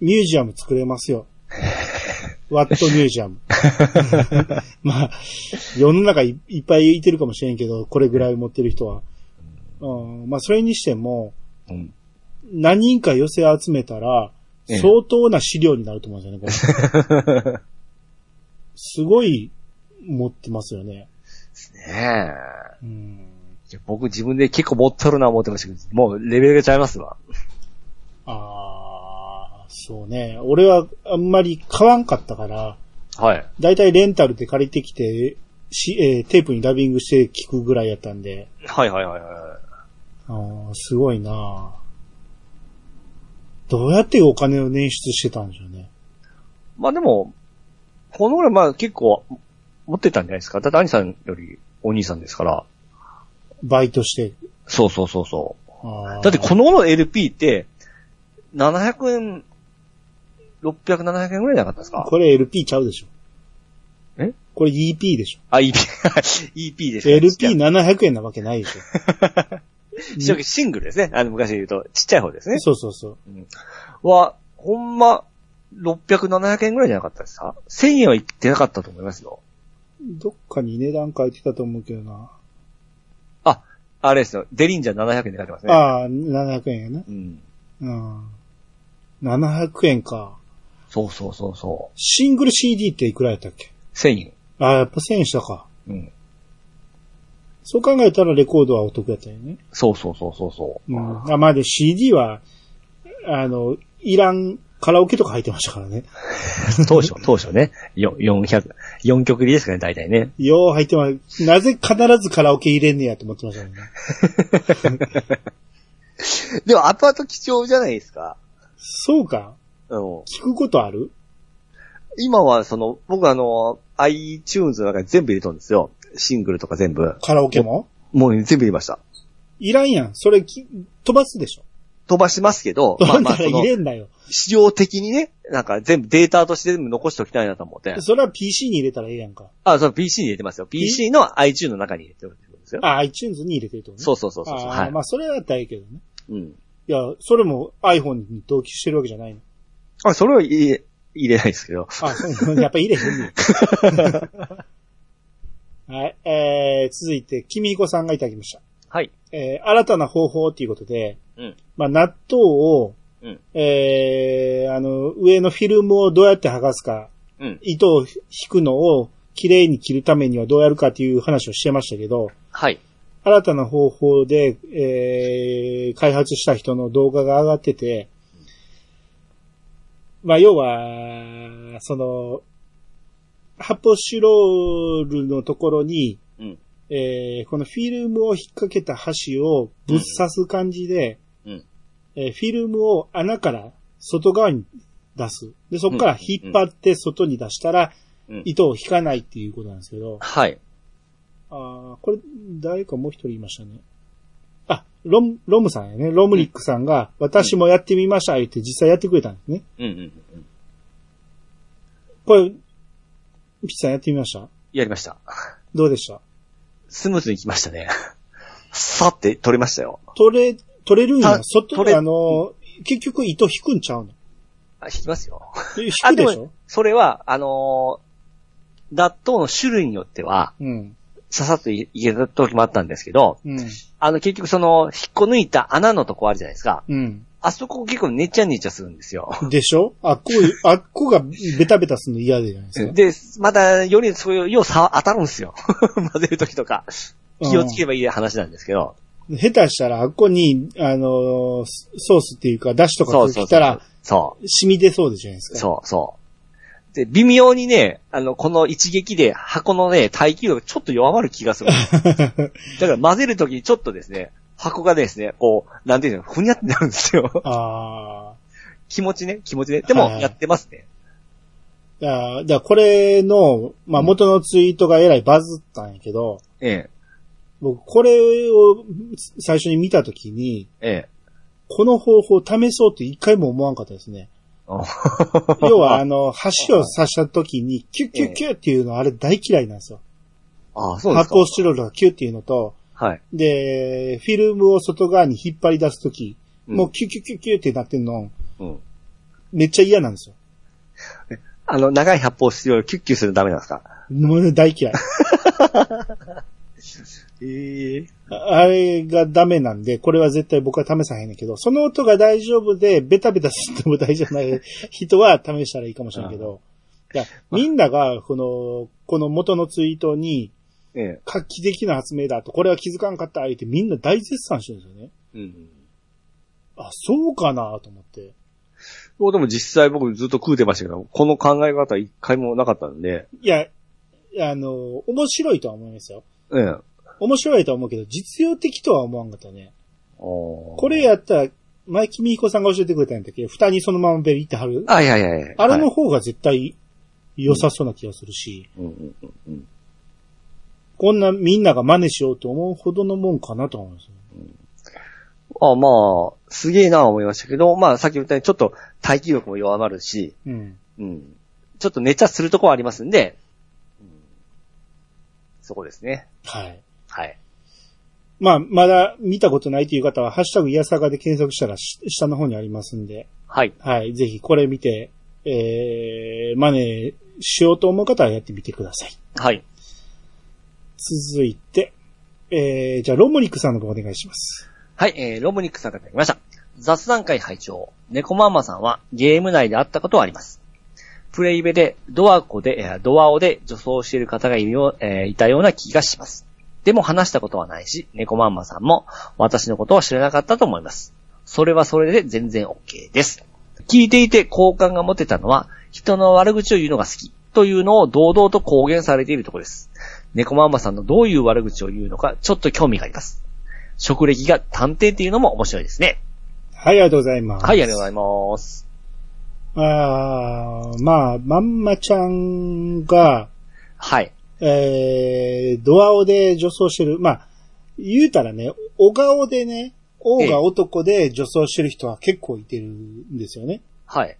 Speaker 1: ミュージアム作れます
Speaker 2: <laughs>
Speaker 1: よ。ワットミュージアム。 <laughs> まあ、世の中いいっぱいいてるかもしれんけど、これぐらい持ってる人は。うん、まあ、それにしても、
Speaker 2: うん。
Speaker 1: 何人か寄せ集めたら、
Speaker 2: ええ
Speaker 1: 相当な資料になると思うんですよね、こ
Speaker 2: <laughs>
Speaker 1: れすごい持ってますよね。
Speaker 2: ね
Speaker 1: う
Speaker 2: え。
Speaker 1: ん。
Speaker 2: いや僕自分で結構持っとるな思ってましたけど、もうレベルが違いますわ。
Speaker 1: ああ、そうね。俺はあんまり買わんかったから、
Speaker 2: はい。
Speaker 1: だいたいレンタルで借りてきて、しえーテープにダビングして聞くぐらいやったんで、
Speaker 2: はいはいはいは
Speaker 1: あーすごいなあどうやってお金を捻出してたんでしょうね。
Speaker 2: い。まあでも、このぐらいまあ結構持ってたんじゃないですか。だって兄さんよりお兄さんですから。
Speaker 1: バイトして。
Speaker 2: そうそうそうそう。
Speaker 1: あー
Speaker 2: だってこの頃の LP って、700円、600、700円ぐらいじゃなかったですか
Speaker 1: これ LP ちゃうでしょ。
Speaker 2: え
Speaker 1: これ EP でしょ。
Speaker 2: あ、EP、EP ですね。
Speaker 1: LP700 円なわけないでしょ。
Speaker 2: ちっシングルですね。あの、昔で言うと、ちっちゃい方ですね。
Speaker 1: そうそうそう。
Speaker 2: は、ほんま、600、700円ぐらいじゃなかったですか ?1000 円はいってなかったと思いますよ。
Speaker 1: どっかに値段書いてたと思うけどな。
Speaker 4: あれですよ、デリンジャー700円で書いてますね。
Speaker 1: ああ、700円やな。
Speaker 4: うん。
Speaker 1: うん。700円か。
Speaker 4: そうそうそうそ
Speaker 1: シングル CD っていくらやったっけ
Speaker 4: う。1000円。
Speaker 1: ああ、やっぱ1000円したか。
Speaker 4: うん。
Speaker 1: そう考えたらレコードはお得やったよね。
Speaker 4: そうそうそうそうそうう。
Speaker 1: ん。あまあで CD は、あの、いらんカラオケとか入ってましたからね。
Speaker 4: 当初、当初ね。よ400、4曲入りですかね、大体ね。
Speaker 1: よう入ってます。なぜ必ずカラオケ入れんねやと思ってましたもんね。
Speaker 2: でも後々貴重じゃないですか。
Speaker 1: そうか。
Speaker 2: うん。
Speaker 1: 聞くことある
Speaker 2: 今はその、僕あの、iTunes の中に全部入れとるんですよ。シングルとか全部。
Speaker 1: カラオケも
Speaker 2: もう全部入れました。
Speaker 1: いらんやん。それき、飛ばすでしょ。
Speaker 2: 飛ばします
Speaker 1: <laughs>
Speaker 2: けど、ま
Speaker 1: 飛ば
Speaker 2: あまあ
Speaker 1: んだら
Speaker 2: そ
Speaker 1: 入
Speaker 2: の、
Speaker 1: れんだよ。
Speaker 2: 資料的にね、なんか全部データとして全部残しておきたいなと思って。
Speaker 1: それは PC に入れたらええやんか。
Speaker 2: あ、そう、PC に入れてますよ。PC の iTunes の中に入れてるってことですよ。
Speaker 1: あ、iTunes に入れてるってことね。
Speaker 2: そうそうそうそう。
Speaker 1: あー
Speaker 2: はい。
Speaker 1: まあ、それだったらいいけどね。
Speaker 2: うん。
Speaker 1: いや、それも iPhone に同期してるわけじゃないの。
Speaker 2: あ、それは入れ、入れないですけど。 <laughs>
Speaker 1: あ、そう <laughs> やっぱ入れへんねんはい、えー、続いて、君彦さんがいただきました。
Speaker 2: はい。
Speaker 1: えー、新たな方法ということで、
Speaker 2: うん
Speaker 1: まあ、納豆を、
Speaker 2: うん
Speaker 1: えー、あの、上のフィルムをどうやって剥がすか、
Speaker 2: うん
Speaker 1: 糸を引くのを綺麗に切るためにはどうやるかっていう話をしてましたけど、
Speaker 2: はい。
Speaker 1: 新たな方法で、えー、開発した人の動画が上がってて、まあ、要は、その、発泡スチロールのところに、
Speaker 2: うん
Speaker 1: えーこのフィルムを引っ掛けた箸をぶっ刺す感じで、
Speaker 2: うんうん
Speaker 1: えーフィルムを穴から外側に出す。で、そこから引っ張って外に出したら、
Speaker 2: うん
Speaker 1: 糸を引かないっていうことなんですけど、
Speaker 2: はい。
Speaker 1: ああ、これ、誰かもう一人いましたね。あ、ロム、ロムさんやね。ロムリックさんが、私もやってみました、言って実際やってくれたんですね。
Speaker 2: うんうんうん。
Speaker 1: これ、ピッチさんやってみました
Speaker 2: やりました。
Speaker 1: どうでした
Speaker 2: スムーズに来ましたね。 <laughs> さって取れましたよ。
Speaker 1: 取れ、取れるんや。
Speaker 2: た
Speaker 1: 外
Speaker 2: 取れ
Speaker 1: あのー、結局糸引くんちゃうの
Speaker 2: あ、引きますよ。
Speaker 1: 引
Speaker 2: あ、
Speaker 1: くで
Speaker 2: で
Speaker 1: し
Speaker 2: も
Speaker 1: ょ、
Speaker 2: それは、あのー納豆の種類によっては、
Speaker 1: うん。
Speaker 2: ささっといけた時もあったんですけど、
Speaker 1: うん。
Speaker 2: あの、結局その、引っこ抜いた穴のとこあるじゃないですか。
Speaker 1: うん。
Speaker 2: あそこ結構ねちゃねちゃするんですよ。
Speaker 1: でしょあっ
Speaker 2: <laughs>
Speaker 1: こい、あっこがベタベタするの嫌でじゃないですか。
Speaker 2: で、また、よりそういう、ようさ、当たるんですよ。 <laughs> 混ぜる時とか。
Speaker 1: うん
Speaker 2: 気をつければいい話なんですけど。
Speaker 1: 下手したらあっこに、あのー、ソースっていうか、出汁と
Speaker 2: そ
Speaker 1: か
Speaker 2: う
Speaker 1: か
Speaker 2: そう
Speaker 1: けたら、
Speaker 2: そう。
Speaker 1: 染み出そうでじゃないですか。
Speaker 2: そう、そう。で、微妙にね、あの、この一撃で箱のね、耐久度がちょっと弱まる気
Speaker 1: <laughs>
Speaker 2: がする。だから混ぜるときにちょっとですね、箱がですね、こう、なんていうの、ふにゃってなるんですよ。
Speaker 1: あ
Speaker 2: 気持ちね、気持ちね。でも
Speaker 1: は、い
Speaker 2: やってますね。
Speaker 1: あ。だから、だからこれの、まあ、元のツイートがえらいバズったんやけど、
Speaker 2: ええ、
Speaker 1: 僕、これを最初に見たときに、
Speaker 2: ええ。
Speaker 1: この方法を試そうって一回も思わんかったですね。
Speaker 2: <laughs>
Speaker 1: 要は、あの、箸を刺したときに、キュッキュッキュッっていうの、あれ大嫌いなんですよ。
Speaker 2: ああ、そうです
Speaker 1: 発
Speaker 2: か。
Speaker 1: 泡スチロールがキュッっていうのと、
Speaker 2: はい。
Speaker 1: で、フィルムを外側に引っ張り出すとき、
Speaker 2: うん
Speaker 1: もうキュッキュッキュッキュッってなってんの、
Speaker 2: うん。
Speaker 1: めっちゃ嫌なんですよ。
Speaker 2: あの、長い発泡スチロールキュッキュするのダメなんですか
Speaker 1: もう大
Speaker 2: <laughs>
Speaker 1: 嫌い。
Speaker 2: ええ。
Speaker 1: あれがダメなんで、これは絶対僕は試さへんねんけど、その音が大丈夫で、ベタベタすっても大丈夫ない <laughs> 人は試したらいいかもしれんけど、いやみんなが、この、この元のツイートに、
Speaker 2: ええ。
Speaker 1: 画期的な発明だと、これは気づかんかった、言ってみんな大絶賛してるんですよね。
Speaker 2: うん。
Speaker 1: あ、そうかなと思って。
Speaker 2: もうでも実際僕ずっと食うてましたけど、この考え方一回もなかったんで、
Speaker 1: いや、あの、面白いとは思いますよ。
Speaker 2: ええ。
Speaker 1: 面白いとは思うけど、実用的とは思わんかったね。
Speaker 2: こ
Speaker 1: これやったら、前君彦さんが教えてくれたんだけど、蓋にそのままベリって貼る
Speaker 2: あ、いやいやいや。
Speaker 1: あれ
Speaker 2: は
Speaker 1: の
Speaker 2: い
Speaker 1: 方が絶対良さそうな気がするし、
Speaker 2: うんうんうんうん
Speaker 1: こんなみんなが真似しようと思うほどのもんかなと思うんですよ。
Speaker 2: あまあ、すげえな思いましたけど、まあさっき言ったようにちょっと耐久力も弱まるし、
Speaker 1: うん。
Speaker 2: うん。ちょっと寝ちゃするとこはありますんで、うんそこですね。
Speaker 1: はい。
Speaker 2: はい。
Speaker 1: まあ、まだ見たことないという方は、ハッシュタグイヤサガで検索したらし下の方にありますんで、
Speaker 2: はい。
Speaker 1: はい。ぜひこれ見て、えー、真似しようと思う方はやってみてください。
Speaker 2: はい。
Speaker 1: 続いて、えー、じゃあ、ロムニックさんの方お願いします。
Speaker 2: はい、えー、ロムニックさんからいただきました。雑談会拝聴猫ママさんはゲーム内で会ったことはあります。プレイベでドアコで、えードアオで女装している方がいるよう、えーいたような気がします。でも話したことはないし、猫ママさんも私のことは知らなかったと思います。それはそれで全然 OK です。聞いていて好感が持てたのは、人の悪口を言うのが好きというのを堂々と公言されているところです。猫ママさんのどういう悪口を言うのかちょっと興味があります。職歴が探偵っていうのも面白いですね。
Speaker 1: はい、ありがとうございます。
Speaker 2: はい、ありがとうございます。
Speaker 1: あーまあ、まんまちゃんが、
Speaker 2: はい。
Speaker 1: えー、ドアオで女装してる。まあ、言うたらね、お顔でね、王が男で女装してる人は結構いてるんですよね。
Speaker 2: はい。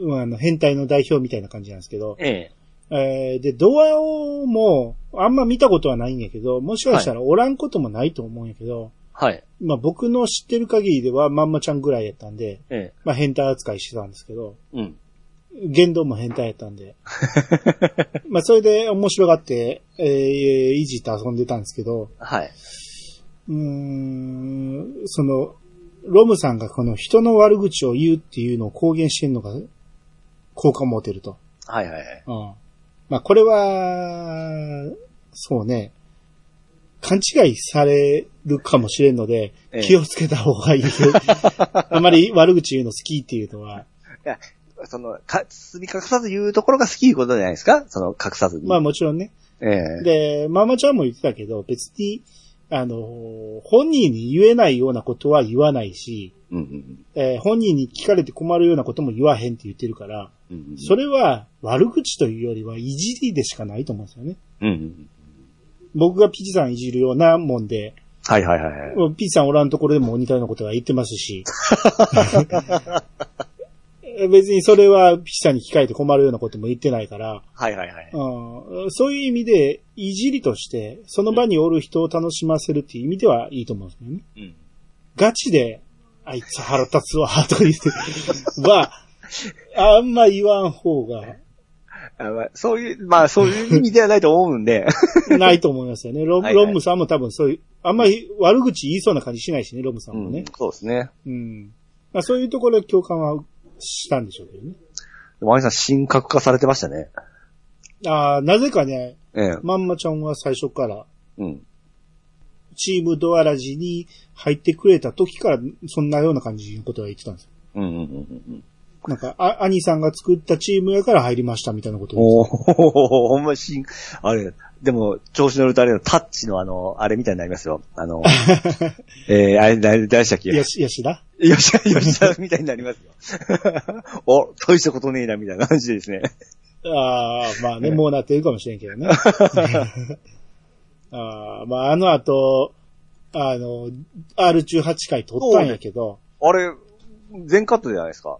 Speaker 1: うんあの、変態の代表みたいな感じなんですけど。
Speaker 2: ええ。
Speaker 1: えー、で、ドアオも、あんま見たことはないんやけど、もしかしたらおらんこともないと思うんやけど、
Speaker 2: はい。
Speaker 1: まあ僕の知ってる限りではまんまちゃんぐらいやったんで、
Speaker 2: ええ。
Speaker 1: まあ変態扱いしてたんですけど、
Speaker 2: うん。
Speaker 1: 言動も変態やったんで。まあそれで面白がって、えー、いじって遊んでたんですけど、
Speaker 2: はい。
Speaker 1: うーん、その、ロムさんがこの人の悪口を言うっていうのを公言してるのが、効果を持てると。
Speaker 2: はいはいはい。
Speaker 1: うん。まあ、これは、そうね、勘違いされるかもしれんので、
Speaker 2: ええ
Speaker 1: 気をつけた方がいい
Speaker 2: <laughs>
Speaker 1: よ。あまり悪口言うの好きっていうのは、
Speaker 2: その、か、包み隠さず言うところが好きいうことじゃないですかその、隠さずに。
Speaker 1: まあもちろんね。
Speaker 2: ええ。
Speaker 1: で、ママちゃんも言ってたけど、別に、あの、本人に言えないようなことは言わないし、
Speaker 2: うんうん
Speaker 1: えー本人に聞かれて困るようなことも言わへんって言ってるから、
Speaker 2: うん。うんうん
Speaker 1: それは悪口というよりはいじりでしかないと思うんですよね。
Speaker 2: うんうん。
Speaker 1: 僕がピチさんいじるようなもんで、
Speaker 2: はいはいはいはい。
Speaker 1: ピーさんおらんところでも似たようなことは言ってますし。 <laughs> 別にそれはピーさんに聞かれて困るようなことも言ってないから、
Speaker 2: はいはいはい。
Speaker 1: うん、そういう意味で、いじりとして、その場におる人を楽しませるっていう意味ではいいと思うんですよね。
Speaker 2: うん。
Speaker 1: ガチで、あいつ腹立つわ、とか言って、 <laughs> は、あんま言わん方が
Speaker 2: あまあそういう、まあそういう意味ではないと思うんで。
Speaker 1: ないと思いますよね。ロ
Speaker 2: はいはい
Speaker 1: ロムさんも多分そういう、あんまり悪口 <laughs> 言いそうな感じしないしね、ロムさん
Speaker 2: う
Speaker 1: もね
Speaker 2: ん。。そうですね。
Speaker 1: うん。まあそういうところで共感はしたんでしょうけどね。
Speaker 2: でもあいさん、神格化されてましたね。
Speaker 1: ああ、なぜかね、
Speaker 2: ええ。
Speaker 1: まんまちゃんは最初から、
Speaker 2: うん。
Speaker 1: チームドアラジに入ってくれた時から、そんなような感じのことは言ってたんですよ。
Speaker 2: うんうんうんうん。
Speaker 1: なんか、あ、兄さんが作ったチームやから入りましたみたいなことを
Speaker 2: おおほんましん、あれ、でも、調子乗るとあれよ、タッチのあの、あれみたいになりますよ。あ <laughs> の、えー、あれ、誰でしたっけ
Speaker 1: 言って
Speaker 2: よ
Speaker 1: た。
Speaker 2: し、
Speaker 1: やし、やしだ
Speaker 2: よし、よし、みたいになりますよ。 <laughs> お、大したことねえな、みたいな感じでですね。
Speaker 1: ああ、まあね、もうなってるかもしれんけど <laughs> ね。ああ、まああの後、あの、R18 回撮ったんやけど、
Speaker 2: あれ、全カットじゃないですか。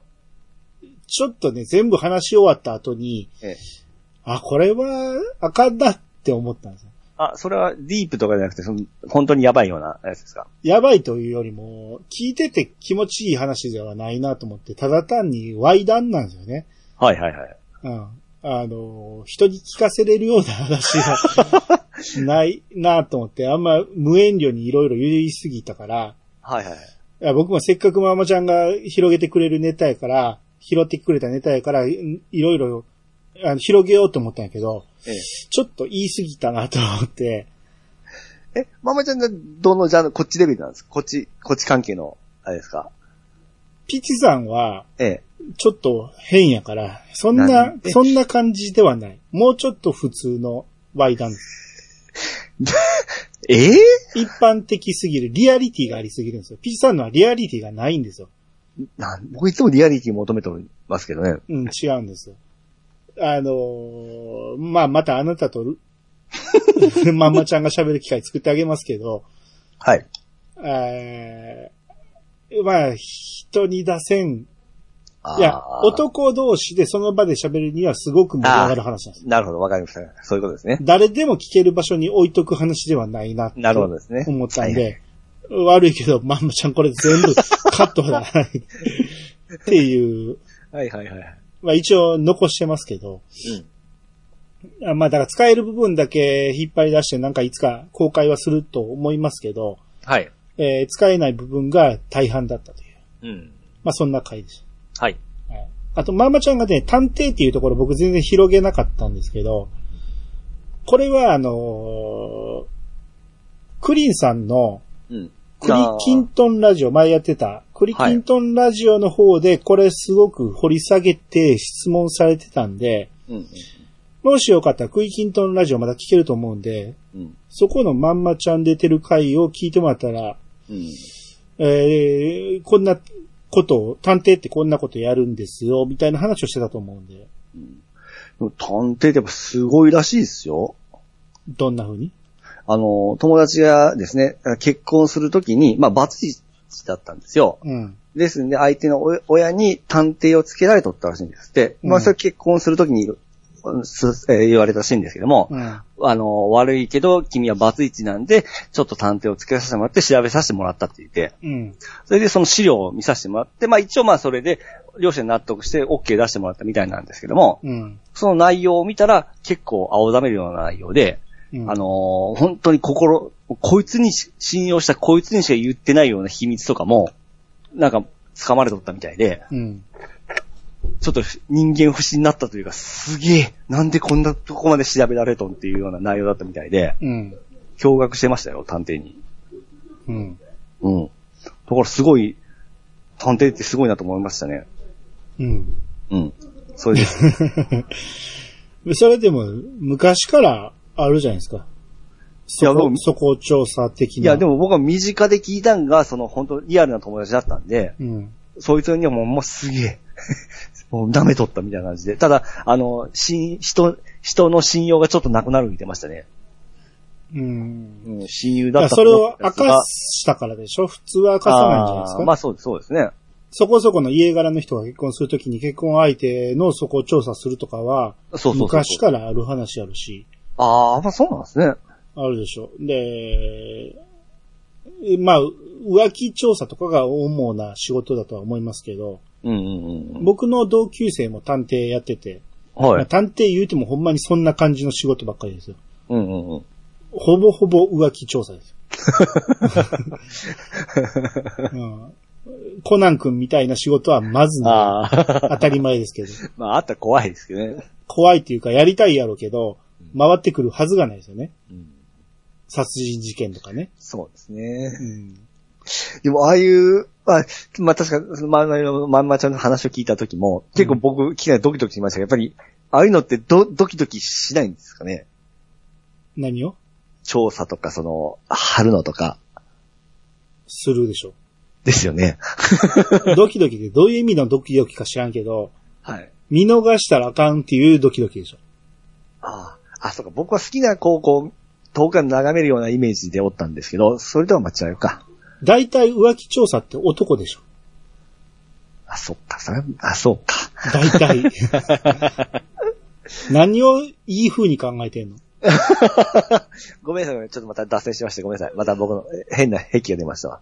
Speaker 1: ちょっとね、全部話し終わった後に、
Speaker 2: ええ
Speaker 1: あ、これは、あかんだって思ったんですよ。
Speaker 2: あ、それはディープとかじゃなくて、その、本当にやばいようなやつですか。
Speaker 1: やばいというよりも、聞いてて気持ちいい話ではないなと思って、ただ単に歪談なんですよね。
Speaker 2: はいはいはい。
Speaker 1: うん。あの、人に聞かせれるような話
Speaker 2: <laughs>
Speaker 1: がないなと思って、あんま無遠慮にいろいろ言いすぎたから、
Speaker 2: はいはい。
Speaker 1: いや僕もせっかくママちゃんが広げてくれるネタやから、拾ってくれたネタやから、いいろいろあの広げようと思ったんやけど、
Speaker 2: え
Speaker 1: ちょっと言い過ぎたなと思って、
Speaker 2: え、え、ママちゃんがどのジャンル、こっちレベルなんですかこっち、こっち関係の、あれですか
Speaker 1: ピチさんは、
Speaker 2: ええ。
Speaker 1: ちょっと変やから、そん
Speaker 2: な
Speaker 1: なん
Speaker 2: で、
Speaker 1: そんな感じではない。もうちょっと普通のワイダン。
Speaker 2: ええ
Speaker 1: 一般的すぎる、リアリティがありすぎるんですよ。ピチさんのはリアリティがないんですよ。
Speaker 2: なん僕いつもリアリティ求めておりますけどね。
Speaker 1: うん、違うんですよ。あのーまあ、またあなたと、 <laughs> ママちゃんが喋る機会作ってあげますけど、
Speaker 2: はい。
Speaker 1: えーまあ、人に出せん。
Speaker 2: あー
Speaker 1: いや、男同士でその場で喋るにはすごく盛り上がる話なんですよ。
Speaker 2: なるほど、わかりました。そういうことですね。
Speaker 1: 誰でも聞ける場所に置いとく話ではないなって
Speaker 2: なるほどですね。
Speaker 1: 思ったん
Speaker 2: はいはい
Speaker 1: で、悪いけど、まんまちゃんこれ全部カットだ。っていう、
Speaker 2: はいはいはい。
Speaker 1: まあ一応残してますけど、
Speaker 2: うん
Speaker 1: あまあだから使える部分だけ引っ張り出してなんかいつか公開はすると思いますけど、
Speaker 5: はい。
Speaker 1: えー使えない部分が大半だったという。
Speaker 5: うん。
Speaker 1: まあそんな回でし
Speaker 5: はい。
Speaker 1: た。はい、あと、まーまちゃんがね、探偵っていうところ僕全然広げなかったんですけど、これはあのークリンさんの
Speaker 5: うん。
Speaker 1: クリキントンラジオ、前やってた、クリキントンラジオの方で、これすごく掘り下げて質問されてたんで、
Speaker 5: うん。
Speaker 1: もしよかったらクリキントンラジオまだ聞けると思うんで、
Speaker 5: うん。
Speaker 1: そこのまんまちゃん出てる回を聞いてもらったら、
Speaker 5: うん。
Speaker 1: えー、こんなことを、探偵ってこんなことやるんですよ、みたいな話をしてたと思うんで、
Speaker 2: 探偵ってやっぱすごいらしいですよ。
Speaker 1: どんな風に
Speaker 2: あの、友達がですね、結婚するときに、まあ、バツイチだったんですよ。
Speaker 1: うん。
Speaker 2: ですんで、相手のお親に探偵をつけられとったらしいんですって。ま
Speaker 1: う
Speaker 2: あ、
Speaker 1: ん
Speaker 2: それ結婚するときに、すえー言われたらしいんですけども、
Speaker 1: うん。
Speaker 2: あの、悪いけど、君はバツイチなんで、ちょっと探偵をつけさせてもらって調べさせてもらったって言って、
Speaker 1: うん。
Speaker 2: それでその資料を見させてもらって、まあ一応まあそれで、両親納得して OK 出してもらったみたいなんですけども、
Speaker 1: うん。
Speaker 2: その内容を見たら結構青ざめるような内容で、
Speaker 1: うん
Speaker 2: あのー本当に心、こいつにし信用したこいつにしか言ってないような秘密とかも、なんか掴まれとったみたいで、
Speaker 1: うん。
Speaker 2: ちょっと人間不信になったというか、すげえ、なんでこんなとこまで調べられとんっていうような内容だったみたいで、
Speaker 1: うん。
Speaker 2: 驚愕してましたよ、探偵に。
Speaker 1: うん。
Speaker 2: うん。だからすごい、探偵ってすごいなと思いましたね。
Speaker 1: うん。 <laughs>
Speaker 2: うん。それです。
Speaker 1: それでも、昔からあるじゃないですか。そ
Speaker 2: いやで
Speaker 1: こ、
Speaker 2: も
Speaker 1: そこ調査的な。
Speaker 2: いや、で
Speaker 1: も、
Speaker 2: も僕は身近で聞いたんが、その本当リアルな友達だったんで、
Speaker 1: うん。
Speaker 2: そいつにはもう、もうすげえ、 <laughs> もう舐めとったみたいな感じで。ただ、あの、し人、人の信用がちょっとなくなる言ってましたね。
Speaker 1: うん。
Speaker 2: うん、親友
Speaker 1: だか
Speaker 2: だ
Speaker 1: ら
Speaker 2: った
Speaker 1: それを明
Speaker 2: 赤
Speaker 1: かしたからでしょ普通は明かさないんじゃないですか、
Speaker 2: まあそうです、そうですね。
Speaker 1: そこそこの家柄の人が結婚するときに結婚相手のそこを調査するとかは、
Speaker 2: そうそうそう
Speaker 1: 昔からある話あるし、
Speaker 2: ああ、まあそうなんですね。
Speaker 1: あるでしょ。で、えまあ、浮気調査とかが主な仕事だとは思いますけど、
Speaker 2: うんうんうん。
Speaker 1: 僕の同級生も探偵やってて、ま
Speaker 2: は
Speaker 1: あ
Speaker 2: い。
Speaker 1: 探偵言うてもほんまにそんな感じの仕事ばっかりですよ。
Speaker 2: うんうんうん。
Speaker 1: ほぼほぼ浮気調査
Speaker 2: <laughs>
Speaker 1: ですよ、うんコナン君みたいな仕事はまずない
Speaker 2: あ
Speaker 1: <laughs> 当
Speaker 2: あ、
Speaker 1: たり前ですけど。
Speaker 2: まああったら怖いですけどね。
Speaker 1: 怖いっていうかやりたいやろうけど、回ってくるはずがないですよね。
Speaker 2: うん
Speaker 1: 殺人事件とかね。
Speaker 2: そうですね。
Speaker 1: うん。
Speaker 2: でも、ああいう、まあ、まあ、確か、まんまの、まんまちゃんの話を聞いた時も、結構僕、聞きなりドキドキしましたけど、やっぱり、ああいうのってド、ドキドキしないんですかね
Speaker 1: 何を
Speaker 2: 調査とか、その、貼るのとか、
Speaker 1: するでしょ
Speaker 2: ですよね。
Speaker 1: う。ドキドキでどういう意味のドキドキか知らんけど、
Speaker 2: はい。
Speaker 1: 見逃したらあかんっていうドキドキでしょ。
Speaker 2: ああ、あ、そうか、僕は好きな高校、遠くから眺めるようなイメージでおったんですけど、それとは間違うか。
Speaker 1: 大体浮気調査って男でしょ。
Speaker 2: あ、そっか、それ、あ、そうか。
Speaker 1: 大体。何をいい風に考えてんの
Speaker 2: ごめんなさい、ちょっとまた脱線しました。ごめんなさい。また僕のえ変な癖が出ましたわ。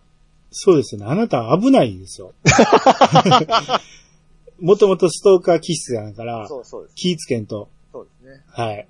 Speaker 1: そうですよね。あなた危ないんです <laughs> よ。もともとストーカー気質やから、
Speaker 2: うそうです。
Speaker 1: 気ぃつけんと。
Speaker 2: そうですね。
Speaker 1: はい。